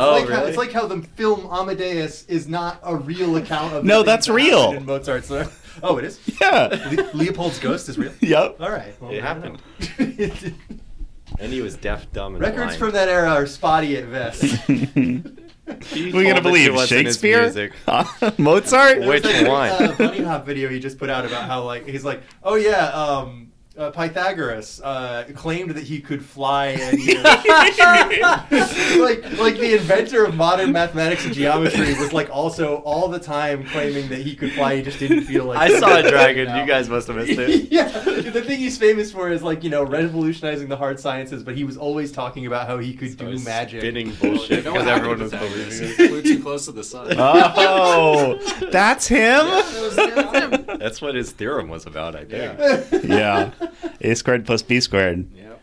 Oh, like how, really? it's like how the film Amadeus is not a real account of. the No, things that's that real. happened In Mozart's. Oh, it is. Yeah. Le- Leopold's ghost is real. yep. All right. well, It I happened. don't know. And he was deaf, dumb, and Records blind. from that era are spotty at best. He We're gonna told it believe us in his Shakespeare, music. Mozart. Which There's that, one? Uh, Bunny Hop video he just put out about how like he's like, oh yeah, um, uh, Pythagoras uh, claimed that he could fly and. you know, like like the inventor of modern mathematics and geometry was like also all the time claiming that he could fly he just didn't feel like I he saw a could dragon. now. You guys must have missed it. yeah the thing he's famous for is like you know revolutionizing the hard sciences but he was always talking about how he could do always magic Spinning You bullshit know because what everyone happened was to Pythagoras? believing He it. flew too close to the sun. Oh, that's him. Yeah. That's what his theorem was about, I think. Yeah. yeah. A squared plus b squared. Yep.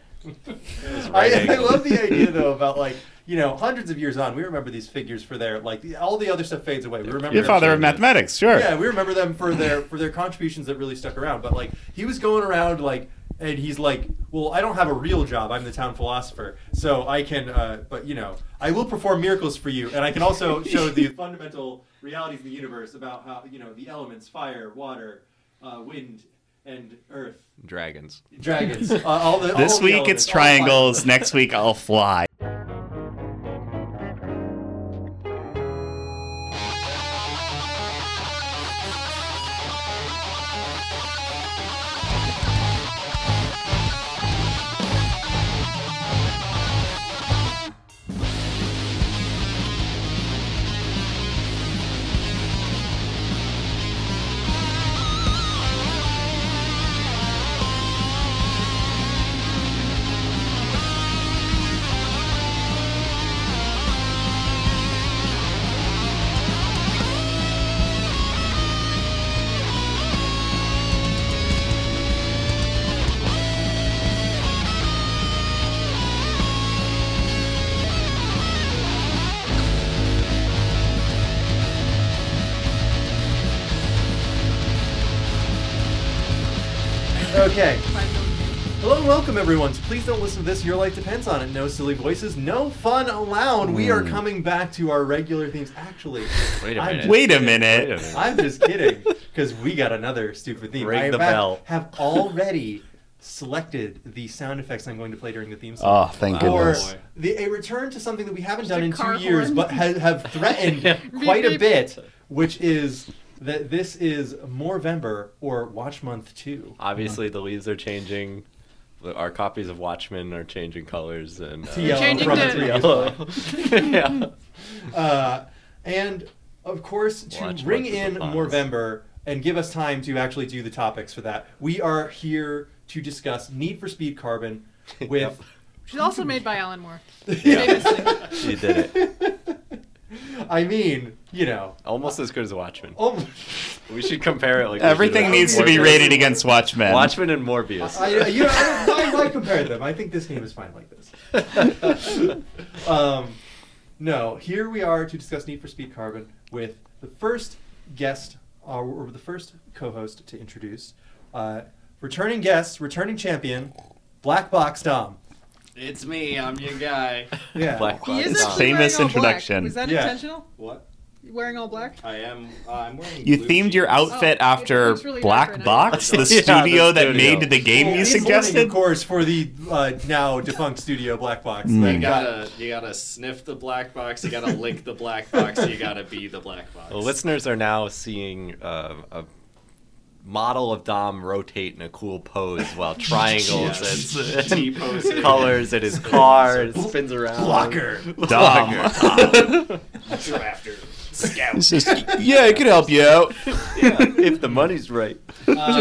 right I, I angle. love the idea though about like you know hundreds of years on we remember these figures for their like the, all the other stuff fades away we remember Your their- father of mathematics, sure. Yeah, we remember them for their for their contributions that really stuck around. But like he was going around like, and he's like, "Well, I don't have a real job. I'm the town philosopher, so I can. Uh, but you know, I will perform miracles for you, and I can also show the fundamental realities of the universe about how you know the elements, fire, water, uh, wind, and earth, Dragons. dragons. Uh, all the all This of the week elements, it's all the fire. triangles. Next week I'll fly. Okay. Hello and welcome, everyone. to Please don't listen to this. Your life depends on it. No silly voices. No fun allowed. We are coming back to our regular themes. Actually, Hmm. Wait a I'm- minute. Wait a Wait a minute. minute. I'm just kidding because we got another stupid theme. Ring I in the fact bell. Have already selected the sound effects I'm going to play during the theme Ah, song. Oh, thank Wow. or goodness. the, a return to something that we haven't a done in two car years, horn. but ha- have threatened quite a beep. bit, which is that this is Morvember or Watch Month Two. Obviously, the leaves are changing. The- Our copies of Watchmen are changing colors and uh, To yellow Changing from to- the previous one. yellow. yeah. Uh, and of course, to Watch bring Monsters in of Oz. Morvember and give us time to actually do the topics for that, we are here to discuss Need for Speed Carbon with. She's also made by Alan Moore. Yeah. Famously. she did it. I mean, you know. Almost as good as Watchmen. Oh, We should compare it. Like we Everything did needs with to be Morbius. rated against Watchmen. Watchmen and Morbius. I, I- you know, I don't- why, why compare them? I think this game is fine like this. um, no, here we are to discuss Need for Speed Carbon with the first guest, uh, or the first co host to introduce. Uh, returning guest, returning champion, Black Box Dom. It's me. I'm your guy. Yeah. Black He Box is It's Dom. actually famous wearing all introduction. Black. Was that Yeah. intentional? What? Wearing all black? I am. Uh, I'm wearing. You blue themed your jeans. outfit Oh, it after looks really Black different. Box, the Yeah, the studio that studio. made the game Well, you he's mourning, suggested. of course, for the uh, now defunct studio Black Box. Mm. that You gotta, you gotta sniff the black box. You gotta lick the black box. You gotta be the black box. Well, listeners are now seeing uh, a model of Dom rotate in a cool pose while triangles and- Yes. T-posing. and colors at his car and spins around. Blocker. Dom. Drafter. Scout. It's just, yeah, I could help you out. Yeah, if the money's right. Uh, I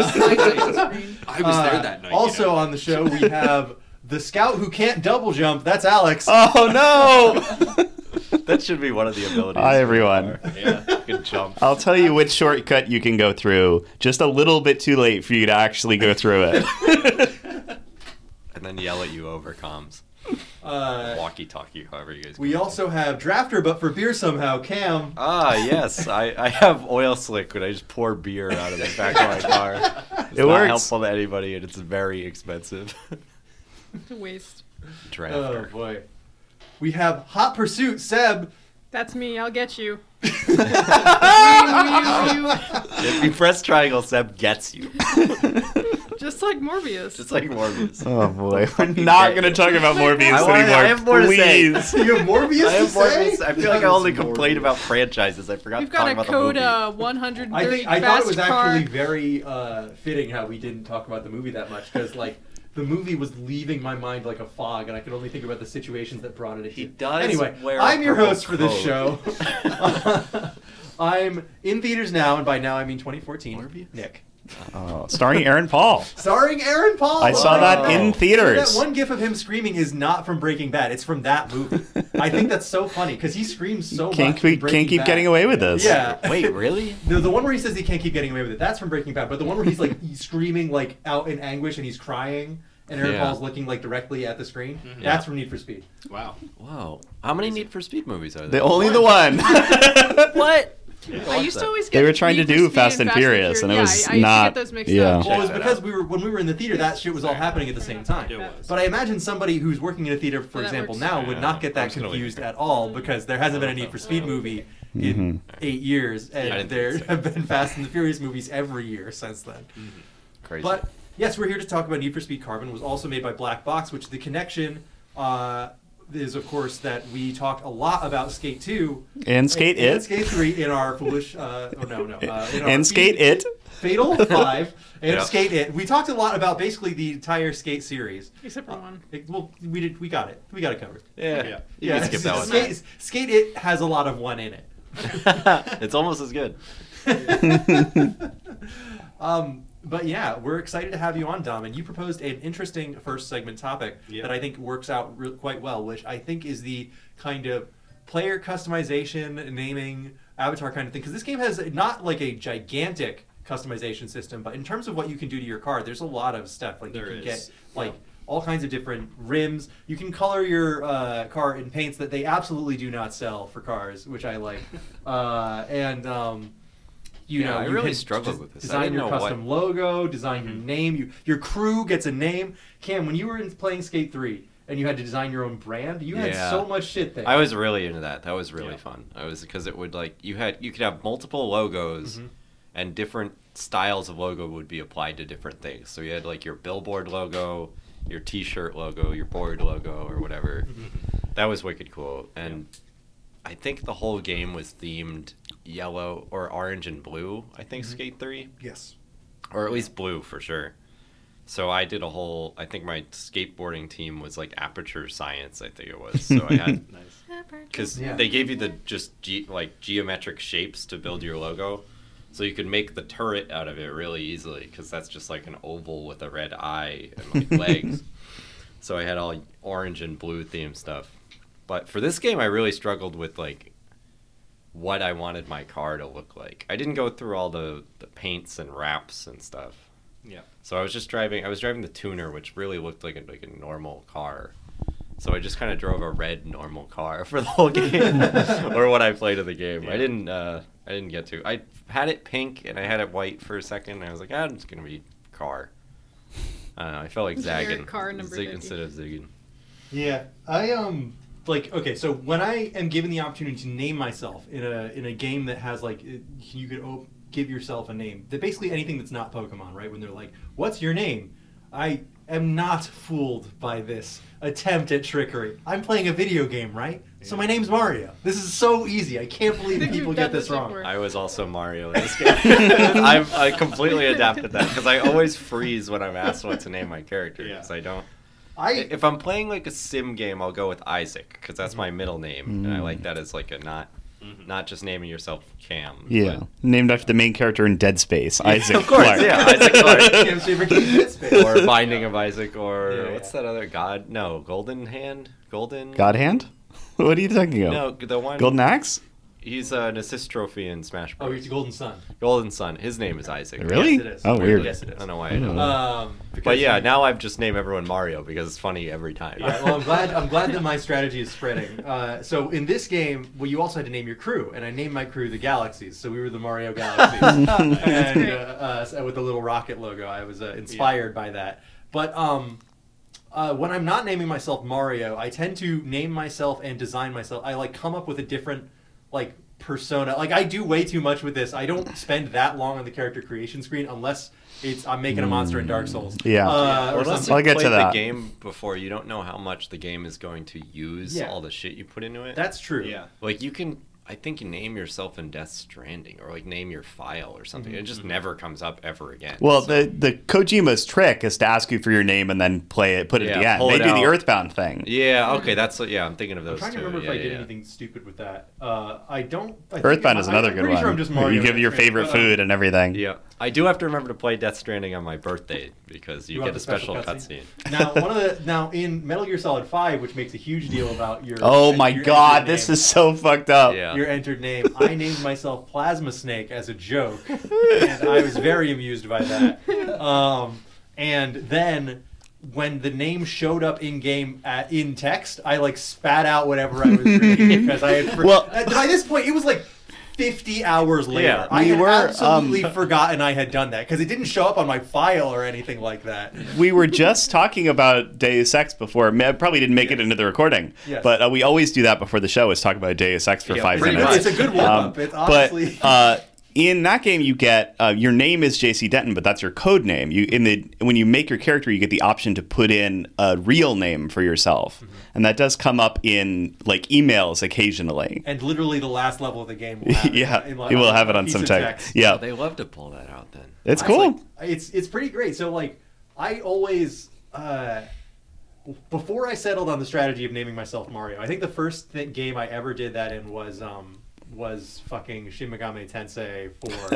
was Uh, there that night. Also you know. on the show we have the scout who can't double jump. That's Alex. Oh no! That should be one of the abilities. Hi everyone. Yeah. You can jump. I'll tell you which shortcut you can go through. Just a little bit too late for you to actually go through it. and then yell at you over comms. Uh, Walkie talkie, however you guys we call it. also have drafter, but for beer somehow. Cam. Ah, yes. I, I have oil slick when I just pour beer out of the back of my car. It's It not works. helpful to anybody, and it's very expensive. It's a waste. Oh Drafter. boy. We have hot pursuit Seb, That's me. I'll get you. Wee, wee, wee. If you press triangle, Seb gets you. Just like Morbius. Just like Morbius. Oh boy, we're not gonna talk about Morbius I wanna- anymore. I have more to say. please. You have Morbius I have to say? Morbius. I feel like I That only is complained Morbius. about franchises. I forgot We've to talk got a uh, about Coda 130 I think I fast thought it was car. actually very uh, fitting how we didn't talk about the movie that much because like the movie was leaving my mind like a fog, and I could only think about the situations that brought it. He in. does Anyway, wear a I'm your purple host for this coat. show. I'm in theaters now, and by now I mean 2014. Morbius? Nick, Oh, starring Aaron Paul. starring Aaron Paul. I saw Oh. that in theaters. That one gif of him screaming is not from Breaking Bad; it's from that movie. I think that's so funny because he screams so Can't much. we in Breaking can't keep Bad. getting away with this? Yeah. Morbius. Wait, really? The, the one where he says he can't keep getting away with it, that's from Breaking Bad. But the one where he's like he's screaming like out in anguish and he's crying and Aaron Yeah. Paul's looking like directly at the screen, Mm-hmm. Yeah. that's from Need for Speed. Wow. Wow. How many Need for Speed movies are The there? only the one. what? I used to always get They were trying Need to for do Speed Fast and Furious, and it Yeah, was I, I used not- to get those mixed yeah. up. well, it was that because out. we were when we were in the theater, that shit was all happening at the same time. It was. But I imagine somebody who's working in a theater, for Well, Oh, that example, works. Mm-hmm. now would Yeah, not get I'm that just gonna leave confused it Mm-hmm. at all because there hasn't been a Need for Oh. Speed movie in eight years, and I didn't think there so. have been Fast and the Furious movies every year since then. Mm-hmm. Crazy. But yes, we're here to talk about Need for Speed Carbon was also made by Black Box, which the connection uh, is, of course, that we talked a lot about Skate 2 and skate and it. Skate 3 in our foolish. Uh, oh, no, no. Uh, in our and skate Fe- it. Fatal 5 and Yeah. Skate It. We talked a lot about basically the entire Skate series. Except for one. It- well, we did. We got it. We got it covered. yeah, Yeah. you can skip that one. Skate, skate It has a lot of one in it. it's almost as good. Um, but yeah, we're excited to have you on, Dom. And you proposed an interesting first segment topic Yeah. that I think works out re- quite well, which I think is the kind of player customization, naming, avatar kind of thing. Because this game has not like a gigantic customization system, but in terms of what you can do to your card, there's a lot of stuff. Like There you can is. get like all kinds of different rims. You can color your uh, car in paints that they absolutely do not sell for cars, which I like. uh, and um, you Yeah, know, I you really can struggled with this. I Design didn't your know what- Mm-hmm. custom logo, design your name. You, your crew gets a name. Cam, when you were in playing Skate Three and you had to design your own brand, you had Yeah. so much shit there. I was really into that. That was really Yeah. fun. I was because it would like you had you could have multiple logos, and different styles of logo would be applied to different things. So you had like your billboard logo, your T-shirt logo, your board logo, or whatever. that was wicked cool. And I think the whole game was themed yellow or orange and blue. I think Skate Three yes. or at least blue for sure. So I did a whole. I think my skateboarding team was like Aperture Science. I think it was. So I had Nice. because Yeah. they gave you the just ge- like geometric shapes to build your logo, so you could make the turret out of it really easily because that's just like an oval with a red eye and like legs. So I had all orange and blue themed stuff, but for this game I really struggled with like what I wanted my car to look like. I didn't go through all the, the paints and wraps and stuff. Yeah. So I was just driving. I was driving the tuner, which really looked like a, like a normal car. So I just kind of drove a red normal car for the whole game, or what I played of the game. I Yeah. didn't. Uh, I didn't get to. I had it pink and I had it white for a second. And I was like, ah, it's gonna be car. I don't know. I felt like Generic zagging car number Zig- 50. instead of zigging. Yeah, I um like okay. So when I am given the opportunity to name myself in a in a game that has like it- you could op- give yourself a name that basically anything that's not Pokemon, right? When they're like, "What's your name?" I am not fooled by this attempt at trickery. I'm playing a video game, right? So my name's Mario. This is so easy. I can't believe Think people we've get done this this wrong. before. I was also Mario in this game. I've I completely adapted that because I always freeze when I'm asked what to name my character Yeah. because I don't. I if I'm playing like a sim game, I'll go with Isaac because that's my middle name, and I like that as like a not, not just naming yourself Cam. Yeah, named after the main character in Dead Space, Isaac of course, Clarke. yeah, Isaac Clarke. Cam's favorite game is Dead Space. but- or Binding of Isaac, or Yeah, yeah. what's that other God? No, Golden Hand, Golden. God Hand? What are you talking about? No, the one. Golden Axe? He's uh, an assist trophy in Smash oh, Bros. he's Golden Sun. Golden Son. His name is Isaac. Really? Yes, it is. Oh, Weirdly, weird. Yes, it is. I don't know why I know. Mm. that. Um, because but yeah, he- now I've just named everyone Mario because it's funny every time. All right, well, I'm glad. I'm glad that my strategy is spreading. Uh, so in this game, well, you also had to name your crew, and I named my crew the Galaxies. So we were the Mario Galaxies, and uh, uh, so with the little rocket logo. I was uh, inspired by that. But um, uh, when I'm not naming myself Mario, I tend to name myself and design myself. I like come up with a different like persona. Like I do way too much with this. I don't spend that long on the character creation screen unless it's I'm making a monster in Dark Souls. Yeah. Uh, or unless something. I'll you get to played that. the game before, you don't know how much the game is going to use Yeah. all the shit you put into it. That's true. Yeah. like you can I think you name yourself in Death Stranding or like name your file or something. It Mm-hmm. just never comes up ever again. Well, So- the the Kojima's trick is to ask you for your name and then play it, put it at Yeah, the end. pull They it do the out. Earthbound thing. yeah, okay, that's what, yeah. I'm thinking of I'm those. trying to two. remember yeah, if I did yeah. anything stupid with that. Uh, I don't. I think Earthbound I'm- is another I'm good pretty one. Sure I'm just Mario you give in your that train, favorite but, uh, food and everything. Yeah, I do have to remember to play Death Stranding on my birthday because you, You get want a the special special cutscene. now, one of the now in Metal Gear Solid Five, which makes a huge deal about your. Oh my your god, entered this name- is so fucked up. Yeah. Your entered name. I named myself Plasma Snake as a joke, and I was very amused by that. Um, and then when the name showed up in game at, in text, I like spat out whatever I was reading because I had. For- Well- at- by this point, it was like. 50 hours later. Yeah. I We had were, um, absolutely forgotten I had done that because it didn't show up on my file or anything like that. We were just talking about Deus Ex before. Ma- Probably didn't make it into the recording, Yes. but uh, we always do that before the show is talk about Deus Ex for Yeah, five pretty minutes. much. It's a good Um, warm-up. it's honestly... But uh, in that game, you get uh, your name is JC Denton, but that's your code name. You in the when you make your character, you get the option to put in a real name for yourself, Mm-hmm. and that does come up in like emails occasionally. and literally the last level of the game will have yeah, it, uh, in, you will have it on piece some of tech. text. Yeah, They love to pull that out then. it's I cool. was like- it's it's pretty great. So like I always uh, before I settled on the strategy of naming myself Mario, I think the first th- game I ever did that in was um was fucking Shin Megami Tensei 4.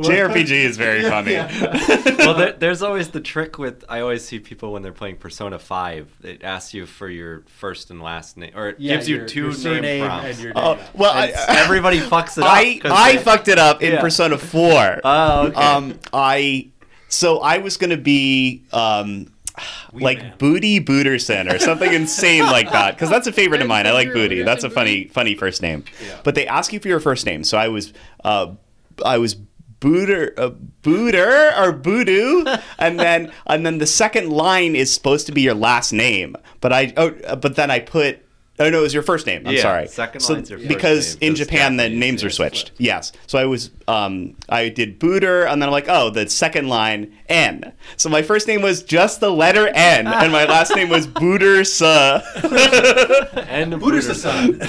JRPG is very Yeah, funny. yeah. well, there, there's always the trick with. I always see people when they're playing Persona Five. It asks you for your first and last name, or it Yeah, gives you your- two your name surname prompts. and your name. Oh, well, I, And everybody fucks it I, up. 'cause I they- fucked it up in Yeah. Persona 4. Oh, okay. Um, I so I was gonna be um, like Man. Booty Booterson or something insane like that because that's a favorite of mine. I like Booterson, Booty. That's a Booterson, funny Booty. funny first name. But they ask you for your first name, so I was uh, I was. Booter, uh, booter or voodoo, and then and then the second line is supposed to be your last name. But I oh, but then I put oh no, it was your first name. I'm Yeah, sorry. second so, line's your first because name, in 'cause Japan the Japanese names are names switched. Yes. So I was um I did Booter and then I'm like, oh, the second line N. So my first name was just the letter N and my last name was Booter Sa. and Buddha-san.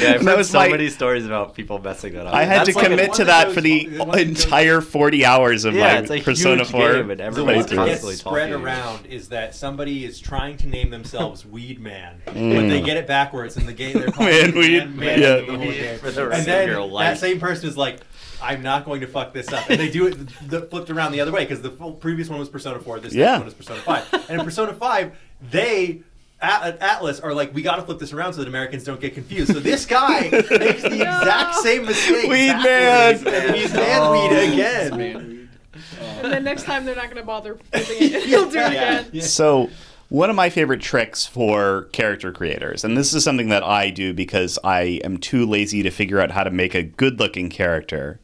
Yeah, I've That heard was so my- many stories about people messing that up. I had That's to like commit a, one to of that those- for the one of those- entire 40 hours of yeah, my it's a Persona huge 4 game, and The one everybody's that gets constantly talking. spread around is that somebody is trying to name themselves Weed Man, but they get it backwards, and the game they're calling Hmm. Man it Weed. Man, Man Yeah. the whole game. For the rest and of then your that life. same person is like, "I'm not going to fuck this up," and they do it the, flipped around the other way because the full- previous one was Persona Four, this Yeah. next one is Persona Five, and in Persona Five they. At- Atlas are like we got to flip this around so that Americans don't get confused. So this guy makes the exact same mistake. Weed backwards, Man. and he's man Oh. weed again. And then next time they're not gonna bother flipping it. He'll do it Yeah. again. So, one of my favorite tricks for character creators, and this is something that I do because I am too lazy to figure out how to make a good looking character,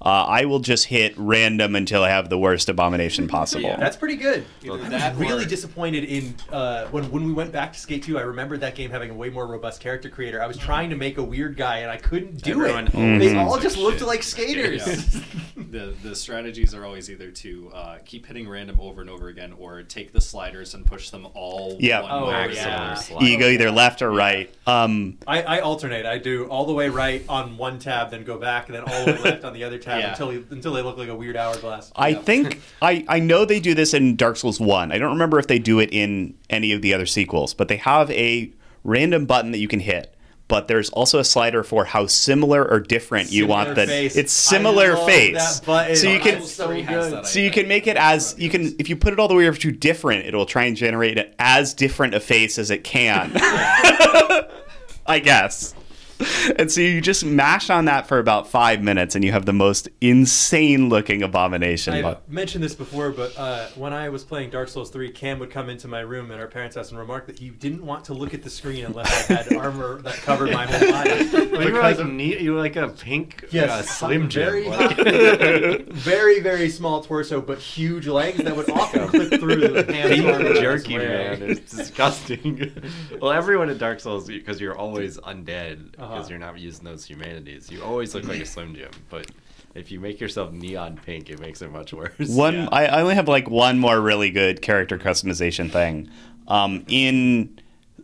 uh, I will just hit random until I have the worst abomination possible. That's pretty good. I that was really or- disappointed in uh, when when we went back to Skate 2. I remembered that game having a way more robust character creator. I was trying to make a weird guy and I couldn't do Everyone it. always They looks all like just looked shit. like skaters. the the strategies are always either to uh, keep hitting random over and over again, or take the sliders and push them all Yeah. one Oh, way. yeah. Axel or you go either left or right. Um, I, I alternate. I do all the way right on one tab, then go back, and then all the way left on the other tab Yeah. until until they look like a weird hourglass. I think I, I know they do this in Dark Souls 1. I don't remember if they do it in any of the other sequels, but they have a random button that you can hit. But there's also a slider for how similar or different you want Similar that. face. It's I similar love face. that button. So you Oh, can that was so good. good. So you can make it as you can if you put it all the way over to different, it'll try and generate it as different a face as it can. I guess. and so you just mash on that for about five minutes, and you have the most insane looking abomination. I've mentioned this before, but uh, when I was playing Dark Souls 3, Cam would come into my room at our parents' house and remark that he didn't want to look at the screen unless I had armor that covered my whole body. you were Because like of- neat, you were like a pink Yes, uh, slim jim. Very, Wow. very, very small torso, but huge legs that would often clip through the pants. Beef armor that I was jerky wearing. man it's disgusting well everyone in dark souls because you're always undead because Uh-huh. you're not using those humanities you always look like a slim jim but if you make yourself neon pink it makes it much worse One, Yeah. I, I only have like one more really good character customization thing. Um, in,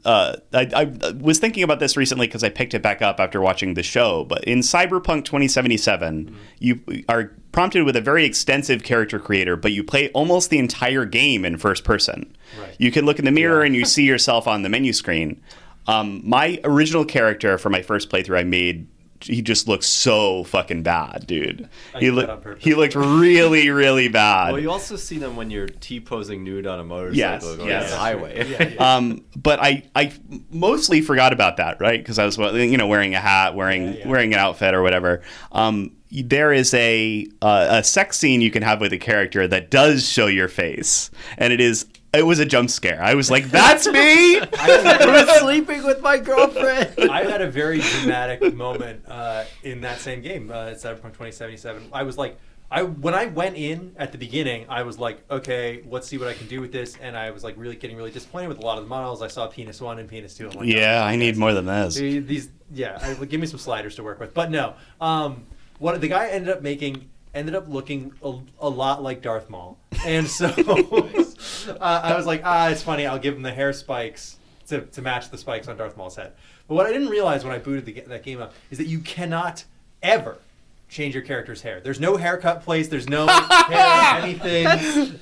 uh, I, I was thinking about this recently because I picked it back up after watching the show. But in Cyberpunk 2077, you are prompted with a very extensive character creator, but you play almost the entire game in first person. Right. You can look in the mirror and you see yourself on the menu screen. Um, my original character for my first playthrough, I made. He just looked so fucking bad, dude. he did that on looked purpose. he looked really really bad. well you also see them when you're t-posing nude on a motorcycle Yes, going yes. on the highway Yeah, yeah. um, but I, I mostly forgot about that, right? Because I was, you know, wearing a hat, wearing Yeah, yeah. wearing an outfit or whatever. Um, there is a uh, a sex scene you can have with a character that does show your face, and it is it was a jump scare. I was like, "That's me!" sleeping with my girlfriend I had a very dramatic moment uh, in that same game, uh, at Cyberpunk 2077. I was like, I when I went in at the beginning, I was like, okay, let's see what I can do with this, and I was like really getting really disappointed with a lot of the models. I saw penis one and penis two. I'm like, yeah, oh, I need more than this. See, these yeah I, well, give me some sliders to work with but no um what the guy ended up making ended up looking a, a lot like darth maul and so uh, i was like ah it's funny i'll give him the hair spikes to, to match the spikes on darth maul's head but what i didn't realize when i booted the, ga- that game up is that you cannot ever change your character's hair there's no haircut place there's no hair anything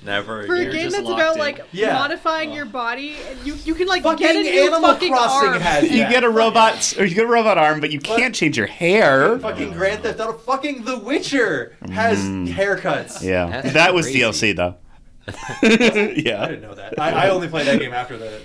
never For a again. game just that's locked about in. like Yeah. modifying your body, and you you can like fucking get a new animal fucking crossing arm. has You that. get a robot, or you get a robot arm, but you can't change your hair. Fucking Grand Theft Auto. Fucking The Witcher has haircuts. Yeah, That's that was crazy. DLC though. I yeah, didn't know that. I, I only played that game after the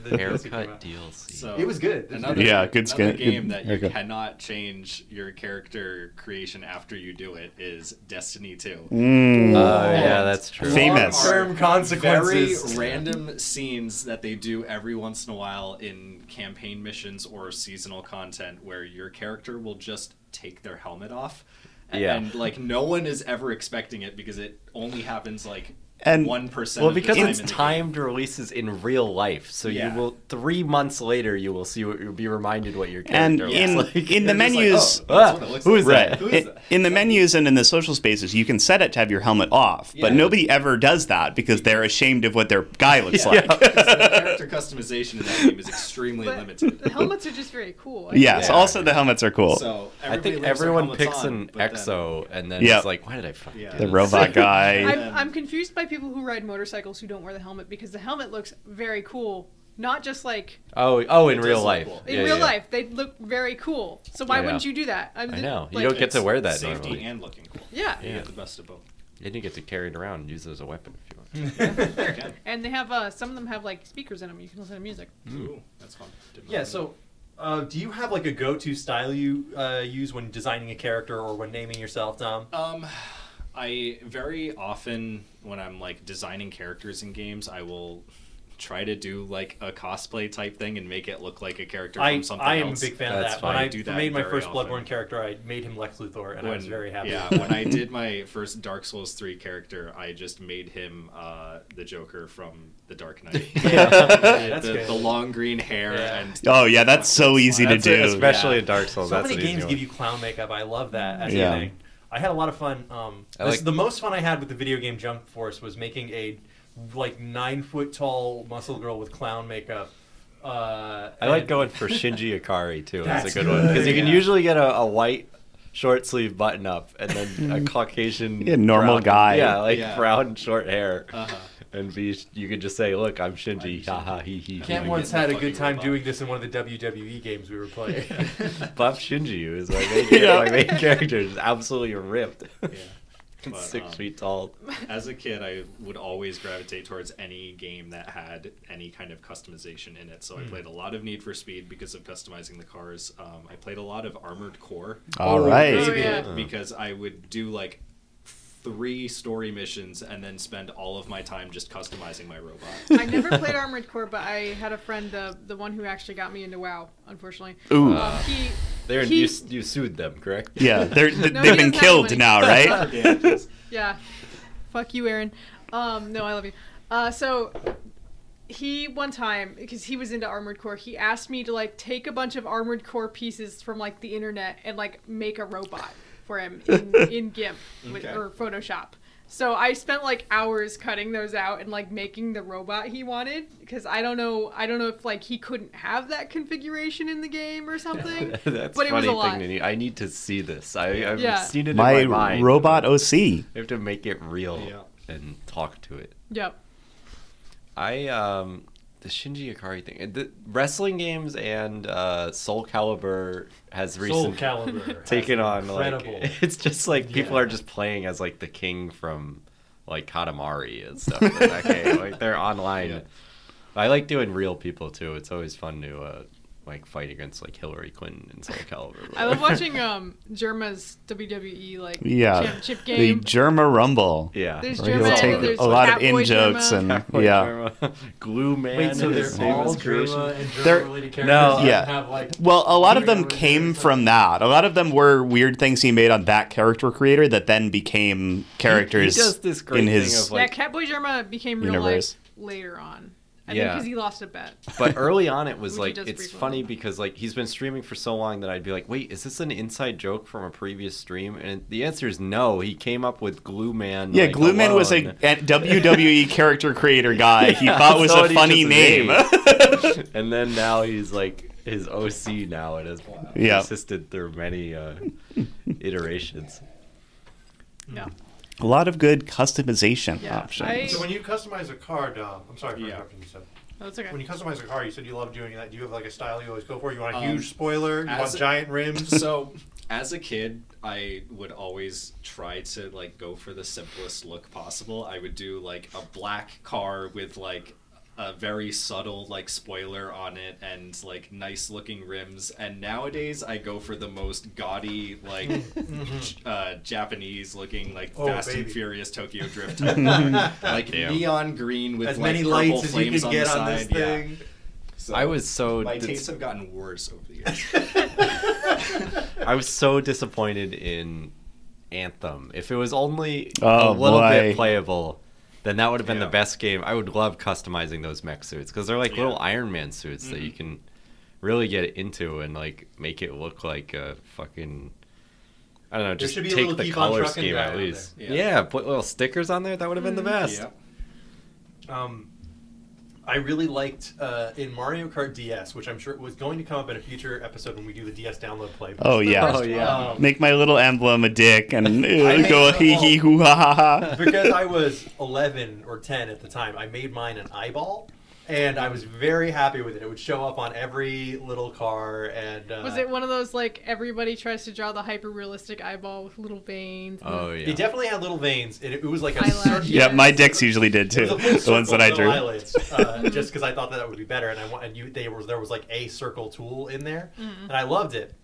the, the DLC came haircut out. dlc So It was good. Another, Yeah, good another skin- game good- that you very good. cannot change your character creation after you do it is Destiny 2. Mm. Oh, yeah, that's true. Famous. Long-term consequences. Very random scenes that they do every once in a while in campaign missions or seasonal content where your character will just take their helmet off. And, Yeah. like no one is ever expecting it because it only happens like And- one percent. Well, of the because time it's in the game. timed releases in real life, so Yeah. you will three months later you will see what you'll be reminded what your And character in looks like. in the They're just menus, like, "Oh, that's what it looks who like." is Right. that? Who In- is that? in the menus and in the social spaces, you can set it to have your helmet off, but Yeah. nobody ever does that because they're ashamed of what their guy looks like. character customization in that game is extremely But limited. the helmets are just very cool. I yes. Yeah. Also, the helmets are cool. So I everybody leaves think their everyone helmets picks on, an but then- EXO, and then Yeah. it's like, why did I fuck Yeah. the Yeah. robot guy. Yeah. I'm, I'm confused by people who ride motorcycles who don't wear the helmet because the helmet looks very cool. Not just like Oh, oh, in It real does look life. cool. in Yeah, real yeah. life, they look very cool. So why Yeah. wouldn't you do that? I'm, I know. You like- don't get to wear that safety normally. and looking cool. Yeah. You Yeah. get the best of both. And you get to carry it around and use it as a weapon if you want. Okay. And they have uh, some of them have like speakers in them. You can listen to music. Ooh, that's fun. Didn't know Yeah. that. So, uh, do you have like a go-to style you uh, use when designing a character or when naming yourself, Tom? Um, I very often when I'm like designing characters in games, I will try to do like a cosplay type thing and make it look like a character I from something I am else. a big fan That's of that. When fine. I Do that made my very first often. Bloodborne character, I made him Lex Luthor, and I was very happy. Yeah, with when I did my first Dark Souls three character, I just made him uh, the Joker from The Dark Knight. that. yeah, that's the, good. the long green hair Yeah. and oh yeah, that's so easy to That's it, do. especially Yeah. in Dark Souls. So that's many an easy games one. give you clown makeup. I love that. As Yeah. a thing. I had a lot of fun. Um, I this- like- the most fun I had with the video game Jump Force was making a like nine foot tall muscle girl with clown makeup. Uh, I like and- going for Shinji Ikari too. That's, That's a good, one because you can good, yeah. usually get a, a white short sleeve button up and then a Caucasian Yeah, normal brown- guy. Yeah, like Yeah. brown short hair, Uh-huh. and be you could just say, "Look, I'm Shinji." Ha ha he he. Cam he." once had a good Fucking time robot. doing this in one of the WWE games we were playing. Buff Shinji is my main, Yeah. my main character. Is absolutely ripped. yeah. But, Six um, feet tall. As a kid, I would always gravitate towards any game that had any kind of customization in it. So I played a lot of Need for Speed because of customizing the cars. Um, I played a lot of Armored Core All right. Oh, yeah. because I would do like three story missions and then spend all of my time just customizing my robot. I never played Armored Core, but I had a friend, the the one who actually got me into WoW. Unfortunately, Ooh. Um, he There, He- you, s- you sued them, correct? Yeah, they're, th- No, they've he been doesn't have killed money. now, right? Yeah, just- yeah. Fuck you, Aaron. Um, no, I love you. Uh, so he one time because he was into armored core, he asked me to like take a bunch of armored core pieces from like the internet and like make a robot for him in, in GIMP with, Okay. or Photoshop. So I spent like hours cutting those out and like making the robot he wanted because I don't know I don't know if like he couldn't have that configuration in the game or something. That's but it was funny a lot. thing to need. I need to see this. I, I've Yeah. seen it My, in my mind. robot OC. I have to make it real Yeah. and talk to it. Yep. I um the Shinji Ikari thing. uh, The wrestling games and uh, Soul Calibur has Soul recently Calibur. taken on like Incredible. it's just like people Yeah. are just playing as like the king from like Katamari and stuff. in that game. like they're online. Yeah. I like doing real people too. It's always fun to uh, like fight against like Hillary Clinton and Soul Calibur. I love watching um Germa's WWE like Yeah. championship The game. Germa Rumble. Yeah. There's Where Germa he'll and take then there's a lot of Catboy in jokes Germa. and yeah. Glue Man. Wait, so is they're his name all is creation. Germa and Germa They're- related characters. No. that Yeah. Have like Well, a lot of Weird them weird came things like- from that. A lot of them were weird things he made on that character creator that then became characters does this great in thing his of, like- yeah, Catboy Germa became real Universe. life later on. I think Yeah. because he lost a bet. but early on it was Uji like does it's prequel. funny because like he's been streaming for so long that I'd be like, wait, is this an inside joke from a previous stream? And the answer is no. He came up with Glue Man. Yeah, like, Glue Man was a, alone. a WWE character creator guy. he Yeah, thought was so a he funny just name. and then now he's like his OC now. It has Yeah. persisted through many uh, iterations. Yeah. a lot of good customization Yeah, options. I- So when you customize a car, Dom, I'm sorry for Yeah. interrupting you. Seth. That's okay. When you customize a car, you said you love doing that. Do you have like a style you always go for? You want a Um, huge spoiler? You as want a- giant rims? so as a kid i would always try to like go for the simplest look possible i would do like a black car with like a very subtle like spoiler on it and like nice looking rims and nowadays i go for the most gaudy like j- uh, japanese looking like Oh, fast and baby. furious tokyo drift type car. like Damn. neon green with as like, many purple lights as you flames can get on, the on this side. Yeah. thing. So I was so my dis- tastes have gotten worse over the years I was so disappointed in Anthem. If it was only Oh, a little boy. bit playable, then that would have been Yeah. the best game. I would love customizing those mech suits because they're like Yeah. little Iron Man suits that Mm-hmm. you can really get into and like make it look like a fucking. I don't know. Just should be a take little the Devon color Trucking scheme guy at on Mm-hmm. least. there. Yeah. Yeah. put little stickers on there. That would have been the best. yeah Um, I really liked uh, in Mario Kart DS, which I'm sure was going to come up in a future episode when we do the DS download play. Oh yeah. Oh yeah. Um, Make my little emblem a dick and it'll made go it hee hee all. hoo ha ha ha. because I was 11 or 10 at the time, I made mine an eyeball, and I was very happy with it. It would show up on every little car, and uh, was it one of those like everybody tries to draw the hyper realistic eyeball with little veins? and- Oh It yeah. definitely had little veins, and it, it was like a Eyelashes. circle- Yeah, Yes. my dicks usually did too. It was a full The ones circle, that I no drew. eyelids, uh, just because I thought that, that would be better, and I wa- and you they were, there was like a circle tool in there, and I loved it.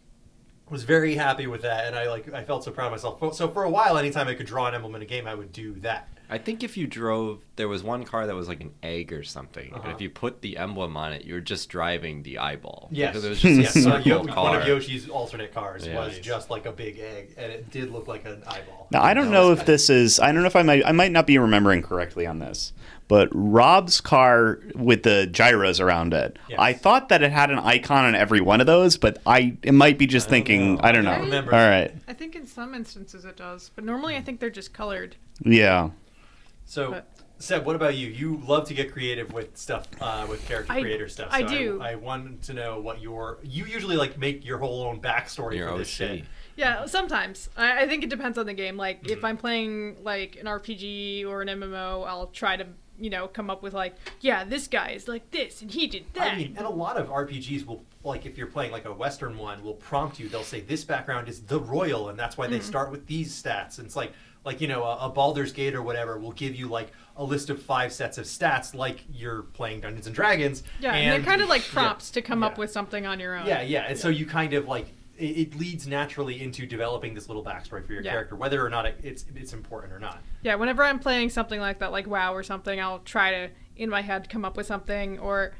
Was very happy with that, and I like I felt so proud of myself. Fo- So for a while, anytime I could draw an emblem in a game, I would do that. I think if you drove, there was one car that was like an egg or something, and Uh-huh. if you put the emblem on it, you were just driving the eyeball. Yes, because it was just yes. a so circle Yo- car. one of Yoshi's alternate cars Yeah. was just like a big egg, and it did look like an eyeball. Now I don't know if this is. I don't know if I might. I might not be remembering correctly on this. But Rob's car with the gyros around it. Yes. I thought that it had an icon on every one of those, but I it might be just I don't thinking. know. I don't I know. don't remember. All right. I think in some instances it does, but normally Hmm. I think they're just colored. Yeah. So, But- Seb, what about you? You love to get creative with stuff, uh, with character I- creator stuff. I so do. I, wanted to know what your you usually like make your whole own backstory Your for this OC. shit. Yeah, sometimes. I, Hmm. I think it depends on the game. Like if I'm playing like an RPG or an MMO, I'll try to you know, come up with like, yeah, this guy is like this and he did that. I mean, and a lot of RPGs will, like, if you're playing like a Western one, will prompt you. They'll say this background is the royal, and that's why Mm-hmm. they start with these stats. And it's like, like you know, a, a Baldur's Gate or whatever will give you like a list of five sets of stats, like you're playing Dungeons and Dragons. yeah, and, they're kind of like prompts to come up yeah. with something on your own. Yeah, yeah. And so you kind of like it, it leads naturally into developing this little backstory for your Yeah. character, whether or not it, it's it's important or not. Yeah, whenever I'm playing something like that, like WoW or something, I'll try to in my head come up with something. Or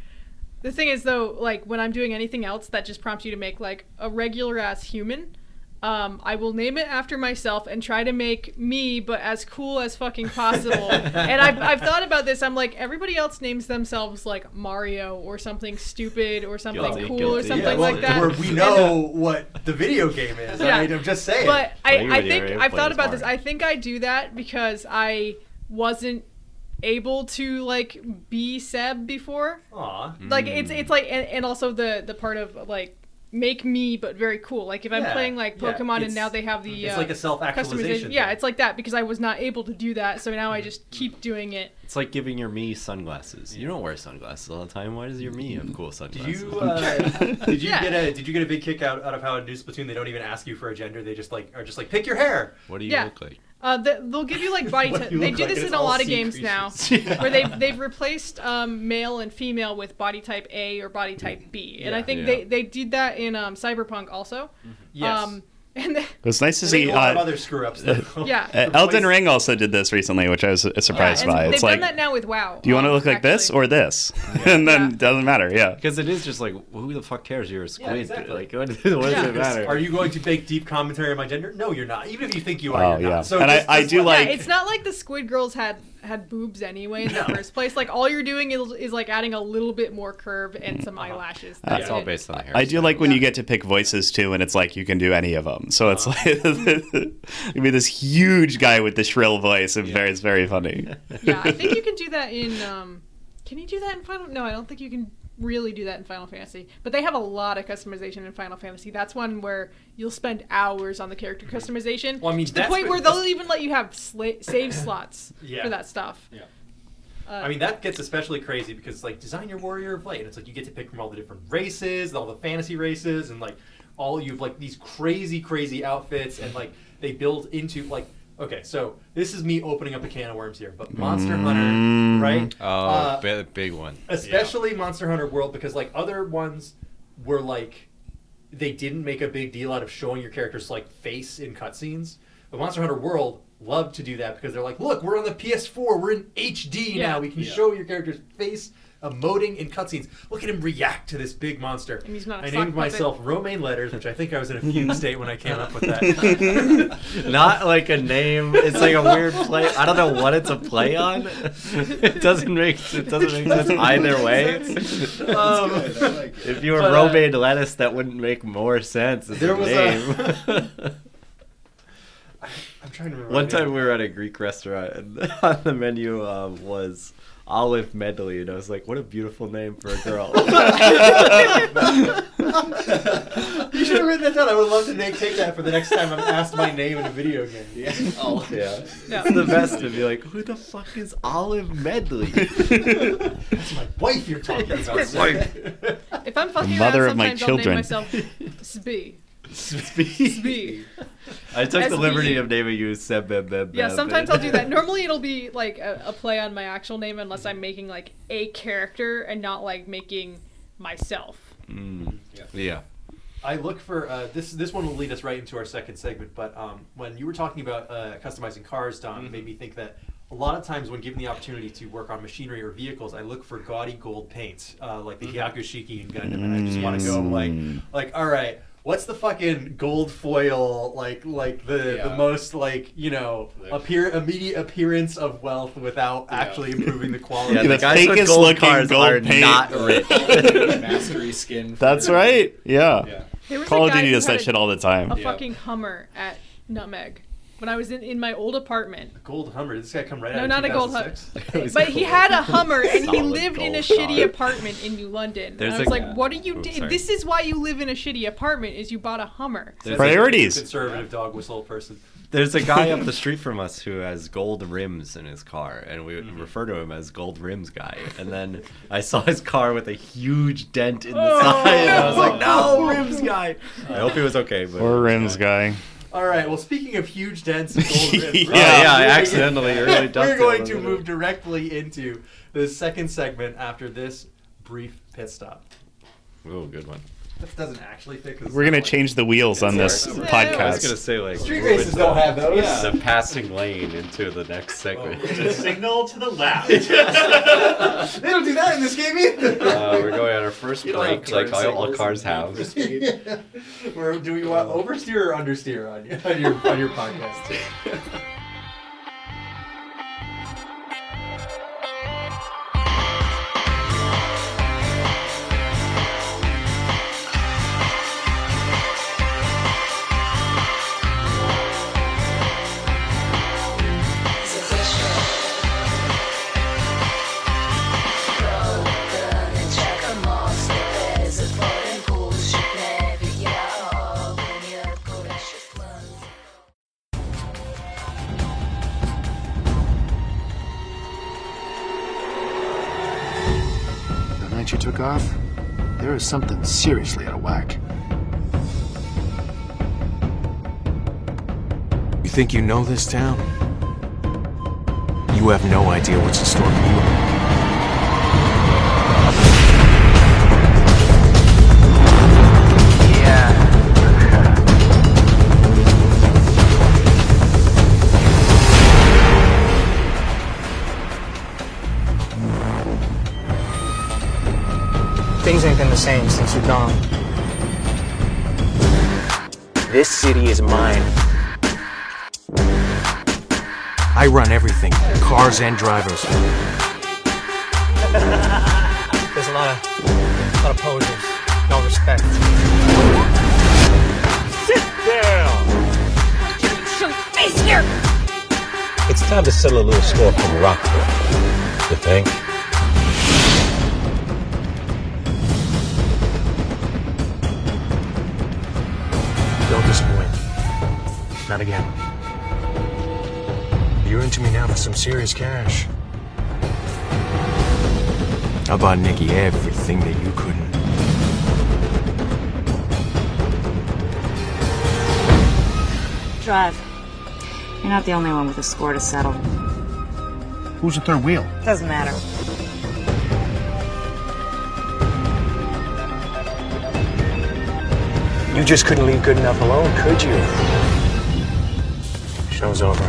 the thing is though, like when I'm doing anything else that just prompts you to make like a regular ass human, um, I will name it after myself and try to make me, but as cool as fucking possible. and I've I've thought about this. I'm like everybody else names themselves like Mario or something stupid or something Guilty, cool or guilty. something Yeah, well, like that. uh, Where we know what the video game is. Yeah. I mean, I'm just saying. But Play I, I with your think ear, I've play thought with about this. I smart. think I do that because I wasn't able to like be Seb before. Aw. Like it's it's like and, and also the the part of like make me but very cool. Like if I'm Yeah, playing like yeah, Pokemon and it's- now they have the It's uh, like a self-actualization. customization. Yeah, thing. it's like that because I was not able to do that. So now I just keep doing it. It's like giving your me sunglasses. You don't wear sunglasses all the time. Why does your me have cool Did sunglasses? you uh, did you Yeah. get a did you get a big kick out, out of how in New Splatoon they don't even ask you for a gender? They just like are just like pick your hair. what do you yeah. look like? Uh, the, they'll give you like body. What te- you they look do like, this it's in a all lot of sea games now, creatures. where they they've replaced um, male and female with body type A or body type B, and I Yeah. think Yeah. they they did that in um, Cyberpunk also. Yes. Um, and the- was nice to They make see. a lot of Uh, other screw ups. though. yeah. uh, Elden Ring also did this recently, which I was uh, surprised yeah, and by. They've It's done like, that now with WoW. do you want to um, look like this actually. or this? and then Yeah. it doesn't matter. Yeah. Because it is just like, who the fuck cares? You're a squid. exactly. Like, what, what does Yeah. it matter? Are you going to make deep commentary on my gender? No, you're not. Even if you think you are, Oh you're yeah. not. So and just- I, I just do let- Yeah, like. it's not like the Squid Girls had had boobs anyway in the first place. Like all you're doing is, is like adding a little bit more curve Mm. and some Uh-huh. eyelashes. That's That's all it. based on the hair. I do like when you get to pick voices too, and it's like you can do any of them. So Uh-huh. it's like you be this huge guy with the shrill voice, and very, it's very funny. yeah, I think you can do that in. Um, can you do that in Final? No, I don't think you can really do that in Final Fantasy. But they have a lot of customization in Final Fantasy. That's one where you'll spend hours on the character customization. Well, I mean, to the that's point what- where they'll even let you have sla- save slots Yeah. for that stuff. Yeah. Uh, I mean, that gets especially crazy because it's like design your warrior of light, and it's like you get to pick from all the different races, all the fantasy races, and like all you've like these crazy, crazy outfits, and like they build into like. Okay, so this is me opening up a can of worms here, but Monster Hunter, right? Oh, Uh, bi- big one. especially Monster Hunter World, because like other ones were like they didn't make a big deal out of showing your character's like face in cutscenes, but Monster Hunter World loved to do that because they're like, look, we're on the PS4, we're in HD Yeah. now, we can Yeah. show your character's face emoting in cutscenes. Look at him react to this big monster. And he's not I a sock named puppet. myself Romaine Letters, which I think I was in a fugue state when I came up with that. Not like a name. It's like a weird play. I don't know what it's a play on. It doesn't make it doesn't make sense either way. Um, If you were But, uh, romaine lettuce, that wouldn't make more sense as There a was a- name. I'm trying to remember. One what I time we were at a Greek restaurant, and on the menu uh, was Olive Medley, and I was like, "What a beautiful name for a girl." named. you should have written that down. I would love to make, take that for the next time I'm asked my name in a video game. Yeah. Oh. yeah, No. it's the best to be like, "Who the fuck is Olive Medley?" It's my wife you're talking It's about. my sir. if I'm fucking mother around, of my children. sometimes I'll name myself Sbee. Speed. Sbee. I took the SB. liberty of naming you Seb Beb Beb. Yeah, Beb. sometimes I'll do that. Normally it'll be like a, a play on my actual name unless I'm making like a character and not like making myself. Mm. Yeah. Yeah. I look for uh, this. This one will lead us right into our second segment. But um, when you were talking about uh, customizing cars, Don, it made me think that a lot of times when given the opportunity to work on machinery or vehicles, I look for gaudy gold paints, uh, like the Hyakushiki in Gundam, and I just want to go like, like, all right, what's the fucking gold foil like, like the the Yeah. most like you know appear immediate appearance of wealth without Yeah. actually improving the quality. Yeah, the the guys fakest with gold looking cars gold are paint. not rich. Mastery skin. for- That's right. Yeah. Yeah. There was Call a of guy Duty who does had that a- shit all the time. a Yeah. fucking Hummer at Nutmeg when I was in, in my old apartment. Gold Hummer. This guy come right No, out. of not a gold 2006? But he had a Hummer and he Solid lived in a gold shitty car. apartment in New London. There's and I was a- like, what are you Oops, doing? sorry. This is why you live in a shitty apartment is you bought a Hummer. That's a Priorities. Conservative dog whistle person. There's a guy up the street from us who has gold rims in his car, and we Mm-hmm. would refer to him as Gold Rims Guy. And then I saw his car with a huge dent in the Oh. side, and I was like, Oh, "No, Rims Guy." I hope he was okay. Oh. But Or rims guy. All right. Well, speaking of huge dents, and gold rims, Yeah, Yeah. yeah, I we're gonna- accidentally really dumped We're it going on to the- move directly into the second segment after this brief pit stop. Ooh, good one. This doesn't actually fit. 'cause it's We're not gonna like- change the wheels on this Yeah, I was gonna podcast. say like Street we races went don't have the- those. The passing lane into the next segment. The signal to the left. They don't do that in this game either. Uh, we're going on our first You don't have break, like all, turn all signals cars and have. Or do we want oversteer or understeer on your on your, on your podcast? The night you took off, there is something seriously out of whack. You think you know this town? You have no idea what's in store for you. Things ain't been the same since you've gone. This city is mine. I run everything cars and drivers. There's a lot of, a lot of posers. No respect. Sit down. Show your face here! It's time to settle a little score from Rockville. You think? Don't disappoint. Not again. You're into me now for some serious cash. I bought Nikki everything that you couldn't. Drive. You're not the only one with a score to settle. Who's the third wheel? Doesn't matter. You just couldn't leave good enough alone, could you? Show's over.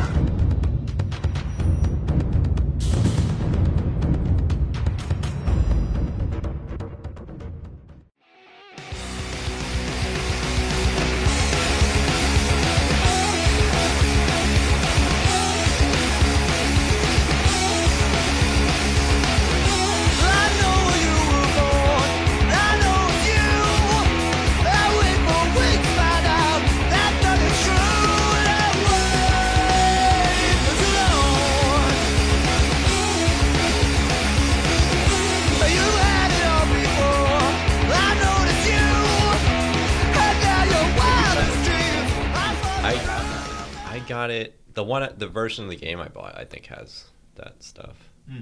I I got it. The one the version of the game I bought, I think has that stuff. Hmm.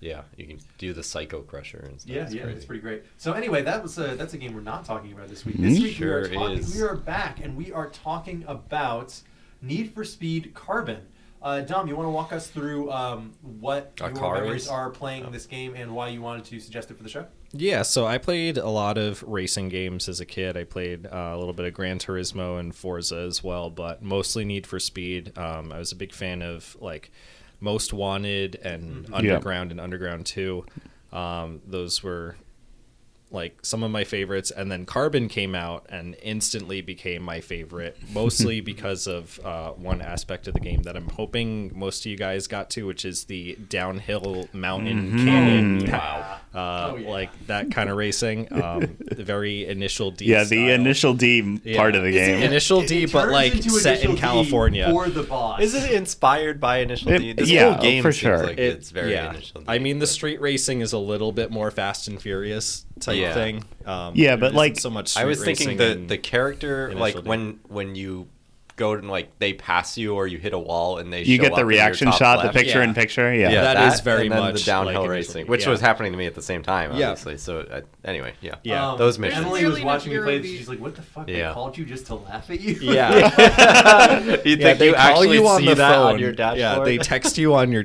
Yeah, you can do the Psycho Crusher and stuff. Yeah, It's yeah, crazy. that's pretty great. So anyway, that was a, that's a game we're not talking about this week. This week we are Sure talking, is. we are back and we are talking about Need for Speed Carbon. Uh, Dom, you want to walk us through um, what Our your car memories race? are playing this game and why you wanted to suggest it for the show? Yeah, so I played a lot of racing games as a kid. I played uh, a little bit of Gran Turismo and Forza as well, but mostly Need for Speed. Um, I was a big fan of like Most Wanted and Underground and Underground Two. Um, those were like some of my favorites, and then Carbon came out and instantly became my favorite, mostly because of uh, one aspect of the game that I'm hoping most of you guys got to, which is the downhill mountain canyon. Wow uh, Oh, yeah. like that kind of racing. Um, the very initial D. Yeah, the style. initial D part Yeah. of the game. initial D, It but turns like into set Initial in D California. for the boss. Is it inspired by Initial It- D? This yeah, whole game for seems sure. like It- it's very Initial D. I mean, the but street racing is a little bit more Fast and Furious type Yeah. thing. Um, Yeah, there but, isn't like- so much. I was street thinking racing the and- the character Initial like D. when when you go and like they pass you or you hit a wall and they You show get up in the your reaction top shot, the left. picture in picture, yeah. Yeah, that that is very much the downhill racing, which was happening to me at the same time, Yeah. obviously. So uh, anyway, yeah, Yeah. Um, those there's missions. Emily was watching me play this. She's like, "What the fuck? Yeah. They called you just to laugh at you?" Yeah. Yeah, they call you on the phone. Yeah, they text you on your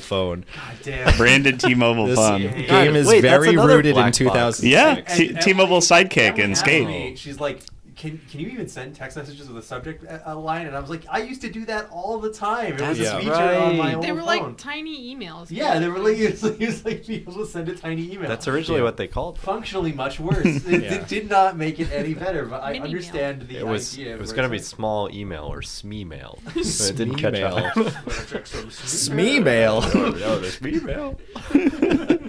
phone. God damn. Branded T-Mobile this phone. game is very rooted in 2000. Yeah, T- T-Mobile sidekick and Asking skate. me, she's like, can, can you even send text messages with a subject uh, uh, line? And I was like, I used to do that all the time. It was That's a feature on my right. old They were phone. like tiny emails. yeah, they were like, it was like, it was like people would send a tiny email. That's originally Yeah. what they called it. Functionally much worse. It, it Yeah. did not make it any better, but I Mini-mail. understand the It was idea. it was where gonna be it's small email or SME mail, but it didn't catch on. SME mail. Oh,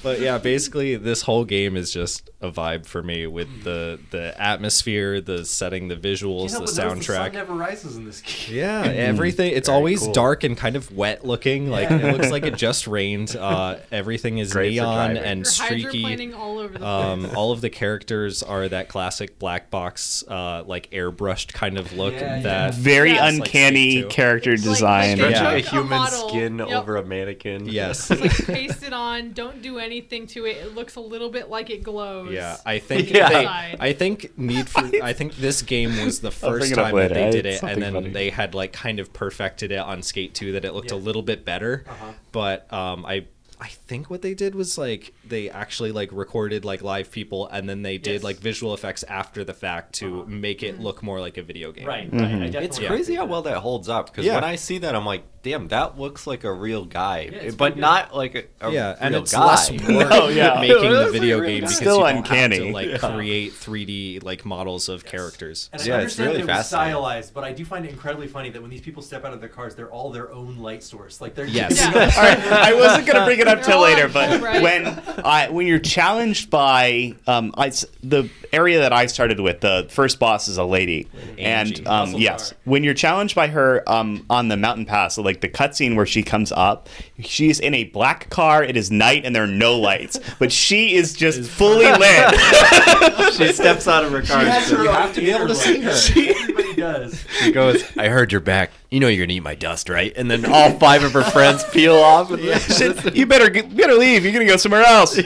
but yeah, basically this whole game is just a vibe for me with the the atmosphere, the setting, the visuals, Yeah, but the notice The sun soundtrack. never rises in this game. Yeah, everything. It's always dark and kind of wet looking. Like Yeah. it looks like it just rained. Uh, everything is Great for neon driving. and You're streaky. hydroplaning all over the um, place. all of the characters are that classic black box, uh, like airbrushed kind of look. Yeah, yeah. that Very that's, like, uncanny Skate 2. character design. they Stretching took a a human model- skin Yep. over a mannequin. Yes. It's like paste it on. Don't do anything to it. It looks a little bit like it glows. Yeah, I think Yeah. they, Side. I think Need for I think this game was the first bring it up time that later. I they had did it, something and then funny. they had like kind of perfected it on Skate 2 that it looked a little bit better. But um, I I think what they did was like they actually like recorded like live people, and then they did Yes. like visual effects after the fact to make it look more like a video game. Right, right. I Mhm. definitely Mm-hmm. It's crazy how well that holds up because Yeah. when I see that, I'm like, damn, that looks like a real guy, it's but pretty not like a, a yeah, and real it's guy. less work No, yeah. making It's the like video really game bad. because Still you don't have uncanny. to like Yeah. create 3D like models of characters. And I understand that it was stylized, but I do find it incredibly funny that when these people step out of their cars, they're all their own light source. Like they're Yes. All All right, I wasn't gonna bring it up till later, but Fulbright. when I when you're challenged by um, I s the area that I started with, the first boss is a lady, Angie. and um, Muscle yes, when you're challenged by her um, on the mountain pass, so, like the cutscene where she comes up, she's in a black car. It is night, and there are no lights, but she is just fully lit. she steps out of her car. She has her you own have to be able to see her. She, Everybody does. She goes, I heard you're back. You know you're gonna eat my dust, right? And then all five of her friends peel off. And Shit, you better get, better leave. You're gonna go somewhere else.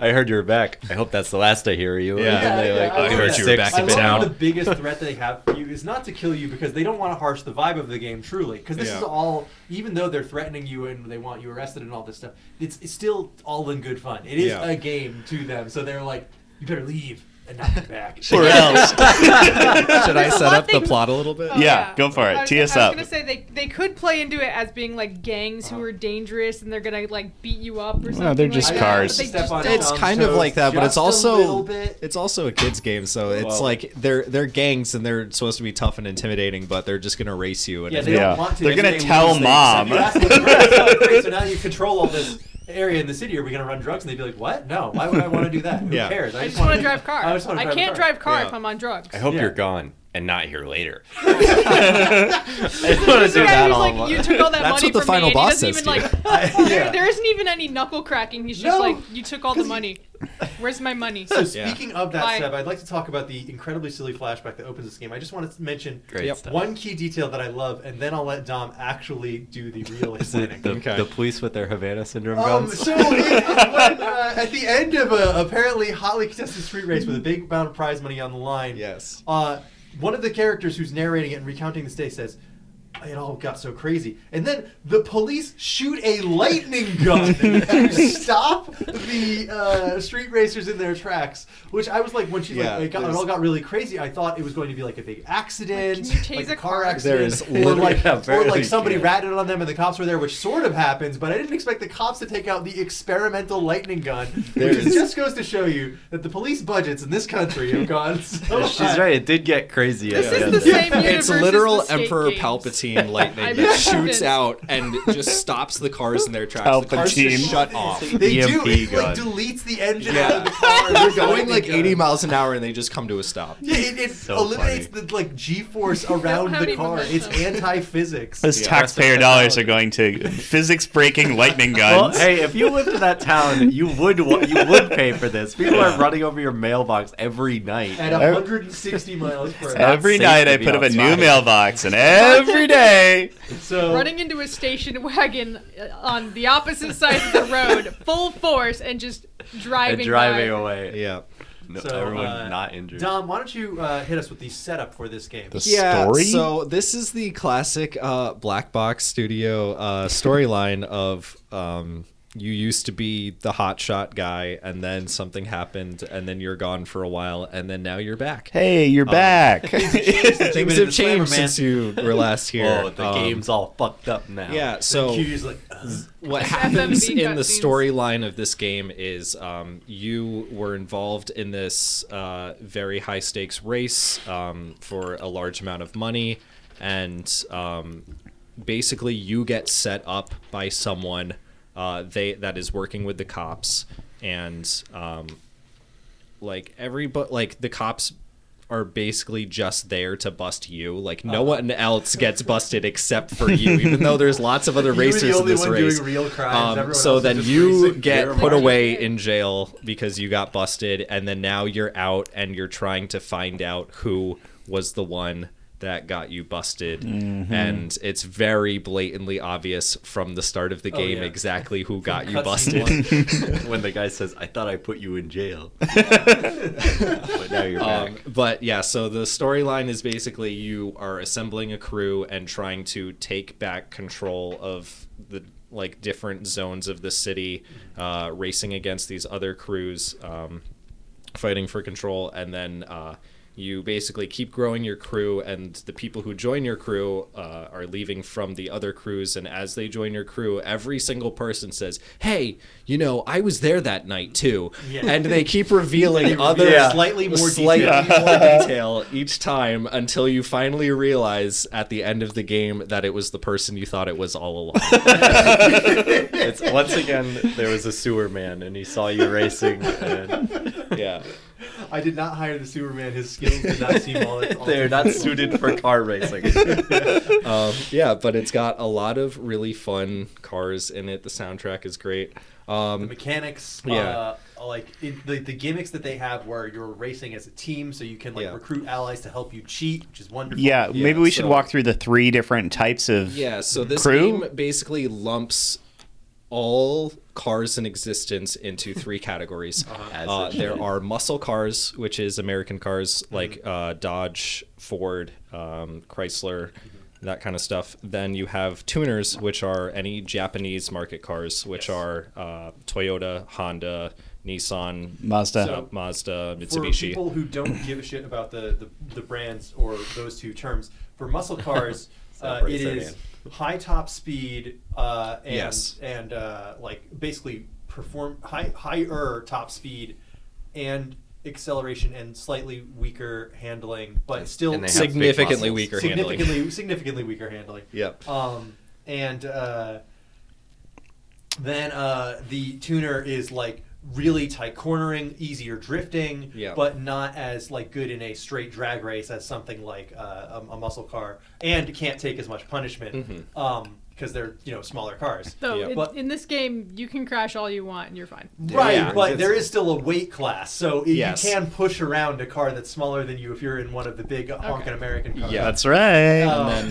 I heard you're back. I hope that's the last I hear you. Yeah. and then they, like, Yeah, look I heard at you were six back I in bit love how town. the biggest threat they have for you is not to kill you because they don't want to harsh the vibe of the game truly. Because this Yeah. is all, even though they're threatening you and they want you arrested and all this stuff, it's, it's still all in good fun. It is Yeah. a game to them, so they're like, you better leave and not come back. Or else. Should I set up the plot a little bit? Yeah, go for it. Oh, I was, Tee us I was up. gonna say they, they could play into it as being like gangs who are dangerous and they're gonna like beat you up or something. they're like just that, cars. but they Step just on don't. it's kind of Toes like that, but just it's a also little bit. it's also a kids game, so it's Whoa. like they're they're gangs and they're supposed to be tough and intimidating, but they're just gonna race you. And Yeah, they Yeah. don't want to. They're If gonna they tell lose, they- mom. so if you ask them, "Great, great, so now you control all this area in the city. Are we going to run drugs? And they'd be like, "What? No. Why would I want to do that? Who Yeah. cares? I just want to drive car. I just want to drive can't a car. drive car Yeah. if I'm on drugs. I hope Yeah. you're gone and not here later. I just wanna do that all like, month. you took all that That's money what the from final me, boss and he says doesn't to even you. like. there, there isn't even any knuckle cracking. He's just No, like, you took all the money. Where's my money? So speaking of that, Bye. Seb, I'd like to talk about the incredibly silly flashback that opens this game. I just want to mention Great Yep. stuff. one key detail that I love, and then I'll let Dom actually do the real explaining. The, the police with their Havana syndrome Um, guns. so it- when, uh, at the end of a apparently hotly contested street race with a big amount of prize money on the line, Yes. uh, one of the characters who's narrating it and recounting this day says, "It all got so crazy," and then the police shoot a lightning gun to stop the uh, street racers in their tracks. Which I was like, when she Yeah, like, it, got, it there's- all got really crazy, I thought it was going to be like a big accident, Like, can like you tase a car car? accident, There is or literally- like, Yeah, or barely like somebody can. ratted on them and the cops were there, which sort of happens, but I didn't expect the cops to take out the experimental lightning gun, There which is- just goes to show you that the police budgets in this country have gone so She's high. right. It did get crazy. This at is end the there. same universe It's as literal the skate Emperor games. scene lightning I'm that shoots convinced. out and just stops the cars in their tracks. Al the cars just Pacino. shut off. E They do. It like deletes the engine out of the car. They're going like 80 miles an hour and they just come to a stop. Yeah, it, it So eliminates the like G-force around the car. It's anti-physics. Those taxpayer dollars are going to physics breaking lightning guns. Well, hey, if you lived in that town, you would wa- you would pay for this. People Yeah. are running over your mailbox every night. At 160 miles per hour. Every It's not night safe I to be put up a new outside. mailbox, and every day. So running into a station wagon uh, on the opposite side of the road, full force, and just driving. and driving by. away. Yeah. No, So, everyone uh, not injured. Dom, why don't you uh, hit us with the setup for this game? yeah, So this is the classic uh, Black Box Studio uh, storyline of um, you used to be the hotshot guy, and then something happened, and then you're gone for a while, and then now you're back. Hey, you're Um, back. Things have changed since you were last here. Oh, the Um, game's all fucked up now. Yeah, so Q's like, what It's happens FMV in the cutscenes. storyline of this game is um, you were involved in this uh, very high stakes race um, for a large amount of money, and um, basically you get set up by someone uh, they that is working with the cops, and um, like everybody like the cops are basically just there to bust you like Uh-huh. no one else gets busted except for you even though there's lots of other You were the racers in only this one race Um, doing real crimes. Everyone else so was then just you racing. get You're put marching. away in jail because you got busted and then now you're out and you're trying to find out who was the one that got you busted Mm-hmm. Mhm. and it's very blatantly obvious from the start of the Oh, game yeah. exactly who got you Cutscene busted one. when the guy says, "I thought I put you in jail," but now you're Um, back. but yeah, so the storyline is basically you are assembling a crew and trying to take back control of the like different zones of the city, uh, racing against these other crews, um, fighting for control, and then uh, you basically keep growing your crew, and the people who join your crew uh, are leaving from the other crews, and as they join your crew, every single person says, "Hey, you know, I was there that night too," Yeah. and they keep revealing reveal other slightly more slightly detail. more detail each time until you finally realize at the end of the game that it was the person you thought it was all along. It's once again there was a sewer man and he saw you racing and yeah. I did not hire the Superman. His skills did not seem all that. all they're that- not suited for car racing. Um, yeah, but it's got a lot of really fun cars in it. The soundtrack is great. the Um, mechanics. Yeah. Uh, like it, the, the gimmicks that they have, where you're racing as a team, so you can like Yeah. recruit allies to help you cheat, which is wonderful. Yeah, Yeah, maybe we should so- walk through the three different types of yeah, so this crew. game basically lumps all cars in existence into three categories. Uh-huh. As Uh, it there are muscle cars, which is American cars Mm-hmm. like uh, Dodge, Ford, um, Chrysler, Mm-hmm. that kind of stuff. Then you have tuners, which are any Japanese market cars, which are uh, Toyota, Honda, Nissan, Mazda. uh, Mazda, for Mitsubishi. people who don't give a shit about the, the, the brands or those two terms, for muscle cars, uh, Separate it it is high top speed uh, and Yes. and uh, like basically perform high higher top speed and acceleration and slightly weaker handling, but still And they have big significantly muscles. weaker significantly handling. significantly weaker handling. Yep. Um, and uh, then uh, the tuner is like really tight cornering, easier drifting, Yeah. but not as like good in a straight drag race as something like uh, a, a muscle car, and can't take as much punishment because Mhm. they're you know smaller cars. So Yeah. in, But- in this game, you can crash all you want and you're fine. Right, Yeah. but there is still a weight class, so i- Yes. you can push around a car that's smaller than you if you're in one of the big honking American cars. Um, Yeah. That's right. And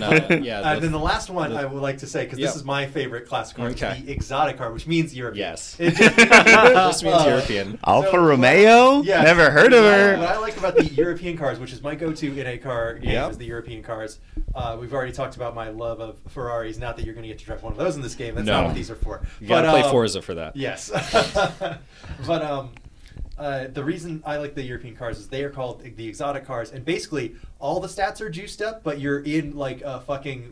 then, uh, yeah, and the- then the last one I would like to say because Yep. this is my favorite classic car, Okay. the exotic car, which means European. Yes. It just- Just means Uh, European. Alfa so- Romeo? Yeah. Never heard of What I- her. What I like about the European cars, which is my go-to in a car game, Yep. is the European cars. Uh, we've already talked about my love of Ferraris. Not that you're going to get to drive one of those in this game. That's not No. what these are for. You gotta play um, Forza for that. Yes. but um, uh, the reason I like the European cars is they are called the exotic cars, and basically all the stats are juiced up, but you're in like a fucking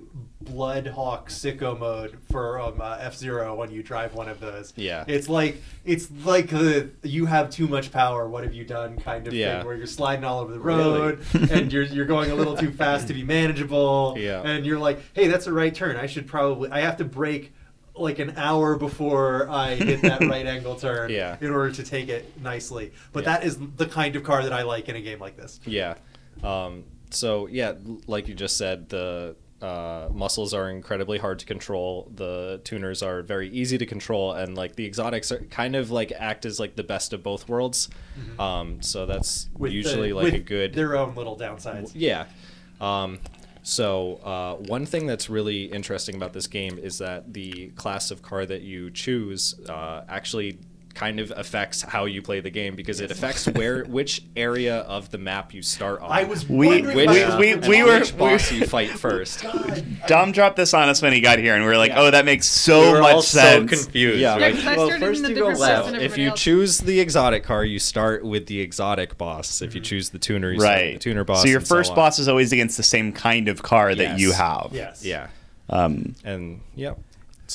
blood hawk sicko mode for um, uh, F Zero when you drive one of those. Yeah. it's like it's like the you have too much power. What have you done? Kind of Yeah. thing where you're sliding all over the road and you're you're going a little too fast to be manageable. Yeah. and you're like, hey, that's a right turn. I should probably I have to brake like an hour before I hit that right angle turn Yeah. in order to take it nicely. But Yeah. that is the kind of car that I like in a game like this. Yeah. Um, so yeah, l- like you just said, the uh, muscles are incredibly hard to control. The tuners are very easy to control, and like the exotics are kind of like act as like the best of both worlds. Um, so that's Mm-hmm. With the- usually like a with good their own little downsides. yeah. Um, so uh, one thing that's really interesting about this game is that the class of car that you choose uh, actually kind of affects how you play the game because it affects where which area of the map you start on. I was We- wondering which, about that. we- and we were- which we- boss you fight first. Dom dropped this on us when he got here, and we were like, "Oh, that makes so We were much all so sense." confused. Yeah. Yeah, 'cause I Well, started in first the you go different steps left. than If everyone you else. choose the exotic car, you start with the exotic boss. If you choose the tuner, you start with Mm-hmm. right. the tuner boss. So your and first on. boss is always against the same kind of car that you Yes. have. Yes. Yeah. Um, and yep.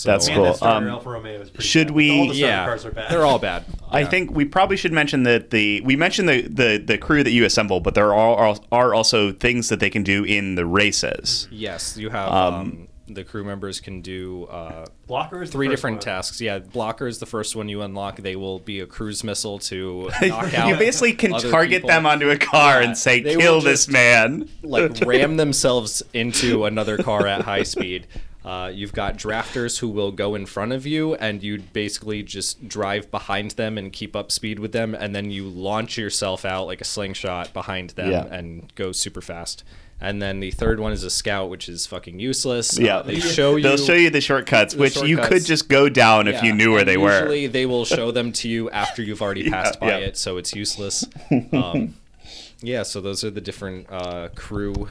that's So- cool. Man, that starter Um, Alfa Romeo is pretty should bad. we? All the starter Yeah. cars are bad. They're all bad. I Yeah. think we probably should mention that the we mentioned the the, the crew that you assemble, but there are are also things that they can do in the races. Yes, you have. Um, Um, the crew members can do uh, Blocker is the Three first different one. tasks. Yeah, blocker is the first one you unlock. They will be a cruise missile to Mm-hmm. knock out. you basically can other target people. them onto a car and say, They "Kill will this just, man." like ram themselves into another car at high speed. Uh, you've got drafters who will go in front of you, and you basically just drive behind them and keep up speed with them, and then you launch yourself out like a slingshot behind them Yeah. and go super fast. And then the third one is a scout, which is fucking useless. Uh, Yeah, they show you. They'll show you the shortcuts, the which you could shortcuts. just go down if Yeah, you knew where and they Usually, they will show them to you after you've already passed by yeah. it, so it's useless. Um, yeah, so those are the different uh, crew.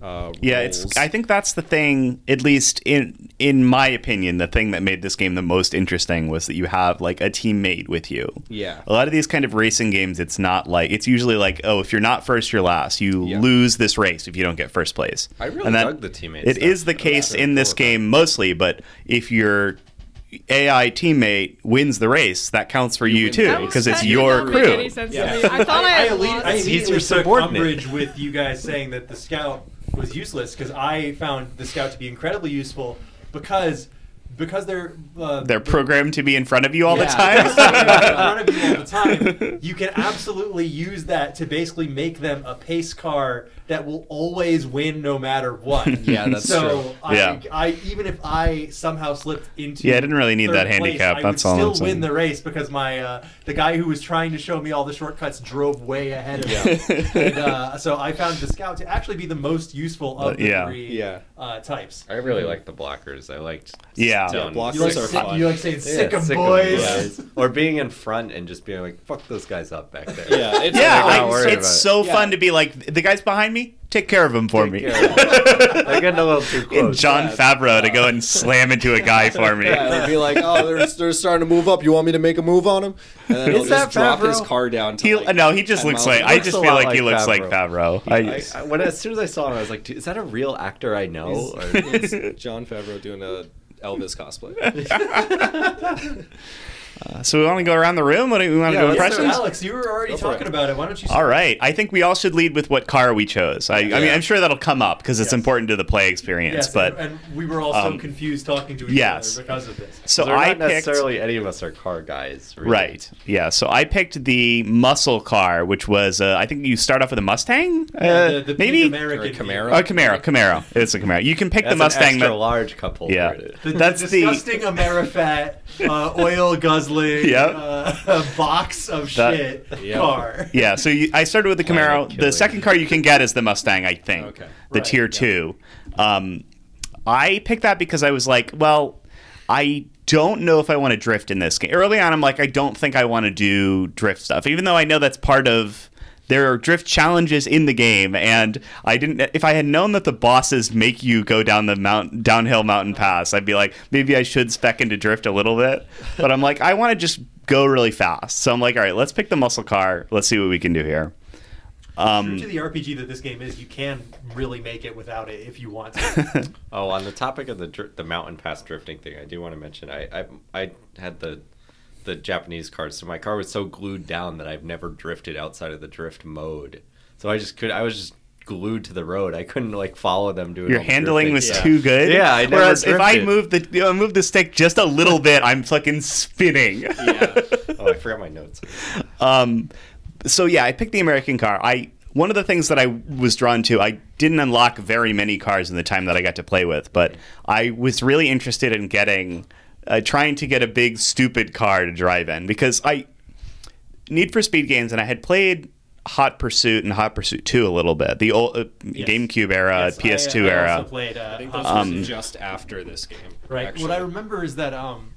Uh, were. Yeah, it's. roles. I think that's the thing, at least in in my opinion, the thing that made this game the most interesting was that you have like a teammate with you. Yeah. A lot of these kind of racing games, it's not like it's usually like, oh, if you're not first, you're last. You lose this race if you don't get first place. I really and that, dug the teammate It stuff. is the That's case really in this game mostly, but if your AI teammate wins the race, that counts for you, That too was- because it's that did not your make crew. any sense to Yeah. me. I thought I had alle- lost. I He's immediately your took subordinate. umbrage with you guys saying that the scout was useless because I found the scout to be incredibly useful because because they're uh, They're programmed to be in front of you all the Yeah. time. in front of you all the time. You can absolutely use that to basically make them a pace car that will always win no matter what. Yeah, that's so true. I, Yeah. I even if I somehow slipped into Yeah, I didn't really need third that place, handicap, I that's would all Still I'm saying. win the race because my uh, the guy who was trying to show me all the shortcuts drove way ahead of me. and, uh, so I found the scout to actually be the most useful of the Yeah. three Yeah. Uh, types. I really like the blockers. I liked. Yeah. Um, Stone. Yeah, blockers You like are sick- fun. you like saying, "Sick 'em, sick 'em, boys." or being in front and just being like, "Fuck those guys up back there." Yeah, it's oh, yeah, Like, I- not worried it's about so fun to be like the guys behind me. Take care of them for me. uh, I got a little too close. And John Favreau to go and slam into a guy for me. Yeah, it'll be like, oh, they're, they're starting to move up. You want me to make a move on him? And then Is he'll that just drop his Favreau? car down. To He- like no, he just 10 looks miles like- an I hour. just feel like he looks like Favreau. I- I, I, when as soon as I saw him, I was like, "Dude, "Is that a real actor I know?" Or, It's- it's John Favreau doing a Elvis cosplay. Um, Uh, so we want to go around the room. What do we want to go Yeah, with so impressions? Alex, you were already talking about it. Why don't you? All right. I think we all should lead with what car we chose. I, I mean, I'm sure that'll come up because it's important to the play experience. Yes, but and, and we were all so um, confused talking to each yes. other because of this. So They're I not picked- necessarily any of us are car guys, really. Right. Yeah. So I picked the muscle car, which was uh, I think you start off with a Mustang. Uh, the- the maybe big American Or a Camaro. A Camaro. Camaro. It's a Camaro. You can pick the That's an Mustang. extra large couple. Yeah. The, That's the the. disgusting Amerifat uh, oil guzzling Yep. uh, box of That- shit Yep. car. Yeah, so you, I started with the Camaro. The second car you can get is the Mustang, I think. Okay. The tier two. Um, I picked that because I was like, well, I don't know if I want to drift in this game. Early on, I'm like, I don't think I want to do drift stuff, even though I know that's part of. There are drift challenges in the game, and I didn't. If I had known that the bosses make you go down the mountain, downhill mountain pass, I'd be like, maybe I should spec into drift a little bit. But I'm like, I want to just go really fast. So I'm like, all right, let's pick the muscle car. Let's see what we can do here. True Um, to the RPG that this game is, you can really make it without it if you want to. oh, on the topic of the dr- the mountain pass drifting thing, I do want to mention I I, I had the the Japanese card, so my car was so glued down that I've never drifted outside of the drift mode. So I just could I was just glued to the road. I couldn't like follow them doing. Your handling drifting. was Yeah. too good. Yeah, I never Whereas if I drifted. move the you know, move the stick just a little bit, I'm fucking spinning. yeah. Oh, I forgot my notes. um, so yeah, I picked the American car. I one of the things that I was drawn to. I didn't unlock very many cars in the time that I got to play with, but I was really interested in getting, uh, trying to get a big stupid car to drive in because I Need for Speed games, and I had played Hot Pursuit and Hot Pursuit Two a little bit, the old uh, GameCube era, I, PS2 I era. Also played, uh, I think Hot those Um, was just after this game. Right. Actually. What I remember is that um,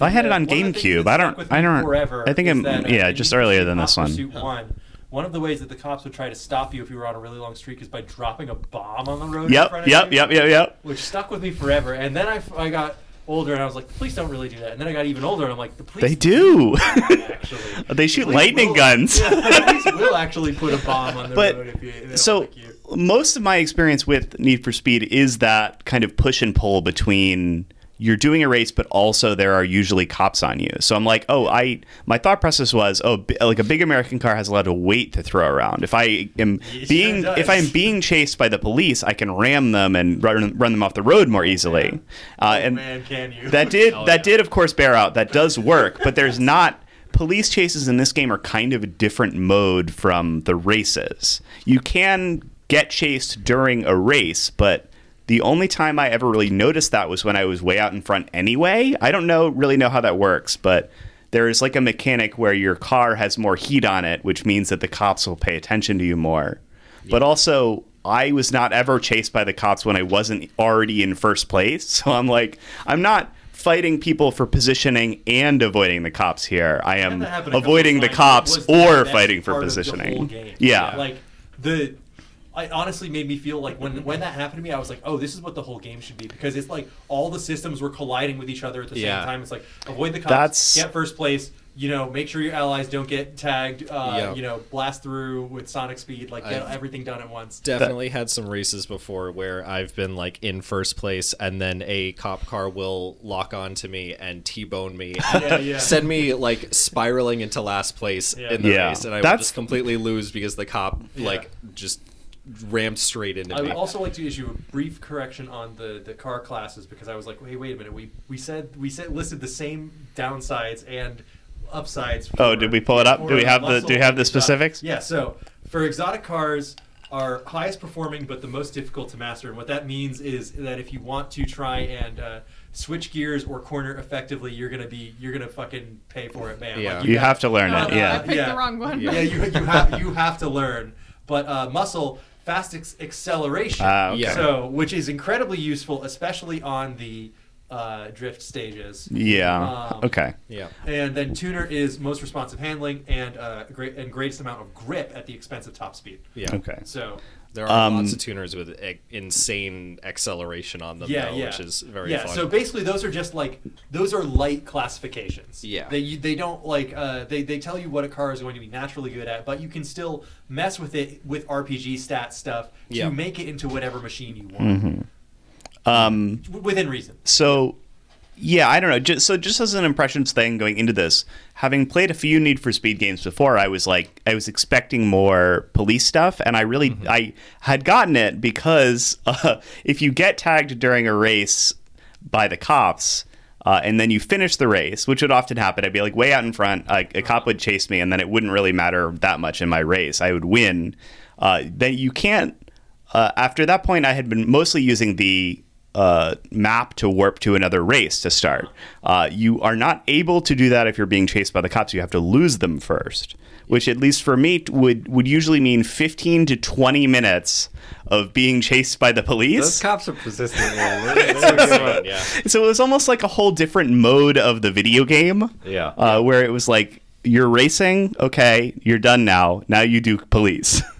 I had it uh, one on of the things GameCube. that I stuck don't. with I me don't. Forever I think is I'm. that, uh, yeah, in just Need for earlier Speed than Hot this one. Pursuit one. One of the ways that the cops would try to stop you if you were on a really long streak is by dropping a bomb on the road. in Yep, front yep, of you, yep, yep, yep. Which stuck with me forever. And then I, f- I got older and I was like, the police don't really do that. And then I got even older and I'm like, the police They do. actually. they shoot Police lightning will- guns. Yeah, the police will actually put a bomb on the road if you. If they don't so like you. most of my experience with Need for Speed is that kind of push and pull between you're doing a race, but also there are usually cops on you. So I'm like, oh, I my thought process was, oh, b- like a big American car has a lot of weight to throw around. If I am It being sure does. if I'm being chased by the police, I can ram them and run, run them off the road more easily. Uh, and Oh, man, can you? that did Oh, that did of course bear out. That does work, but there's not police chases in this game are kind of a different mode from the races. You can get chased during a race, but the only time I ever really noticed that was when I was way out in front anyway. I don't know really know how that works, but there is like a mechanic where your car has more heat on it, which means that the cops will pay attention to you more. But also, I was not ever chased by the cops when I wasn't already in first place. So I'm like, I'm not fighting people for positioning and avoiding the cops here. I am that happened a couple avoiding the times, but it cops was the or best fighting for part of the whole positioning. game. Yeah. like the. I honestly made me feel like when when that happened to me, I was like, "Oh, this is what the whole game should be," because it's like all the systems were colliding with each other at the Yeah. same time. It's like avoid the cops, That's- get first place, you know, make sure your allies don't get tagged, uh, Yeah. you know, blast through with sonic speed, like get I've everything done at once. definitely had some races before where I've been like in first place and then a cop car will lock on to me and T-bone me and Yeah, yeah. send me like spiraling into last place Yeah. in the Yeah. race and I That's- will just completely lose because the cop like just rammed straight into I me. would also like to issue a brief correction on the, the car classes because I was like, hey, wait a minute, we we said we said listed the same downsides and upsides. Oh, did we pull it up? Do for we have the- muscle do we have the and exotic- specifics? Yeah. So for exotic cars are highest performing but the most difficult to master, and what that means is that if you want to try and uh, switch gears or corner effectively, you're gonna be you're gonna fucking pay for it, man. Yeah. Like, you got- have to learn Oh, it. no, I Yeah. picked the wrong one. yeah, you, you have you have to learn. But uh, muscle fast ex- acceleration, Ah, okay. Yeah. so which is incredibly useful, especially on the uh, drift stages. Yeah. Um, Okay. yeah. And then tuner is most responsive handling and uh, great and greatest amount of grip at the expense of top speed. Yeah. Okay. So There are Um, lots of tuners with e- insane acceleration on them yeah, though, yeah, which is very yeah. fun. So basically, those are just like those are light classifications. Yeah. they you- they don't like uh, they they tell you what a car is going to be naturally good at, but you can still mess with it with RPG stat stuff to Yeah. make it into whatever machine you want Um, W- within reason. So, yeah, I don't know. Just, so, just as an impressions thing going into this, having played a few Need for Speed games before, I was like, I was expecting more police stuff, and I really, I had gotten it because uh, if you get tagged during a race by the cops. Uh, and then you finish the race, which would often happen. I'd be like way out in front. Like a cop would chase me, and then it wouldn't really matter that much in my race. I would win. Uh, then you can't uh, after that point, I had been mostly using the uh, map to warp to another race to start. Uh, you are not able to do that if you're being chased by the cops. You have to lose them first, which at least for me t- would would usually mean 15 to 20 minutes of being chased by the Those police. cops are persistent. man. They're- It's they're insane, good. yeah. so it was almost like a whole different mode of the video game. Yeah. Uh, where it was like you're racing, okay, you're done now. Now you do police.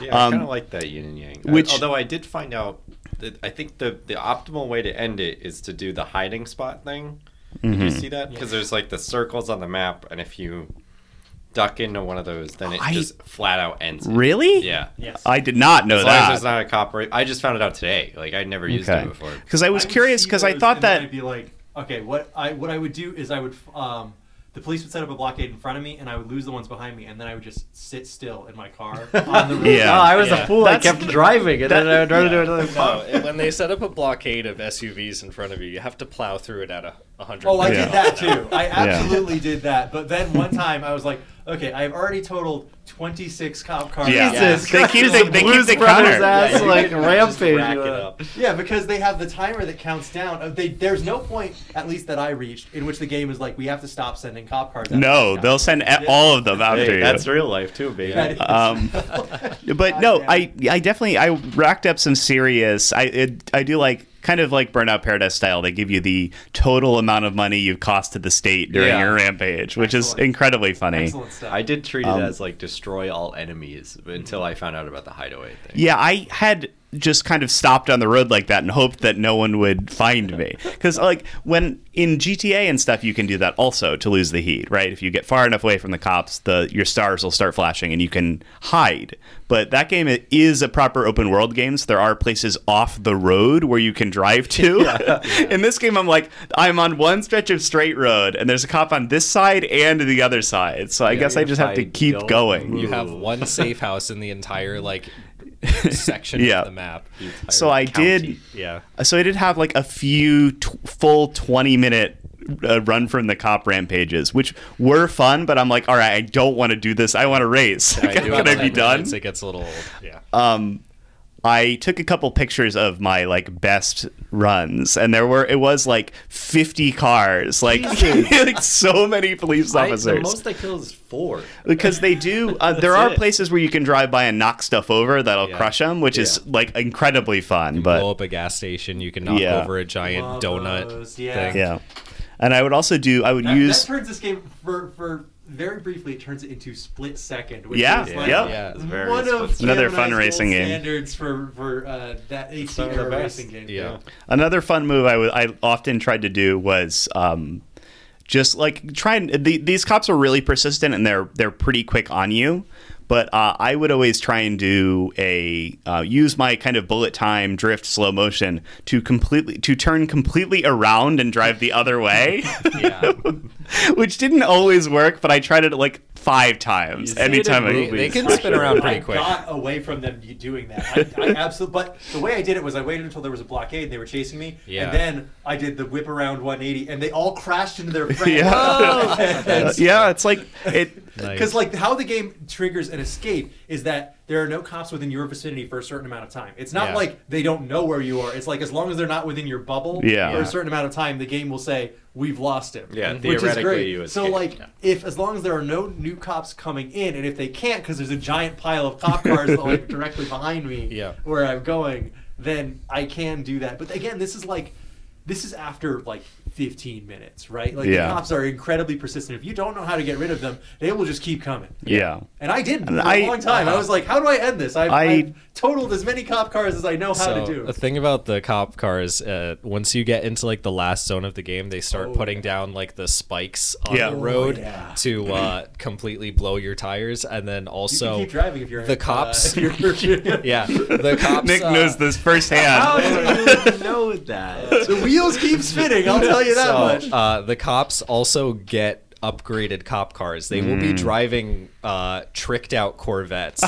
Yeah, I Um, kind of like that yin and yang. I- which- although I did find out that I think the the optimal way to end it is to do the hiding spot thing. Did you Mhm. see that? Because there's like the circles on the map, and if you duck into one of those, then it I- just flat out ends. it. Really? Yeah. I did not know as long that. as it's not a copyright. I just found it out today. Like I never used Okay. it before. 'Cause I was would curious, see 'cause I those thought and then that- I'd be like, okay, what I what I would do is I would f- um, the police would set up a blockade in front of me, and I would lose the ones behind me, and then I would just sit still in my car on the road. Oh, No, Oh, I was a fool. I kept driving, and then I would drive Yeah. into another No, pub. and eh, when they set up a blockade of SUVs in front of you, you have to plow through it at a 100. Oh, I miles did that an hour. too. I absolutely did that. But then one time I was like, okay, I've already totaled 26 cop cars. Yeah. Jesus They Christ. keep- they- they keep Blues the Brothers counter. Yeah, you like, could just rampage rack you it up. up. Yeah, because they have the timer that counts down. Uh, They, there's no point, at least that I reached, in which the game is like, we have to stop sending cop cars. out. No, they'll send a- all of them after Hey, you. that's real life too, baby. Yeah. um, but no, I I definitely I racked up some serious. I it, I do like kind of like Burnout Paradise style. They give you the total amount of money you've cost to the state during Yeah. your rampage, which is incredibly funny. I did treat it Um, as like destroy all enemies until I found out about the hideaway thing. Yeah, I had just kind of stopped on the road like that and hoped that no one would find me. Because, like, when in GTA and stuff, you can do that also to lose the heat, right? If you get far enough away from the cops, the your stars will start flashing and you can hide. But that game i- is a proper open world game, so there are places off the road where you can drive to. in this game, I'm like, I'm on one stretch of straight road, and there's a cop on this side and the other side. So I guess I just have to keep going. You have one safe house in the entire like section Yeah. of the map. so I did. Yeah. So I did have like a few t- full twenty minute uh, run from the cop rampages, which were fun. But I'm like, all right, I don't want to do this. I want to race. I do have Can I be 10 done? minutes, It gets a little old. Yeah. Um, I took a couple pictures of my like best runs, and there were it was like fifty cars, like, like so many police I- officers the most I killed is four. because they do. Uh, there That's are it. places where you can drive by and knock stuff over that'll 'em, crush them, which is like incredibly fun. But Blow up a gas station. You can knock Yeah. over a giant donut yeah. thing. yeah, and I would also do. I would That, use. that turns this game for for very briefly. It turns it into split second. Which Yeah, is like yeah. Yeah, it's very One split of second. Another fun Gemini's racing gold game. standards for for uh, that AC Some of the era best. racing game. Yeah. Another fun move I would I often tried to do was um, just like try and the, these cops are really persistent and they're they're pretty quick on you. But uh, I would always try and do a uh, use my kind of bullet time drift slow motion to completely to turn completely around and drive the other way, which didn't always work. But I tried it like five times. Anytime I I Got away from them you doing that. I, I absolutely. But the way I did it was I waited until there was a blockade and they were chasing me, Yeah. and then I did the whip around 180, and they all crashed into their friend. Yeah. Uh, yeah, it's like it Because like how the game triggers an escape is that there are no cops within your vicinity for a certain amount of time. It's not Yeah. like they don't know where you are. It's like as long as they're not within your bubble Yeah. for a certain amount of time, the game will say we've lost him. Yeah, which is theoretically, great. you so escape. like if as long as there are no new cops coming in, and if they can't because there's a giant pile of cop cars that, like directly behind me Yeah. where I'm going, then I can do that. But again, this is like. This is after like 15 minutes, right? Like Yeah. the cops are incredibly persistent. If you don't know how to get rid of them, they will just keep coming. yeah. And I did for And a I- uh-huh. long time. I was like, how do I end this? I've, I- I, have totaled as many cop cars as I know how so uh, to do. the thing about the cop cars, uh, once you get into like the last zone of the game, they Oh, start putting down like the spikes on Yeah. the Oh, road yeah. to uh, completely blow your tires, and then also keep driving if you're, the uh, if cops. you're- yeah, the cops. Nick uh, knows this firsthand. know that. The wheels keep spinning, I'll tell you that So, much. Uh, the cops also get upgraded cop cars. They will be Mm. driving uh, tricked out Corvettes,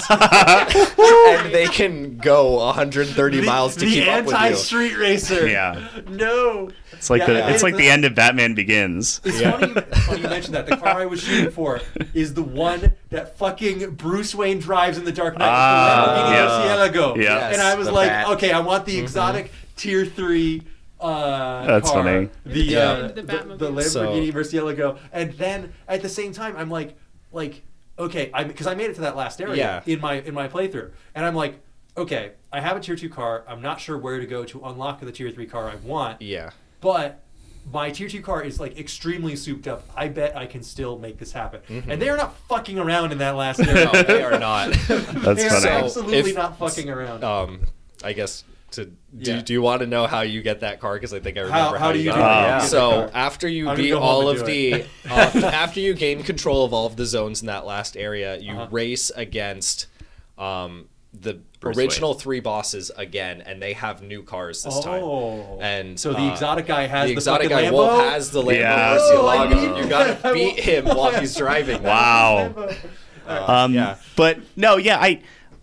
and they can go 130 miles to the keep up with you. anti-street racer. Yeah. No. It's like Yeah, the I- it's like the end of Batman Begins. It's funny, you, funny you mentioned that. The car I was shooting for is the one that fucking Bruce Wayne drives in the Dark Knight. Ah, it's yeah. the Lamborghini Arcielago. Yeah. And I was Yes, the like, bat. Mm-hmm. okay, I want the exotic tier three. Uh, That's car, funny. The, Yeah. uh, The the, the So- Lamborghini Murcielago, and then at the same time, I'm like, like, okay, I because I made it to that last area Yeah. in my in my playthrough, and I'm like, okay, I have a tier two car. I'm not sure where to go to unlock the tier three car I want. Yeah. But my tier two car is like extremely souped up. I bet I can still make this happen. Mm-hmm. And they are not fucking around in that last area. No, they are not. Oh, they are absolutely not fucking around. Um, I guess to do, do you want to know how you get that car? Because I think I remember How- how, how do you you got do it. that? Yeah. So after you I'm gonna beat go home all and of do the, it. uh, after you gain control of all of the zones in that last area, you Uh-huh. race against um, the Bruce original three bosses again, and they have new cars this Oh. time. And So the uh, exotic guy has the the exotic fucking guy Wolf Lambo? Oh, has the Lambo Yeah. Murcielago. You gotta beat him while he's driving. Wow. Um, But no, yeah, I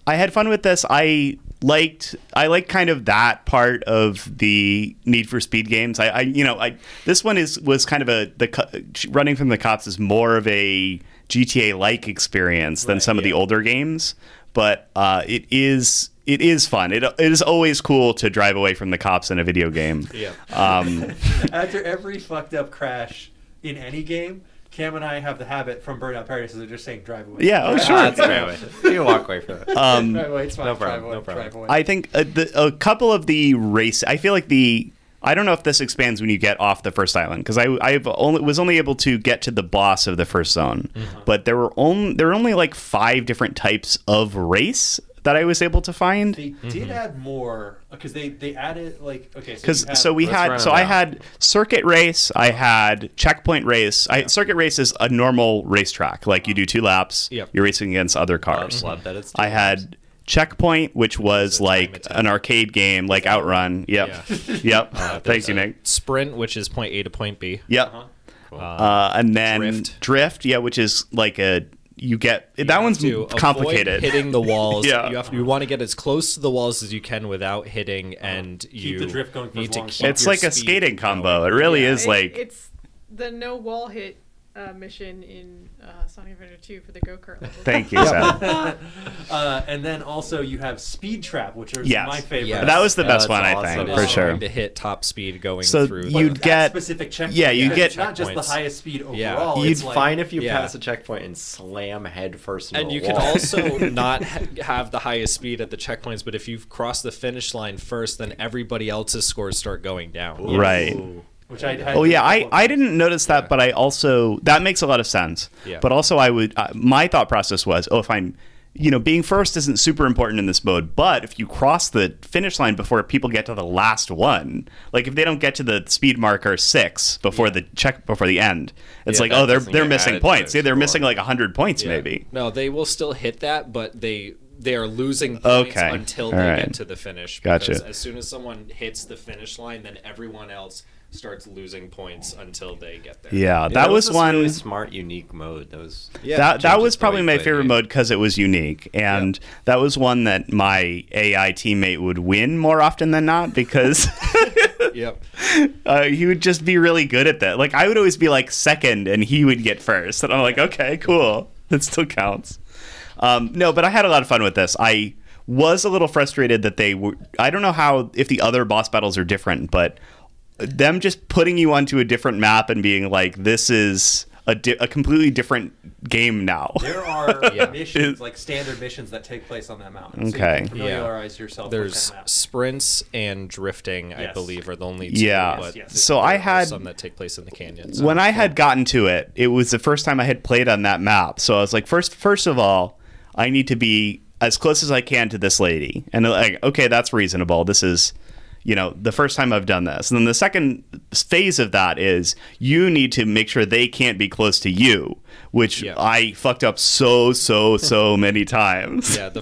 I had fun with this. I liked I like kind of that part of the Need for Speed games. I, I you know I this one is was kind of a the co- running from the cops is more of a GTA like experience than some of the older games, but uh, it is. It is fun. It, it is always cool to drive away from the cops in a video game. Yeah. Um, After every fucked up crash in any game, Cam and I have the habit from Burnout Paradise of just saying drive away. Yeah, Ah, oh, sure. That's right. You can walk away from it. Um, drive away, it's fine. no drive problem, away, no problem. Drive away. I think a, the, a couple of the race. I feel like the. I don't know if this expands when you get off the first island because I I only was only able to get to the boss of the first zone, but there were only there were only like five different types of race that I was able to find. They Mm-hmm. did add more because they they added like okay. so because you have- so we had so I had circuit race, I had checkpoint race. I circuit race is a normal racetrack, like you do two laps. Yep. You're racing against other cars. love that it's two I had checkpoint, which was like an arcade game, like Outrun. Yep, yep. Thank you, Nick. Sprint, which is point A to point B. Yep. Uh, and then drift. yeah, which is like a you get that one's to complicated. avoid hitting the walls. yeah. you have you want to get as close to the walls as you can without hitting, and you the drift going for as need to long as keep it's your like a speed. skating combo. It really Yeah, is it- like it's the no wall hit uh, mission in uh, Sonic Adventure 2 for the go kart. Thank you, Seth. uh, and then also you have Speed Trap, which is Yes. my favorite. Yes. That was the best one, I think, for It's sure. trying To hit top speed going So through. you'd But that get- specific checkpoint. yeah, you because get- it's not just the highest speed overall. Yeah. it's You'd like, Fine if you Yeah. pass a checkpoint and slam head first. Into And a you can wall. also not ha- have the highest speed at the checkpoints, but if you've crossed the finish line first, then everybody else's scores start going down. Right. Which I had Oh yeah, I, I didn't notice that, but I also that makes a lot of sense. Yeah. But also, I would uh, my thought process was, oh, if I'm, you know, being first isn't super important in this mode, but if you cross the finish line before people get to the last one, like if they don't get to the speed marker six before the check before the end, it's Yeah, like that oh they're doesn't they're get missing added to points. their Yeah, they're missing like hundred points Yeah. maybe. No, they will still hit that, but they they are losing points Okay. until All they right. get to the finish. Gotcha. because As soon as someone hits the finish line, then everyone else starts losing points until they get there. Yeah, that was a one- really smart, unique mode. That was that that changes was the probably way my you play favorite mode because it was unique, and that was one that my AI teammate would win more often than not because Yep. uh, he would just be really good at that. Like I would always be like second, and he would get first, and I'm like, okay, cool, that still counts. Um, no, but I had a lot of fun with this. I was a little frustrated that they were. I don't know how if the other boss battles are different, but them just putting you onto a different map and being like, this is. A, di- a completely different game now. There are Yeah. missions, like standard missions that take place on that mountain. So you Okay. can familiarize yourself There's with that map. sprints and drifting, I Yes. believe, are the only two. Yeah. but Yes, yes. So I there are had- some that take place in the canyons. when I had gotten to it, it was the first time I had played on that map. So I was like, first, first of all, I need to be as close as I can to this lady, and like, okay, that's reasonable. This is, you know, the first time I've done this. And then the second phase of that is you need to make sure they can't be close to you, which I fucked up so, so, so many times. Yeah, the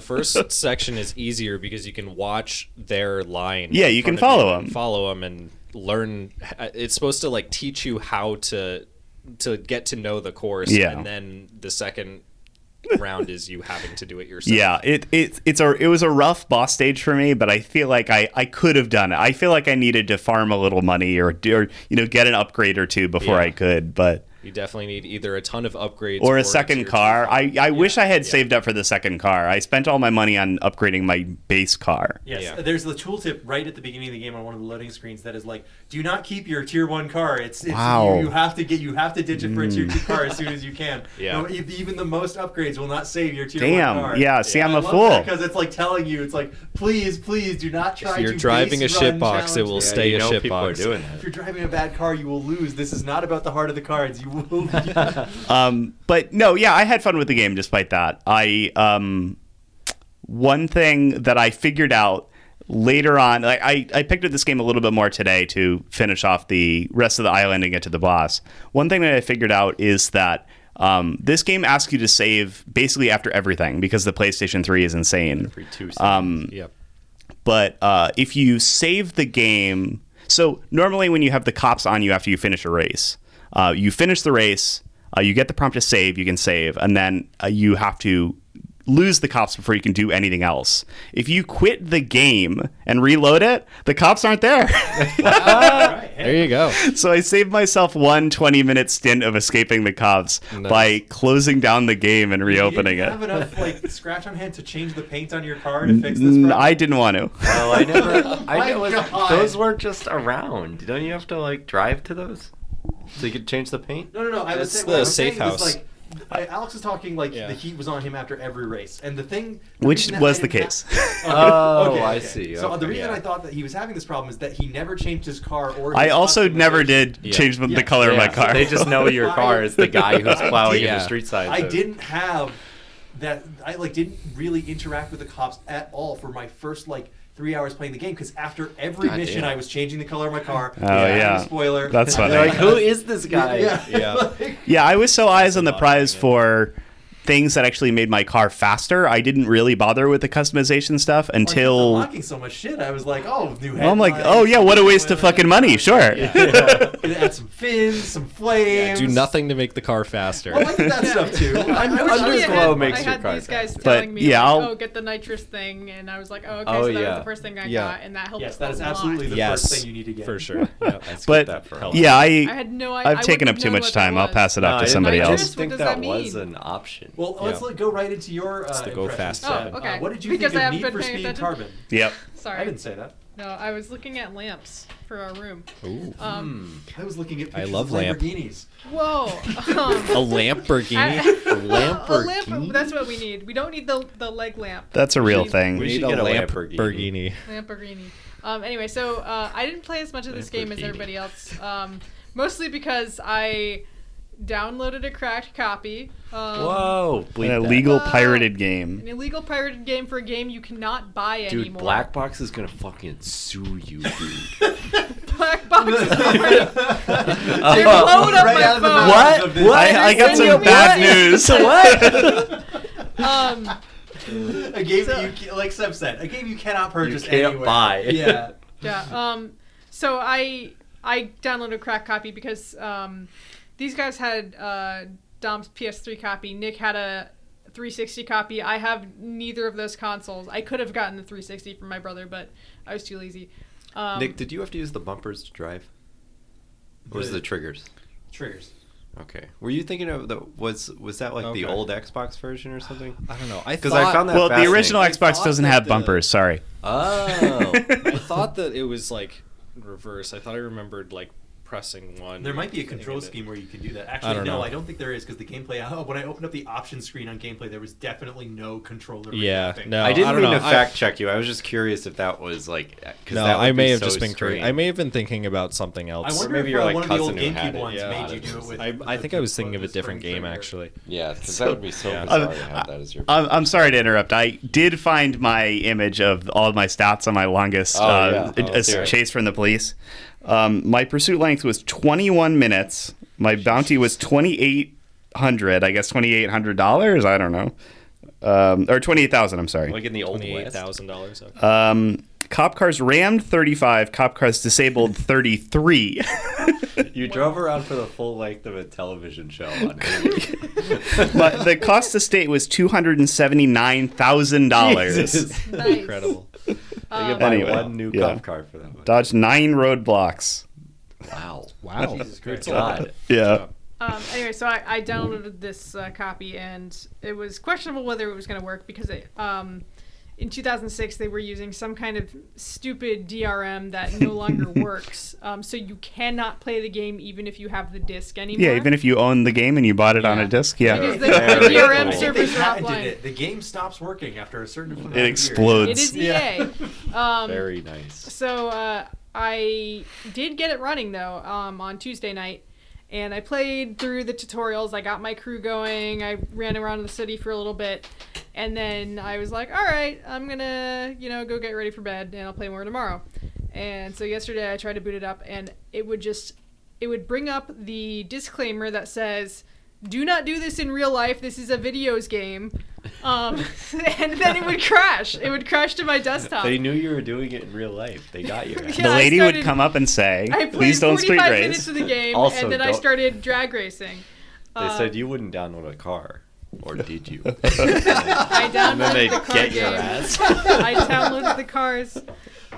first section is easier because you can watch their line. Yeah, in you can front of follow and 'em. Follow them and learn. It's supposed to like teach you how to to get to know the course. Yeah. and then the second round is you having to do it yourself. Yeah, it, it it's a it was a rough boss stage for me, but I feel like I, I could have done it. I feel like I needed to farm a little money or do- or you know get an upgrade or two before Yeah. I could, but You definitely need either a ton of upgrades or a it's second your- car. I, I wish I had saved up for the second car. I spent all my money on upgrading my base car. Yes, there's the tooltip right at the beginning of the game on one of the loading screens that is like, do not keep your tier one car. It's, it's Wow. you, you have to get you have to ditch it for a tier two car as soon as you can. Mm. Yeah. No, e- even the most upgrades will not save your tier Damn. one car. Yeah, see, I'm a fool. because it's like telling you, it's like, please, please, do not try. If you're to driving a base run shitbox, it challenge will this. stay a shitbox. If you're driving a bad car, you will lose. This is not about the heart of the cards. You will. um, but no, yeah, I had fun with the game despite that. I um, one thing that I figured out later on, like I, I picked up this game a little bit more today to finish off the rest of the island and get to the boss. One thing that I figured out is that um, this game asks you to save basically after everything because the PlayStation 3 is insane. Every two seconds. Um, yep. But uh, if you save the game, so normally when you have the cops on you after you finish a race, uh, you finish the race, uh, you get the prompt to save, you can save, and then uh, you have to lose the cops before you can do anything else. If you quit the game and reload it, the cops aren't there. right, hey. There you go. So I saved myself one 20 minute stint of escaping the cops nice. by closing down the game and reopening you it. have enough like scratch on hand to change the paint on your car to fix this problem? I didn't want to. Oh, I never. I was, those were just around. Don't you have to like drive to those? So you could change the paint? No, no, no. I was it's saying, the safe house. Was, like, I, Alex is talking like yeah. the heat was on him after every race, and the thing, the which reason that was I the didn't case. Ha- Oh, I see. So uh, the Okay, reason yeah. I thought that he was having this problem is that he never changed his car or. I his also customization. never did change the, the color of my Yeah, car. They just know your car is the guy who's I plowing did- in the street side. I so- didn't have that. I like didn't really interact with the cops at all for my first like. Three hours playing the game because after every God mission, damn. I was changing the color of my car. Oh, adding a yeah. spoiler. That's funny. They're like, who is this guy? Yeah. Yeah, I was so eyes on the prize for things that actually made my car faster. I didn't really bother with the customization stuff until unlocking so much shit. I was like, oh, new Well, I'm like, headlights, oh yeah, what a new waste of spoiler." fucking money. Sure. Gonna add some fins, some Yeah, flames. do nothing to make the car faster. Well, I did that stuff too. I, I I wish was I had- underglow makes I your had car these guys But, telling me, yeah, like, I'll- oh, get the nitrous thing, and I was like, oh, okay, Oh, so that was yeah. the first thing I Yeah. got, and that helped yes, a that is lot. absolutely the Yes. first thing you need to get. for sure. Yeah. But that for a yeah, I, I had no idea. I've taken up too much time. I'll pass it No, off I to didn't- somebody I I else. Curious, what just think does that, that was mean? an option. Well, let's Yeah. like go right into your. Uh, to go impressions. fast. Oh, Uh, okay. what did you Because I think of haven't Need been for paying Speed attention. Carbon? Yep. I Sorry. didn't say that. No, I was looking at lamps for our room. Ooh. Um, I was looking at I pictures love of lamp. Lamborghinis. whoa. Um, A Lamborghini. I- A A Lamborghini. lamp. That's what we need. We don't need the the leg lamp. That's a real thing. We We need should a get a Lamborghini. Lamborghini. Lamborghini. Um, anyway, so uh, I didn't play as much of this game as Lamborghini. everybody else, um, mostly because I downloaded a cracked copy. Um, Whoa! bleep An that. illegal Uh, pirated An game. illegal pirated game for a game you cannot buy Dude, anymore. Black Box is gonna fucking sue you, dude. Black box. is already- they blowed up right my out of the phone. mouth. What? What? What? I, I got Send some you bad what? news. Um, A game that you ca- like Seb said, a game you cannot purchase can't anywhere. buy. Yeah. yeah. Um, so I I downloaded a crack copy because um, these guys had uh, Dom's PS3 copy. Nick had a 360 copy. I have neither of those consoles. I could have gotten the 360 from my brother, but I was too lazy. Um, Nick, did you have to use the bumpers to drive? Or was it The- the triggers? Triggers. Okay. Were you thinking of the was was that like the Okay. old Xbox version or something? I don't know. I Because I thought- found that well, the fascinating. original Xbox thought doesn't that have the- bumpers. Sorry. Oh. I thought that it was like reverse. I thought I remembered like pressing one. There might be a and control it- scheme where you can do that. Actually, don't no, know. I don't think there is because the gameplay. Oh, when I opened up the options screen on gameplay, there was definitely no controller. Yeah, remapping. no, I didn't I don't mean know. to fact check you. I was just curious if that was like because no, that would I be may have so just been strange. crazy. I may have been thinking about something else. I wonder maybe if you're uh, like one of the old cousin who had GameCube it. ones Yeah. made you do it with. I, I think I was thinking of a different game actually. Yeah, because that would be so Yeah. bizarre Um, to have that as your. I'm, I'm sorry to interrupt. I did find my image of all of my stats on my longest Oh, uh, yeah. Oh, as- dear. chase from the police. Um, my pursuit length was 21 minutes. My bounty was 2,800. I guess 2,800 dollars. I don't know, um, or 28,000. I'm sorry. like in the old Twenty-eight West. thousand dollars. Okay. Um, cop cars rammed 35. Cop cars disabled 33. You drove around for the full length of a television show. On but the cost to state was 279,000 dollars. Jesus. nice. Incredible. I could buy Anyway, one new yeah. cop car for that much. Dodged nine roadblocks. Wow. Wow. Christ. God. Yeah. Um, anyway, so I, I downloaded this uh, copy, and it was questionable whether it was going to work because it, um, in 2006 they were using some kind of stupid DRM that no longer works. Um, so you cannot play the game even if you have the disc anymore. Yeah, even if you own the game and you bought it on a disc, yeah. Because the, Very the DRM cool. They servers are patented offline. it. The game stops working after a certain. amount of It years. It explodes. is EA. Yeah. Um, Very nice. So uh, I did get it running though um, on Tuesday night, and I played through the tutorials. I got my crew going. I ran around the city for a little bit, And then I was like, all right, I'm gonna, you know, go get ready for bed and I'll play more tomorrow. And so yesterday I tried to boot it up and it would just, it would bring up the disclaimer that says, do not do this in real life. This is a videos game. Um, and then it would crash. It would crash to my desktop. They knew you were doing it in real life. They got you. the lady started- would come up and say, I played "Please don't street 45 race." minutes of the game Also, and then I don't- started drag racing. They said you wouldn't download a car, or did you? I And then downloaded they'd the car get game. your ass. I downloaded the cars.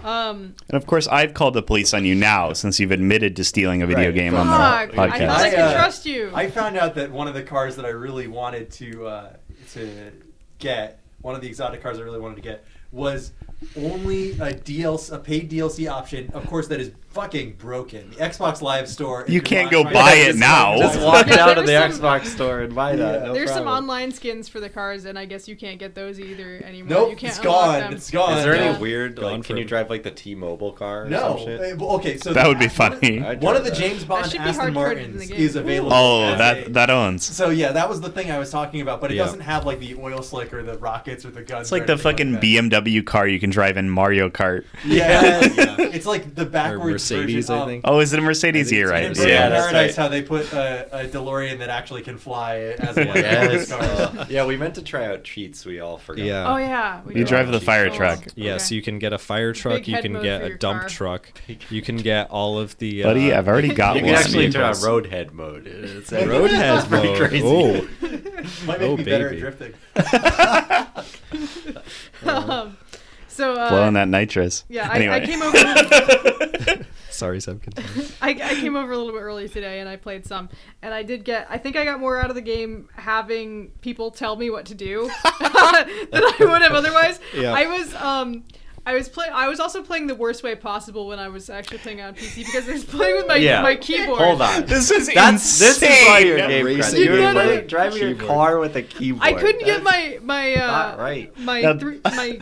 Um, And of course, I've called the police on you now since you've admitted to stealing a video game on the Fuck, I podcast. thought I could uh, trust you. I found out that one of the cars that I really wanted to uh, to get, one of the exotic cars I really wanted to get, was only a DLC, a paid DLC option. Of course, that is fucking broken. The Xbox Live Store. You can can't buy- go try to buy buy it this now. one. Just walk Yeah, down to the there was Xbox store and buy that. Yeah. No There's some problem. online skins for the cars, and I guess you can't get those either anymore. Nope, you can't it's unlock gone. Them. It's gone. Is there Yeah. any weird? Gone Like, can for- you drive like the T-Mobile car? Or No. Some shit? Uh, well, Okay, so That would be the- funny. I'd One drive of the that. James Bond should be Aston hard-coded in the Martins game. is available. Oh, as a- that that owns. So yeah, that was the thing I was talking about, but it Yeah. doesn't have like the oil slick or the rockets or the guns. It's like the fucking beam. BMW car you can drive in Mario Kart. Yeah, it's like the backwards Mercedes, version I of- think. Oh, is it a Mercedes? You're And right. in Yeah, that's Paradise, right. how they put a, a DeLorean that actually can fly as a Yes. car. Uh, yeah, we meant to try out cheats. We all forgot. Yeah. Oh yeah. we You did. drive the fire Oh, truck. Yeah, so okay. you can get a fire truck, Big you head can mode get for a your dump car. truck, you can get all of the. Uh, Buddy, I've already got You one. can actually turn on Vehicles. roadhead mode. It's the road has pretty mode. crazy. Oh, Might make Oh, me better at baby. drifting. Um, so uh, Blowing that nitrous. Yeah, I, anyway. I came over. sorry, Seb. continue. I, I came over a little bit early today and I played some, and I did get. I think I got more out of the game having people tell me what to do than I would have otherwise. Yeah. I was um. I was play. I was also playing the worst way possible when I was actually playing on PC because I was playing with my Yeah. my keyboard. Hold on. This is That's insane. this is why you're a game Racing credit. You're keyboard. like driving your Keyboard. car with a keyboard. I couldn't get That's- my my uh, not right. my Now- three, my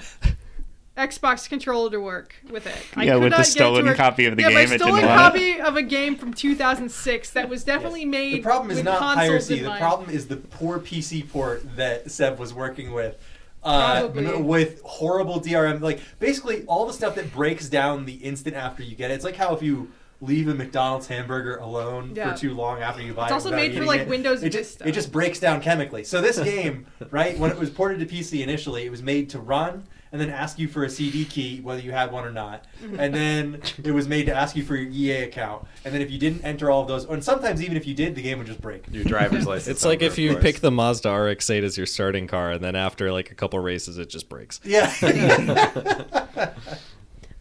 Xbox controller to work with it. I Yeah, could with the not get it to stolen work. copy of the yeah, game, it my didn't stolen want it. copy of a game from 2006 that was definitely made. The problem is with not consoles piracy. in The mind. problem is the poor PC port that Seb was working with. Uh, Probably. m- with horrible DRM, like basically all the stuff that breaks down the instant after you get it. It's like how if you leave a McDonald's hamburger alone Yeah. for too long after you buy It's it. also without made for, eating like, it, Windows it just, Vista. It just breaks down chemically. So this game, right, when it was ported to PC initially, it was made to run and then ask you for a CD key, whether you had one or not. Mm-hmm. And then it was made to ask you for your EA account. And then if you didn't enter all of those, and sometimes even if you did, the game would just break. your driver's license. It's like number, if of you course. pick the Mazda RX-8 as your starting car, and then after like a couple races, it just breaks. Yeah.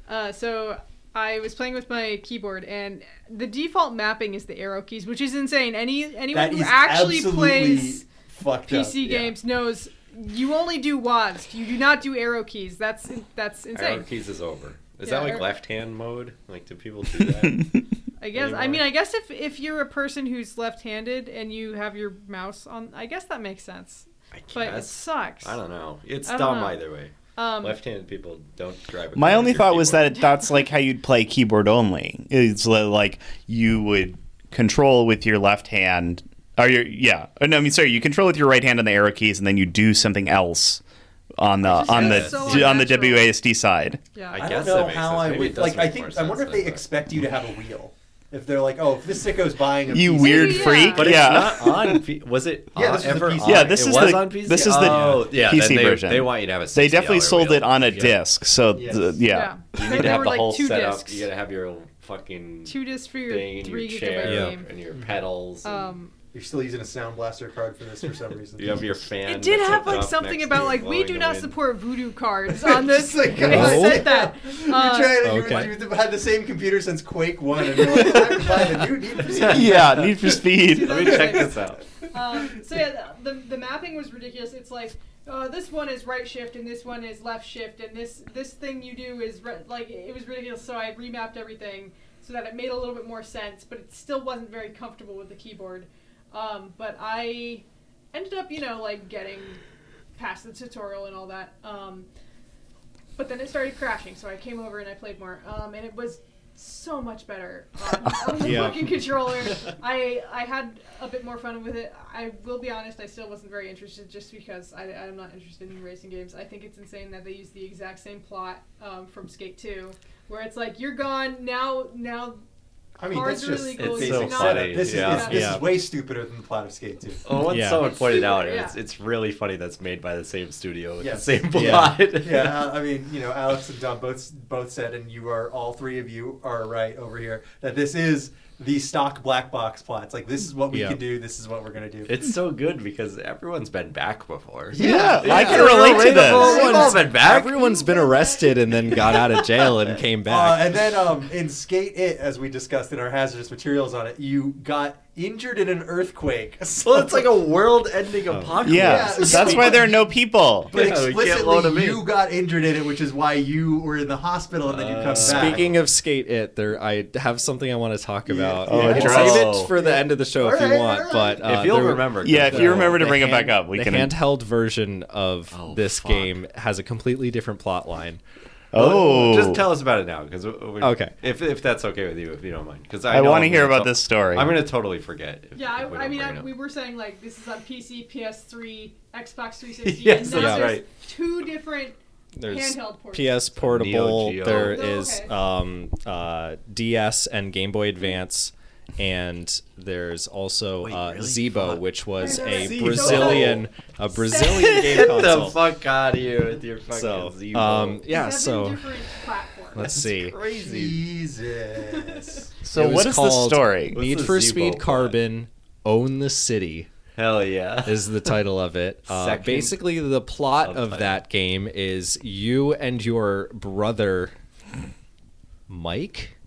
Uh, so I was playing with my keyboard, and the default mapping is the arrow keys, which is insane. Any anyone that who is actually absolutely plays fucked up. PC Yeah. games knows you only do WASD. You do not do arrow keys. That's that's insane. Arrow keys is over. Is Yeah, that like arrow- left hand mode? Like, do people do that? I guess. I anymore. mean, I guess if if you're a person who's left-handed and you have your mouse on, I guess that makes sense. I But it guess. sucks. I don't know. It's I don't dumb know. either way. Um, left handed people don't drive. A My car only with your thought was keyboard. that that's like how you'd play keyboard only. It's li- like you would control with your left hand, or your yeah. Oh, no, I mean sorry, you control with your right hand on the arrow keys, and then you do something else on the just on the feels so d- on the unnatural. WASD side. yeah. I I, guess that don't know makes how sense. I Maybe it would. does Like, I make more think I wonder sense if they than that. expect you to have a wheel. If they're like, oh, if this sicko's buying a You PC weird yeah. freak. But yeah. it's not on. P- was it Yeah, on- this is the ever PC. on? Yeah, this it is was the- on PC? this is the oh, yeah, then PC they, version. They want you to have a they definitely $60 sold it wheel. on a Yeah. disc. So Yes. th- yeah. There- You need to there have were the like whole two setup. discs. You gotta have your fucking Two discs for your thing, and three your gig chair, away Yeah. game. and your pedals. and Um, You're still using a Sound Blaster card for this for some reason. you have your fan. it did that's have hooked like up something next about to like we blowing do the not wind. support voodoo cards on this. It's like, It guys, said that. Uh, You're trying to, Okay. you, have had the same computer since Quake 1, and you're like, I'm buying a new Need for Speed. Yeah, Need for Speed. Let me check this out. um, so yeah, the, the mapping was ridiculous. It's like uh, this one is right shift and this one is left shift and this this thing you do is re- like it was ridiculous. So I remapped everything so that it made a little bit more sense, but it still wasn't very comfortable with the keyboard. Um, but I ended up, you know, like getting past the tutorial and all that. Um, but then it started crashing, so I came over and I played more. Um, and it was so much better on, on the Yeah. fucking controller. I I had a bit more fun with it. I will be honest, I still wasn't very interested just because I, I'm not interested in racing games. I think it's insane that they use the exact same plot um, from Skate 2, where it's like you're gone now. Now, I mean, cars that's are just illegal, it's you're so not- funny. This is Yeah. it's- this Yeah. is way stupider than the plot of Skate Two. Oh, once Yeah. someone It's pointed super, out, yeah. it's, it's really funny that's made by the same studio with Yeah. the same Yeah. plot. yeah, Al- I mean, you know, Alex and Dom both both said, and you are all three of you are right over here that this is the stock black box plot. It's like this is what we Yeah. can do. This is what we're gonna do. It's so good because everyone's been back before. Yeah, Yeah. I can Yeah. relate to Relatable. this. We've all been back. Everyone's been arrested and then got out of jail and came Uh, back. and then um, in Skate It, as we discussed in our hazardous materials on it, you got injured in an earthquake. So Well, it's like a world-ending apocalypse. Yeah, Yeah. that's why there are no people. But Yeah, we can't load 'em explicitly, in. you got injured in it, which is why you were in the hospital and then you come back. Speaking of skate, it there I have something I want to talk about. Oh, I can address. save it for the end of the show if Alright, you want, alright. but uh, if you'll there- remember. Yeah, good if you though. remember to the bring it hand- back up, we the can. handheld version of Oh, this fuck. game has a completely different plot line. oh, just tell us about it now, because Okay. if if that's okay with you, if you don't mind, because I, I know want to I'm hear gonna about to- this story. I'm gonna totally forget. if- yeah, if we I, I don't mean, bring I, it we up. were saying like this is on PC, PS3, Xbox 360, Yes, and now that's there's right. two different There's handheld ports. PS Neo Portable, Geo. there Oh, is okay. um, uh, DS and Game Boy Advance, and there's also uh, Zebo, which was a Zebo. Brazilian a Brazilian game Get the console. fuck out of here with your fucking So, Zeebo. um, yeah, Seven so different platforms. let's see. crazy. Jesus. so, It what was is the called story? What's Need the for Zeebo Speed plot? Carbon, Own the City Hell yeah. is the title of it. Uh, Second basically, the plot of subtitle. that game is you and your brother, Mike.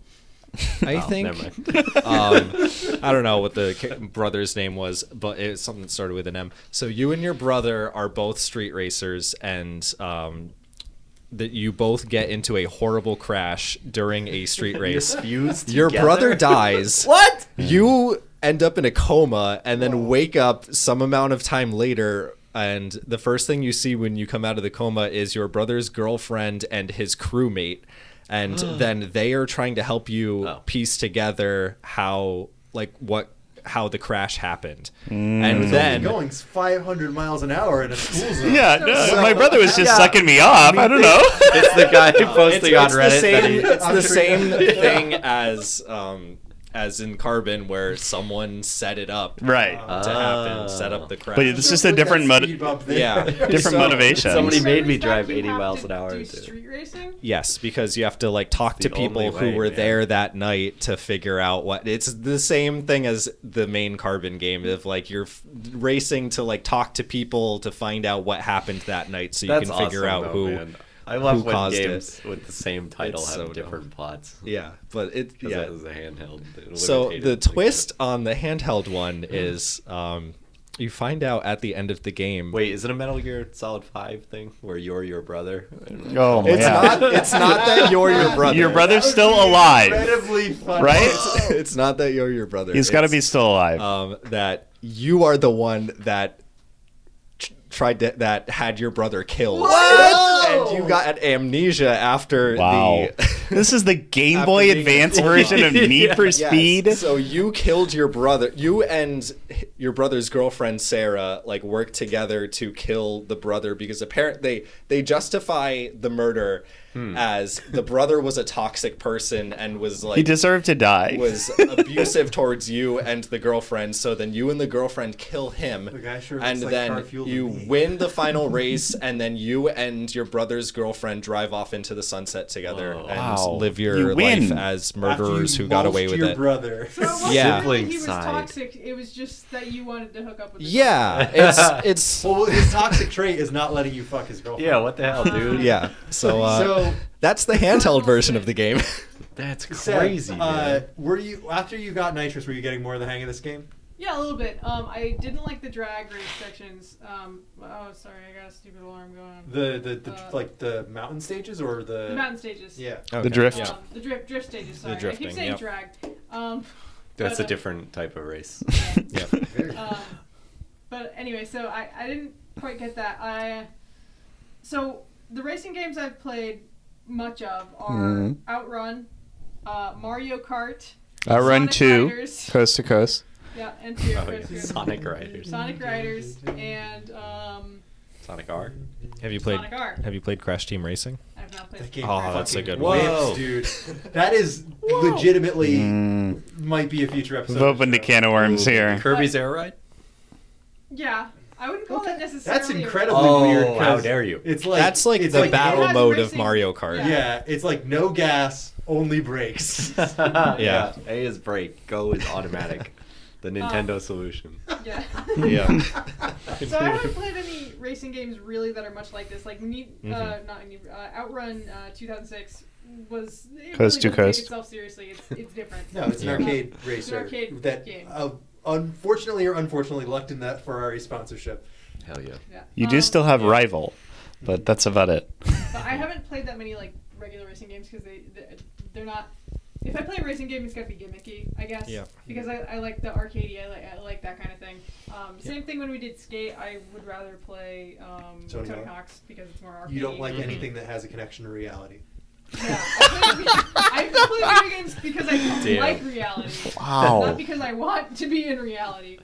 I think Oh, never mind. um, I don't know what the ca- brother's name was, but it was something that started with an M. So you and your brother are both street racers, and um, that you both get into a horrible crash during a street race. fused Your together? brother dies. What? You end up in a coma and then wake up some amount of time later. And the first thing you see when you come out of the coma is your brother's girlfriend and his crewmate. And then they are trying to help you Oh. piece together how, like, what, how the crash happened. And then. going 500 miles an hour in a school zone. Yeah, no, my brother was just Yeah. sucking me off. I don't know. It's the guy who it's, posting on it's Reddit. that he- The same, it's I'm the sure- same thing as um, as in Carbon, where someone set it up Right. to Ah. happen, set up the crash. But it's just a With different that modi- speed bump there. yeah, different So- motivation. somebody- So made is me that drive you 80 have miles to an hour Do to- street racing? Yes, because you have to like talk to The only people who way, were man. there that night to figure out what. It's the same thing as the main Carbon game of like you're f- racing to like talk to people to find out what happened that night, so you That's can figure awesome, though, out who. man. I love who when caused games with the same title It's have so different plots. Yeah, but it Because yeah. that was a handheld. it so limited the it to twist on the handheld one is um, you find out at the end of the game. Wait, is it a Metal Gear Solid Five thing where you're your brother? oh my it's god. not. It's not that you're your brother. Your brother's That would still be alive, Incredibly funny. right? it's not that you're your brother. He's got to It's, be still alive. Um, that you are the one that tr- tried to, that had your brother killed. What? And you got amnesia after wow. the. this is the Game After Boy being- Advance version of Need for Yes. Speed. So you killed your brother. You and h- your brother's girlfriend Sarah like worked together to kill the brother because apparently they they justify the murder as the brother was a toxic person and was like Hmm. he deserved to die. was abusive towards you and the girlfriend. So then you and the girlfriend kill him, guy sure and looks like car then fuel to you me. win the final race, and then you and your brother's girlfriend drive off into the sunset together and Oh. Wow. live your You win. life as After you murderers who got mulched away with your it. brother. So it wasn't Yeah. really he was Sibling side. toxic. It was just that you wanted to hook up with. the Yeah, it's it's Well, his toxic trait is not letting you fuck his girlfriend. Yeah, what the hell, dude? yeah. So uh, So- that's the handheld version of the game. that's Seth, crazy. Uh, man. were you after you got nitrous? Were you getting more of the hang of this game? Yeah, a little bit. Um, I didn't like the drag race sections. Um, oh, sorry, I got a stupid alarm going. on. The the, the Uh, like the mountain stages or the, The mountain stages. yeah. The drift. Um, the drift drift stages. Sorry, I drifting, keep saying yep. drag. Um, That's but, a uh, different type of race. Yeah. Um, but anyway, so I, I didn't quite get that. I so the racing games I've played much of are Mhm. Outrun, uh, Mario Kart. I run Sonic two, Riders. coast to coast. Yeah, and two. Oh, Coast yeah. Guard. Sonic Riders. Sonic Riders and um, Sonic R. Have you played? Sonic R. Have you played Crash Team Racing? I have not played. That game Oh, that's a fucking good whips, one. Whoa. dude. That is legitimately Mm. Mm. might be a future episode. We've opened a can of worms here. Kirby's Air Ride. Yeah, I wouldn't call that necessarily. That's a- incredibly weird. 'cause Oh, how dare you. It's like That's like it's the battle It has mode of racing- Mario Kart. Yeah. it's like no gas, only brakes. yeah. Yeah. A is brake. Go is automatic. the Nintendo solution. Yeah. Yeah. so I haven't played any racing games really that are much like this. Like Need, Mm-hmm. uh, Mhm. not Need, uh, Outrun uh, 2006 was Coast it really to doesn't coast. Take itself seriously, it's, it's different. No, it's an Uh, arcade it's an racer arcade that, game. uh, unfortunately or unfortunately, lucked in that Ferrari sponsorship. Hell yeah. yeah. You do Um, still have rival, but that's about it. But I haven't played that many like regular racing games because they they're- they're not. If I play a racing game, it's got to be gimmicky, I guess. Yeah. Because I, I like the arcadey, I like I like that kind of thing. Um, Same thing when we did skate. I would rather play um, Tony Tony, Hawk. Hawk's because it's more arcadey. You don't like Mhm. anything that has a connection to reality. Yeah, I play, I play video games because I Damn. like reality. Wow. Not because I want to be in reality.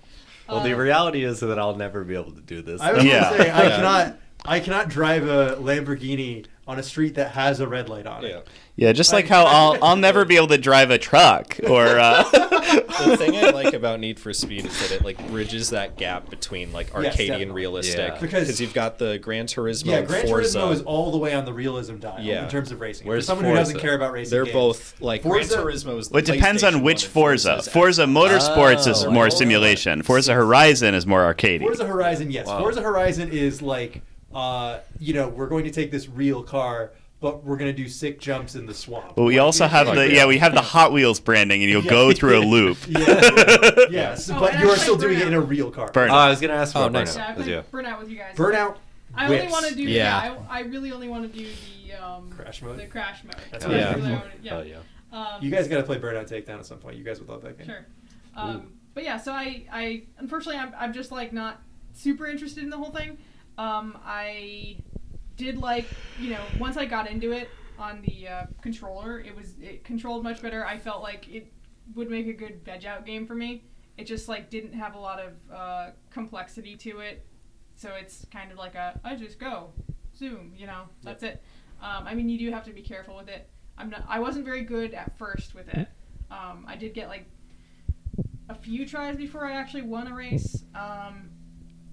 Well, Uh, the reality is that I'll never be able to do this. I was Yeah. gonna say I Yeah. cannot I cannot drive a Lamborghini on a street that has a red light on it. Yeah, just like how I'll, I'll never be able to drive a truck or uh, the thing I like about Need for Speed is that it like bridges that gap between like Yes, arcade and definitely. realistic Yeah. Because- you've got the Gran Turismo Yeah, and Gran Forza. Turismo is all the way on the realism dial Yeah. in terms of racing. Where's For someone who Forza? doesn't care about racing, They're games, both like Forza- Gran Turismo is. Well, it depends on which Forza. Forza Motorsports is Oh, more right. simulation. Forza Horizon is more arcadey. Forza Horizon, yes. Wow. Forza Horizon is like, uh, you know, we're going to take this real car, but we're going to do sick jumps in the swamp. but we Like, also it's have like the that. yeah we have the Hot Wheels branding, and you'll Yeah. go through a loop. Yeah. yes, Oh, but and you I are still played doing it in a Burnout. real car. Burn. Oh, I was gonna ask Oh, about nice. Yeah, I Burnout. played Yeah. Burnout with you guys. Burnout. I only whips. want to do. Yeah. Yeah. I, I really only want to do the um, Crash mode? The crash mode. That's what I really do. wanna- yeah. Oh yeah. Um, You guys got to play Burnout Takedown at some point. You guys would love that game. Sure. Um, but yeah, so I, I unfortunately, I'm, I'm just like not super interested in the whole thing. Um, I did like, you know, once I got into it on the uh, controller, it was it controlled much better. I felt like it would make a good veg out game for me. It just like didn't have a lot of uh, complexity to it, so it's kind of like a I just go, zoom, you know, that's it. Um, I mean, you do have to be careful with it. I'm not. I wasn't very good at first with it. Um, I did get like a few tries before I actually won a race. Um,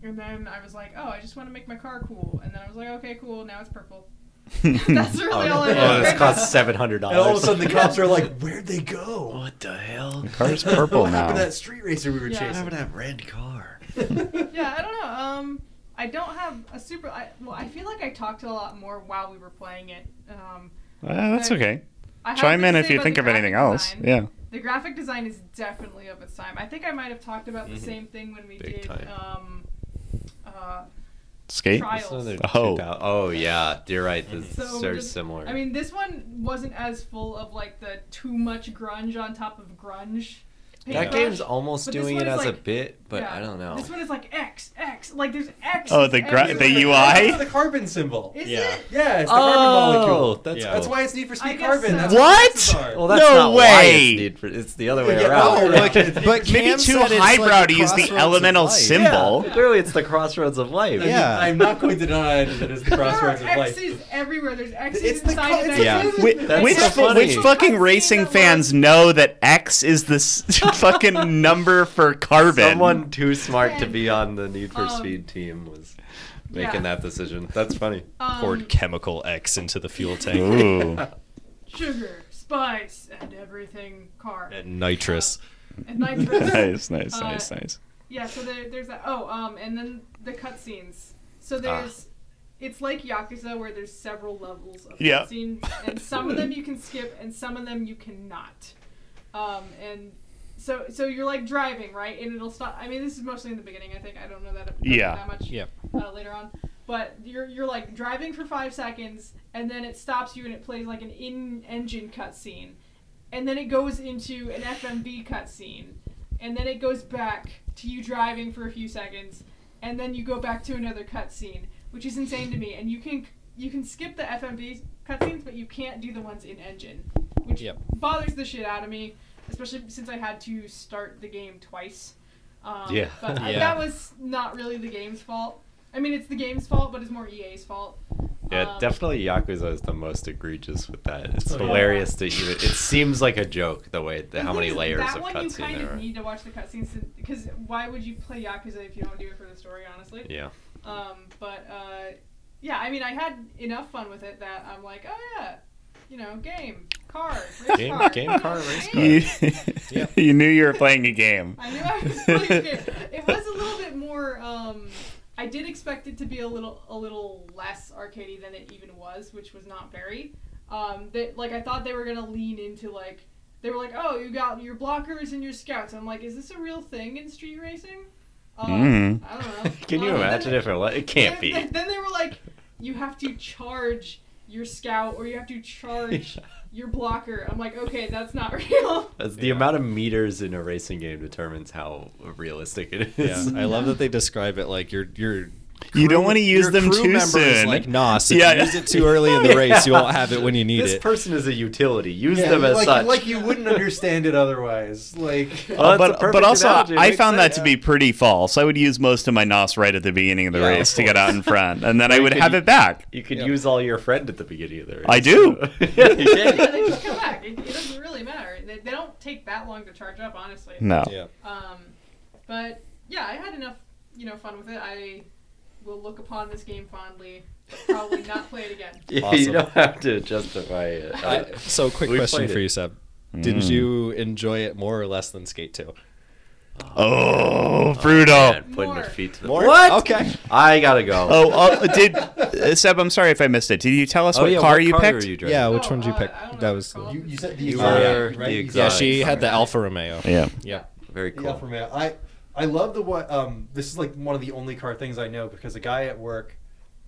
and then I was like, oh, I just want to make my car cool. And then I was like, okay, cool. Now it's purple. That's really all I Oh, know. this costs seven hundred And all of a dollars. Oh, sudden, the cops are like, "Where'd they go? What the hell? Car's purple What happened to now. that street racer we were Yeah. chasing?" Remember that red car? yeah, I don't know. Um, I don't have a super. I, well, I feel like I talked a lot more while we were playing it. Um, Uh, that's okay. I have Chime to in if say you about think the of anything graphic else. design. Yeah. The graphic design is definitely of its time. I think I might have talked about the same thing when we Mm-hmm. Big did time. um, uh, Skate. trials. Oh. Oh yeah, you're right. This is So very just- similar. I mean, this one wasn't as full of like the too much grunge on top of grunge. that paintbrush, game's almost but this doing one it is as a like- bit, but yeah, I don't know. This one is like X X like there's X. Oh, the gra- the That's UI. the carbon symbol. Is Yeah. it? Yeah, it's the Oh, carbon molecule. that's that's cool. why it's Need for I Speed guess Carbon. so. That's What? the are. Well, that's No not why way. it's, Need for, it's the other way Yeah, around. oh, Like, right. But Maybe Cam too said it's highbrow like to use the crossroads of elemental life. symbol. Yeah, clearly it's the crossroads of life. I mean, Yeah. I'm not going to deny that it is the There are crossroads of life. X's everywhere. There's X's It's the inside co- of it's X's. the Yeah. X's. Which, That's which, so funny. which fucking I've seen racing that fans know that X is the s- fucking number for carbon? Someone too smart to be on the Need for Um, Speed team was making yeah. that decision. That's funny. Um, Poured chemical X into the fuel tank Ooh. sugar, spice, and everything carb and nitrous. and nitrous. nice, nice, Uh, nice, nice. Yeah, so there, there's that. Oh, um, and then the cutscenes. Ah. So there's, it's like Yakuza where there's several levels of Yeah. cutscenes, and some of them you can skip, and some of them you cannot. Um, and so so you're like driving, right? And it'll stop. I mean, this is mostly in the beginning. I think I don't know that, Yeah. that much Yeah. uh, later on. But you're you're like driving for five seconds, and then it stops you, and it plays like an in-engine cutscene, and then it goes into an FMV cutscene, and then it goes back to you driving for a few seconds, and then you go back to another cutscene, which is insane to me. And you can you can skip the FMV cutscenes, but you can't do the ones in engine. which Yep. bothers the shit out of me, especially since I had to start the game twice. Um, Yeah. But Yeah. that was not really the game's fault. I mean, it's the game's fault, but it's more EA's fault. Yeah, Um, definitely Yakuza is the most egregious with that. It's Oh, yeah. hilarious to even. It seems like a joke the way the, The how thing many is, layers that of one you cutscene kind there of are. need to watch the cutscenes because why would you play Yakuza if you don't do it for the story? Honestly. Yeah. Um, but uh, yeah, I mean, I had enough fun with it that I'm like, oh yeah, you know, game, car, race Game- car, game, car, race car. You, you knew you were playing a game. I knew I was playing a game. It was a little bit more. Um, I did expect it to be a little a little less arcadey than it even was, which was not very. Um, that like I thought they were gonna lean into like they were like, oh, you got your blockers and your scouts. I'm like, is this a real thing in street racing? Um, Mm. I don't know. Can you Um, then imagine if it was? It can't then, be. Then, then they were like, you have to charge your scout or you have to charge your blocker. I'm like, okay, that's not real. As the amount of meters in a racing game determines how realistic it Yeah, is. I love that they describe it like you're you're. You don't want to use your them crew too member is soon. like Nos. If you Yeah. use it too early in the race, you won't have it when you need this it. person is a utility. Use Yeah, them as like, such. Oh, like you wouldn't understand it otherwise. Like, Uh, but but also, I found that to be pretty false. I would use most of my nos right at the beginning of the Yeah, of race to get out in course. front, and then I You would could have u- it back. You could use all your friend at the beginning of the race. I do. Yeah, you Yeah, they can. just come back. It, it doesn't really matter. They, they don't take that long to charge up, honestly. No. Yeah. Um, but yeah, I had enough, you know, fun with it. I will look upon this game fondly, but probably not play it again. You Awesome. don't have to justify it. I- so, quick we question played for it. you, Seb. Did Mm. you enjoy it more or less than Skate Two? Oh, brutal. Man, putting their feet to the More? What? Okay. I gotta go. Oh, uh, did uh, Seb? I'm sorry if I missed it. Did you tell us Oh, what yeah, car what you car picked? were you driving? Yeah, Uh, which one did you uh, pick? That was you, you said the You exotic, were the right? You said yeah. exotic. She had the exotic. Alfa Romeo. Yeah. Yeah. Very Yeah, for cool. me, I I love the what. Um, this is like one of the only car things I know because a guy at work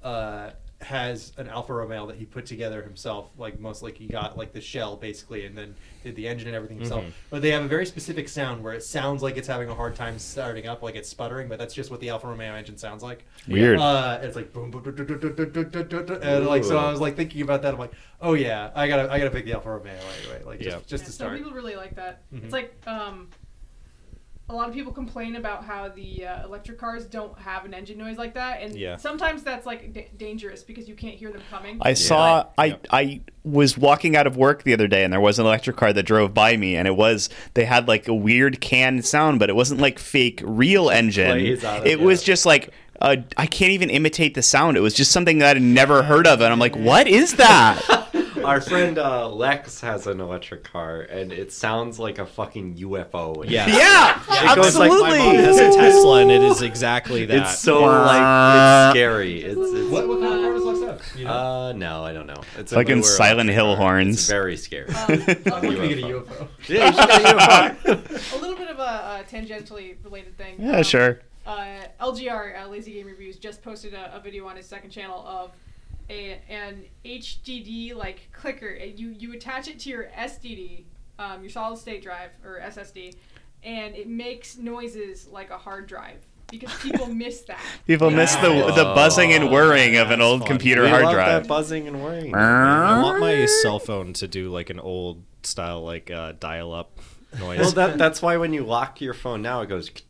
uh, has an Alfa Romeo that he put together himself. Like most, like he got like the shell basically, and then did the engine and everything himself. Mhm. But they have a very specific sound where it sounds like it's having a hard time starting up, like it's sputtering. But that's just what the Alfa Romeo engine sounds like. Weird. Uh, it's like boom, boom, doo, doo, doo, doo, doo, doo, doo, doo, doo, and like so. Ooh. I was like thinking about that. I'm like, oh yeah, I gotta, I gotta pick the Alfa Romeo anyway. Like just, Yeah. just Yeah, to Some start. people really like that. Mhm. It's like um, a lot of people complain about how the uh, electric cars don't have an engine noise like that, and Yeah. sometimes that's like d- dangerous because you can't hear them coming. Um, I saw. I Yep. I was walking out of work the other day, and there was an electric car that drove by me, and it was they had like a weird canned sound, but it wasn't like fake real engine. plays out of it. It was just like. Uh, I can't even imitate the sound. It was just something that I'd never heard of, and I'm like, "What is that?" Our friend uh, Lex has an electric car, and it sounds like a fucking UFO. Yeah. yeah, It goes like, absolutely. my Mom has a Tesla, and it is exactly that. It's so like it's scary. It's, it's What, what kind of car does Lex have? You know? Uh, no, I don't know. It's a Fucking newer Silent electric car. Hill horns. It's very scary. Oh. I'm Um, looking to get a UFO. UFO. yeah, you should get a UFO. a little bit of a uh, tangentially related thing. yeah, Um, sure. uh, LGR uh, Lazy Game Reviews just posted a, a video on his second channel of a, an HDD like clicker. Uh, You you attach it to your SDD, um, your solid state drive or SSD, and it makes noises like a hard drive because people miss that. People miss the the buzzing and whirring of an old fun. computer We hard love drive. that buzzing and whirring. I want my cell phone to do like an old style like uh, dial up noise. Well, that that's why when you lock your phone now, it goes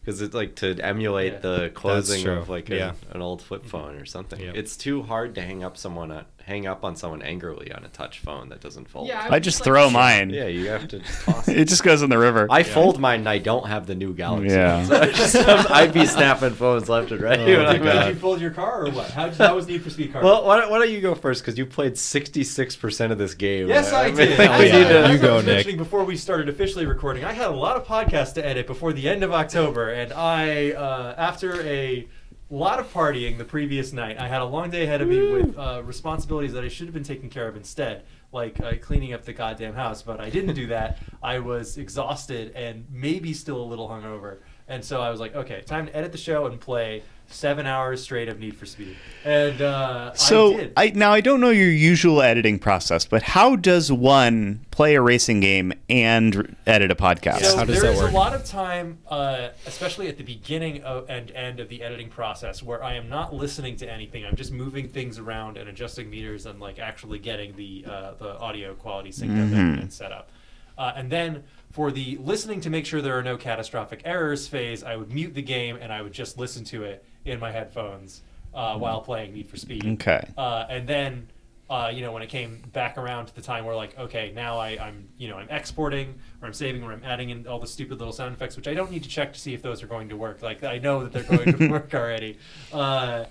because it's like to emulate Yeah. Mm-hmm. the closing true. of like an, Yeah. an old flip phone or something. Yep. It's too hard to hang up someone on, hang up on someone angrily on a touch phone that doesn't fold. Yeah, I just throw mine. Yeah, you have to just toss it. It just goes in the river. I fold mine and I don't have the new Galaxy. Yeah. So I just have- I'd be snapping phones left and right. Oh You know my what I mean? Did you fold your car or what? How, how was Need for Speed car? Well, why don't, why don't you go first? Because you played 66% of this game. yes, I mean, did. think I we did. need to- As I You go, was Nick. mentioning Before we started officially recording, I had a lot of podcasts to edit before the end of October, and I, uh, after a lot of partying the previous night, I had a long day ahead of me with uh, responsibilities that I should have been taking care of instead, like uh, cleaning up the goddamn house. But I didn't do that. I was exhausted and maybe still a little hungover. And so I was like, okay, time to edit the show and play seven hours straight of Need for Speed. And uh, so I, I, now I don't know your usual editing process, but how does one play a racing game and r- edit a podcast? So how does there that is work? a lot of time, uh, especially at the beginning of, and end of the editing process, where I am not listening to anything. I'm just moving things around and adjusting meters and like actually getting the uh, the audio quality synced up and, Mm-hmm. Mhm. and set up. Uh, and then for the listening to make sure there are no catastrophic errors phase, I would mute the game and I would just listen to it in my headphones uh, while playing Need for Speed. Okay. Uh, and then, uh, you know, when it came back around to the time where like, okay, now I, I'm, you know, I'm exporting or I'm saving or I'm adding in all the stupid little sound effects, which I don't need to check to see if those are going to work. Like I know that they're going to work already. Uh,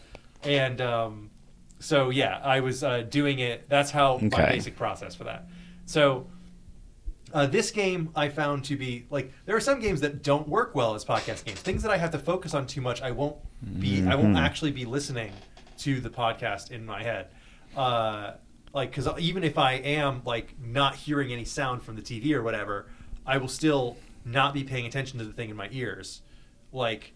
and um, so yeah, I was uh, doing it. That's how my Okay. basic process for that. So. Uh, this game I found to be like there are some games that don't work well as podcast games. Things that I have to focus on too much, I won't be. I Mm-hmm. won't Mhm. actually be listening to the podcast in my head. Uh, like because even if I am like not hearing any sound from the TV or whatever, I will still not be paying attention to the thing in my ears. Like,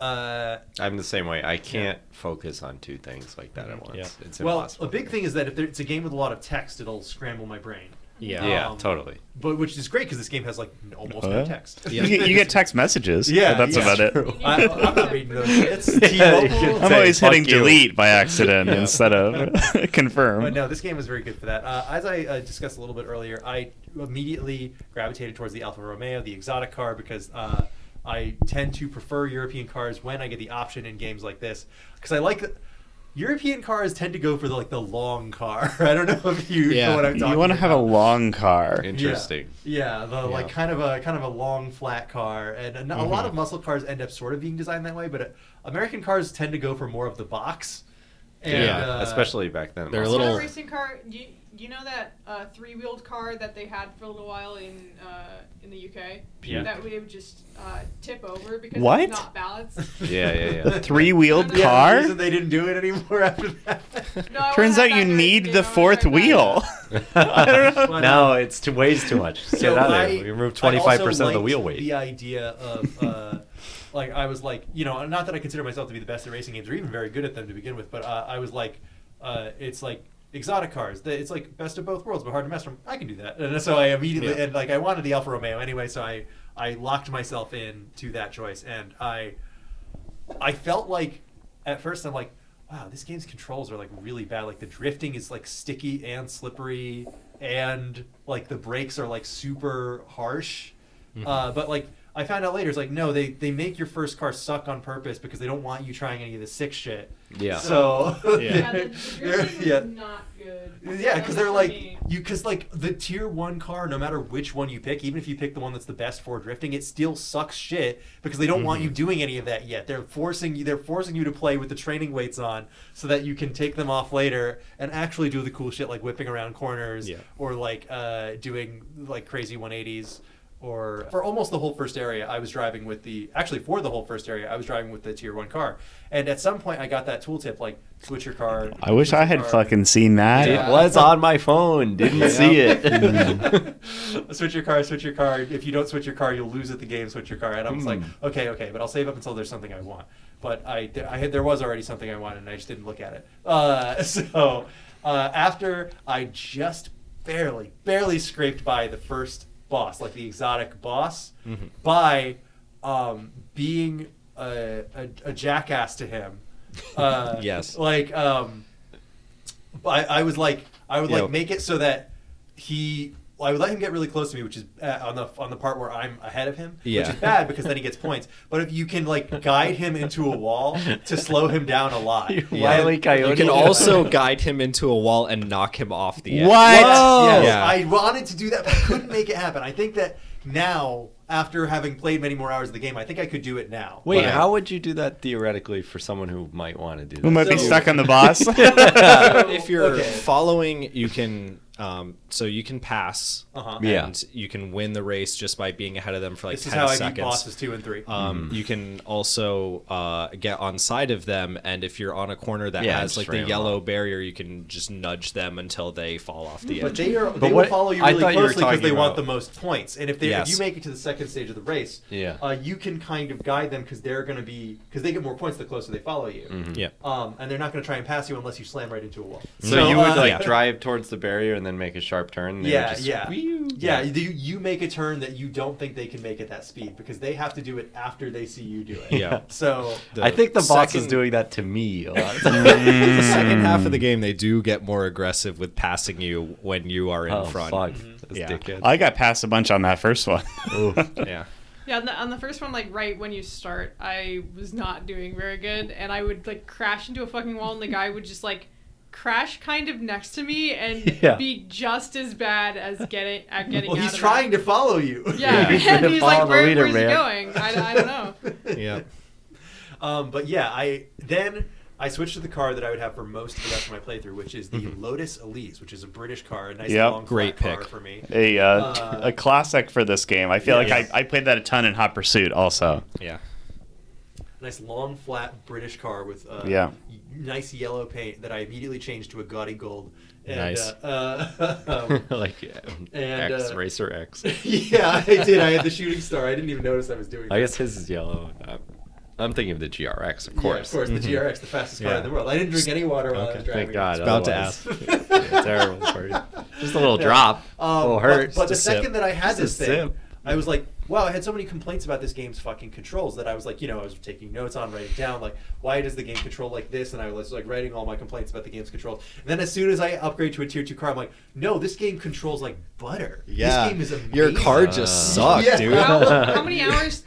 uh, I'm the same way. I can't focus on two things like that at once. It's well, impossible. a big thing is that if there, it's a game with a lot of text, it'll scramble my brain. Um, Yeah. Yeah, totally. But which is great because this game has like n- almost Uh, no text. You, get, you get text messages. Yeah, but that's yeah, about true. it. I- I'm not reading those. It's Yeah, T-Mobile. I'm always Fuck hitting you. delete by accident Yeah. instead of confirm. But Uh, no, this game was very good for that. Uh, as I uh, discussed a little bit earlier, I immediately gravitated towards the Alfa Romeo, the exotic car, because uh, I tend to prefer European cars when I get the option in games like this. Because I like European cars tend to go for the, like the long car. I don't know if you know what I'm talking. you want to about. have a long car. Yeah. Yeah, the like kind of a kind of a long flat car, and a, a lot Mhm. of muscle cars end up sort of being designed that way. But uh, American cars tend to go for more of the box. And, Yeah, uh, especially back then. They're a It's It's not little. a racing car. You, you know that uh, three-wheeled car that they had for a little while in uh, in the UK. Yeah. That we would just uh, tip over because What? it's not balanced. Yeah, yeah, yeah. A three-wheeled Yeah, the car? reason they didn't do it anymore after that. Turns out you need the fourth wheel. I don't know. no, it's two, weighs too much. Get out of I- here. We remove I also 25 percent of the liked wheel weight. The idea of uh, like I was like you know not that I consider myself to be the best at racing games or even very good at them to begin with, but uh, I was like uh, it's like exotic cars. The- It's like best of both worlds, but hard to mess from. I can do that, and so I immediately Yeah. and like I wanted the Alfa Romeo anyway, so I I locked myself in to that choice, and I I felt like at first I'm like, wow, this game's controls are like really bad. Like the drifting is like sticky and slippery, and like the brakes are like super harsh. Mhm. Uh, but like I found out later, it's like no, they they make your first car suck on purpose because they don't want you trying any of the sick shit. Yeah. So Yeah, the, the they're- drifting was yeah. not good. Yeah, That because was they're for like me. you, because like the tier one car, no matter which one you pick, even if you pick the one that's the best for drifting, it still sucks shit because they don't want Mm-hmm. you doing any of that yet. They're forcing you. They're forcing you to play with the training weights on so that you can take them off later and actually do the cool shit like whipping around corners Yeah. or like uh, doing like crazy one eighties. Or for almost the whole first area, I was driving with the actually for the whole first area, I was driving with the tier one car, and at some point I got that tooltip like switch your car. I wish I had fucking seen that. Yeah. It was on my phone. Didn't see it. switch your car, switch your car. If you don't switch your car, you'll lose at the game. Switch your car. And I was like, okay, okay, but I'll save up until there's something I want. But I, there- I had, there was already something I wanted, and I just didn't look at it. Uh, so uh, after I just barely, barely scraped by the first boss, like the exotic boss, Mhm. by um, being a, a, a jackass to him. Uh, Yes. Like, um, I, I was like, I would Yep. like make it so that he, I would let him get really close to me, which is uh, on the on the part where I'm ahead of him, Yeah. which is bad because then he gets points. But if you can like guide him into a wall to slow him down a lot, Yeah. And- You can also guide him into a wall and knock him off the edge. What? Yes, Yeah. I wanted to do that, but I couldn't make it happen. I think that now, after having played many more hours of the game, I think I could do it now. Wait, But- how would you do that theoretically for someone who might want to do that? Who might be So- stuck on the boss? if you're Okay. following, you can Um, so you can pass, Uh-huh. and Yeah. you can win the race just by being ahead of them for like This is 10 how I beat seconds. bosses two and three. Um, Mm-hmm. Mm. You can also uh, get on side of them, and if you're on a corner that Yeah, has just like ram the 'em yellow barrier, you can just nudge them until they fall off the edge. Mm, But they are But they what- will follow you I really thought you were closely because they talking want about- the most points. And if they Yes. if you make it to the second stage of the race, Yeah. uh, you can kind of guide them because they're going to be because they get more points the closer they follow you. Mhm. Yeah. Um, and they're not going to try and pass you unless you slam right into a wall. So, you would uh, like drive towards the barrier and then make a sharp turn. and they would Yeah, just- yeah, yeah. You, you make a turn that you don't think they can make at that speed because they have to do it after they see you do it. So I think the boss is second- doing that to me a lot. Of the times. second half of the game, they do get more aggressive with passing you when you are in Oh, front. fuck. Yeah. I got passed a bunch on that first one. yeah. Yeah, on the, on the first one, like right when you start, I was not doing very good, and I would like crash into a fucking wall, and the guy would just like crash kind of next to me and Yeah. be just as bad as getting at getting. well, out he's of trying to follow you. It. Yeah, and he's like, Where, where's he going? I, I don't know. Yeah. Um, but yeah, I then I switched to the car that I would have for most of the rest of my playthrough, which is the Mm-hmm. Lotus Elise, which is a British car, a nice Yep. long Great flat pick. car for me. A, uh, Uh, a classic for this game. I feel yes. like I, I played that a ton in Hot Pursuit also. Yeah. nice long flat British car with uh, Yeah. y- nice yellow paint that I immediately changed to a gaudy gold. And, Nice. Uh, uh, um, Like, yeah, and, X, uh, Racer X. yeah, I did. I had the shooting star. I didn't even notice I was doing. I that. guess his is yellow. I'm, I'm thinking of the GRX, of Yeah, course. Mm-hmm. of course, the GRX, the fastest car Yeah. in the world. I didn't drink any water while I was Okay, driving. Thank God. About to otherwise- ask. Yeah, terrible. Party. Just a little Yeah. drop. Um, will Oh, but- hurt. But, the Just a sip. second that I had Just a this thing, sip. I was like, wow, I had so many complaints about this game's fucking controls that I was like, you know, I was taking notes on, writing down, like, why does the game control like this? And I was like writing all my complaints about the game's controls. And then as soon as I upgrade to a tier two car, I'm like, no, this game controls like butter. Yeah. This game is amazing. Your car just sucked, dude. How, how many hours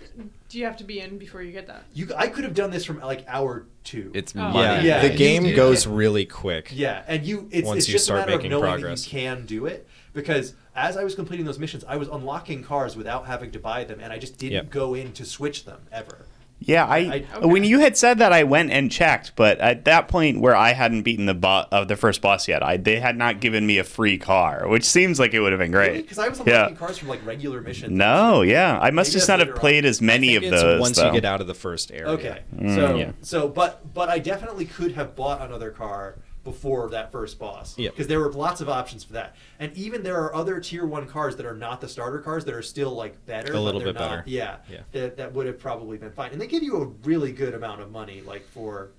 do you have to be in before you get that? You, I could have done this from like hour two. It's Oh. Yeah. money. Yeah, The you game did. goes really quick. Yeah, and you it's, Once it's you just start a matter making of knowing progress. that you can do it because as I was completing those missions, I was unlocking cars without having to buy them, and I just didn't Yep. go in to switch them ever. Yeah, I, I- when you had said that, I went and checked, but at that point where I hadn't beaten the bo- of the first boss yet, I they had not given me a free car, which seems like it would have been great. Because I was yeah. unlocking cars from like regular missions. No, yeah, I must Maybe that's just not have later on. played as many of think it's those. once though. you get out of the first area. Okay, Mm, so yeah. so but but I definitely could have bought another car before that first boss Yeah. because there were lots of options for that, and even there are other tier one cars that are not the starter cars that are still like better. A but little they're bit not- better. Yeah, Yeah. That, that would have probably been fine, and they give you a really good amount of money like for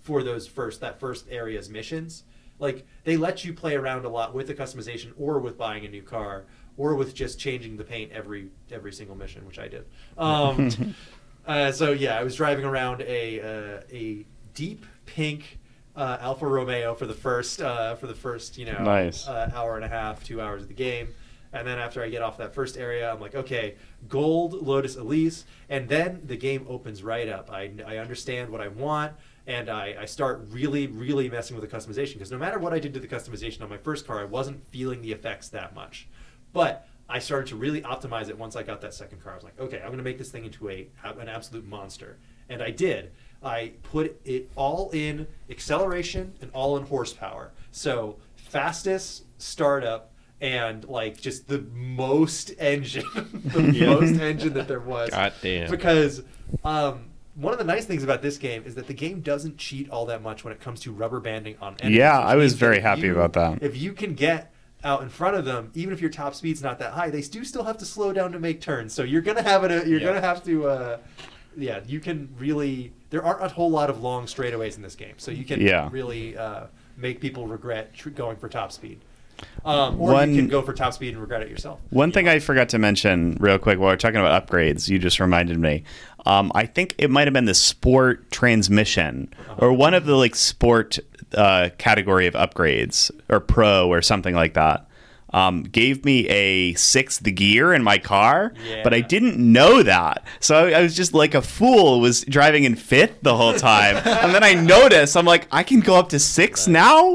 for those first that first area's missions. Like they let you play around a lot with the customization or with buying a new car or with just changing the paint every every single mission, which I did. Um, Uh, so yeah, I was driving around a uh, a deep pink uh, Alfa Romeo for the first uh, for the first you know Nice. uh, hour and a half, two hours of the game, and then after I get off that first area, I'm like, okay, gold Lotus Elise, and then the game opens right up. I I understand what I want. And I, I start really, really messing with the customization because no matter what I did to the customization on my first car, I wasn't feeling the effects that much. But I started to really optimize it once I got that second car. I was like, okay, I'm going to make this thing into a an absolute monster, and I did. I put it all in acceleration and all in horsepower. So fastest startup and like just the most engine, the Yeah. most engine that there was. God damn. Because um, one of the nice things about this game is that the game doesn't cheat all that much when it comes to rubber banding on enemies. Yeah, which I was means that very if happy you- about that. If you can get out in front of them, even if your top speed's not that high, they do still have to slow down to make turns. So you're gonna have it. You're Yeah. gonna have to. Uh, yeah, you can really. There aren't a whole lot of long straightaways in this game, so you can Yeah. really uh, make people regret tr- going for top speed. Um, or One- you can go for top speed and regret it yourself. One thing I forgot to mention real quick while we're talking about upgrades, you just reminded me. Um, I think it might have been the sport transmission or one of the like sport uh, category of upgrades or pro or something like that. Um, gave me a sixth gear in my car, but I didn't know that. So I, I was just like a fool, was driving in fifth the whole time. and then I noticed, I'm like, I can go up to six now?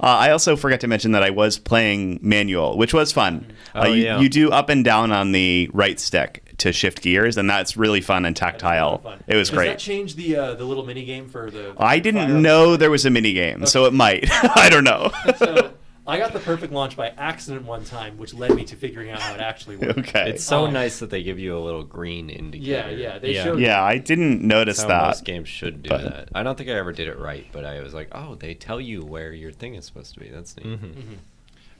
Uh, I also forgot to mention that I was playing manual, which was fun. Uh, Oh, you, yeah. you do up and down on the right stick to shift gears, and that's really fun and tactile. It was Does that great. change the uh, the little mini game for the? I didn't know there was a mini game, so it might. I don't know. I got the perfect launch by accident one time, which led me to figuring out how it actually worked. Okay. It's so um, nice that they give you a little green indicator. Yeah, yeah. They yeah. Showed yeah, I didn't notice That's how that. Most games should do but- that. I don't think I ever did it right, but I was like, oh, they tell you where your thing is supposed to be. That's neat. Mm-hmm. Mhm. Mhm.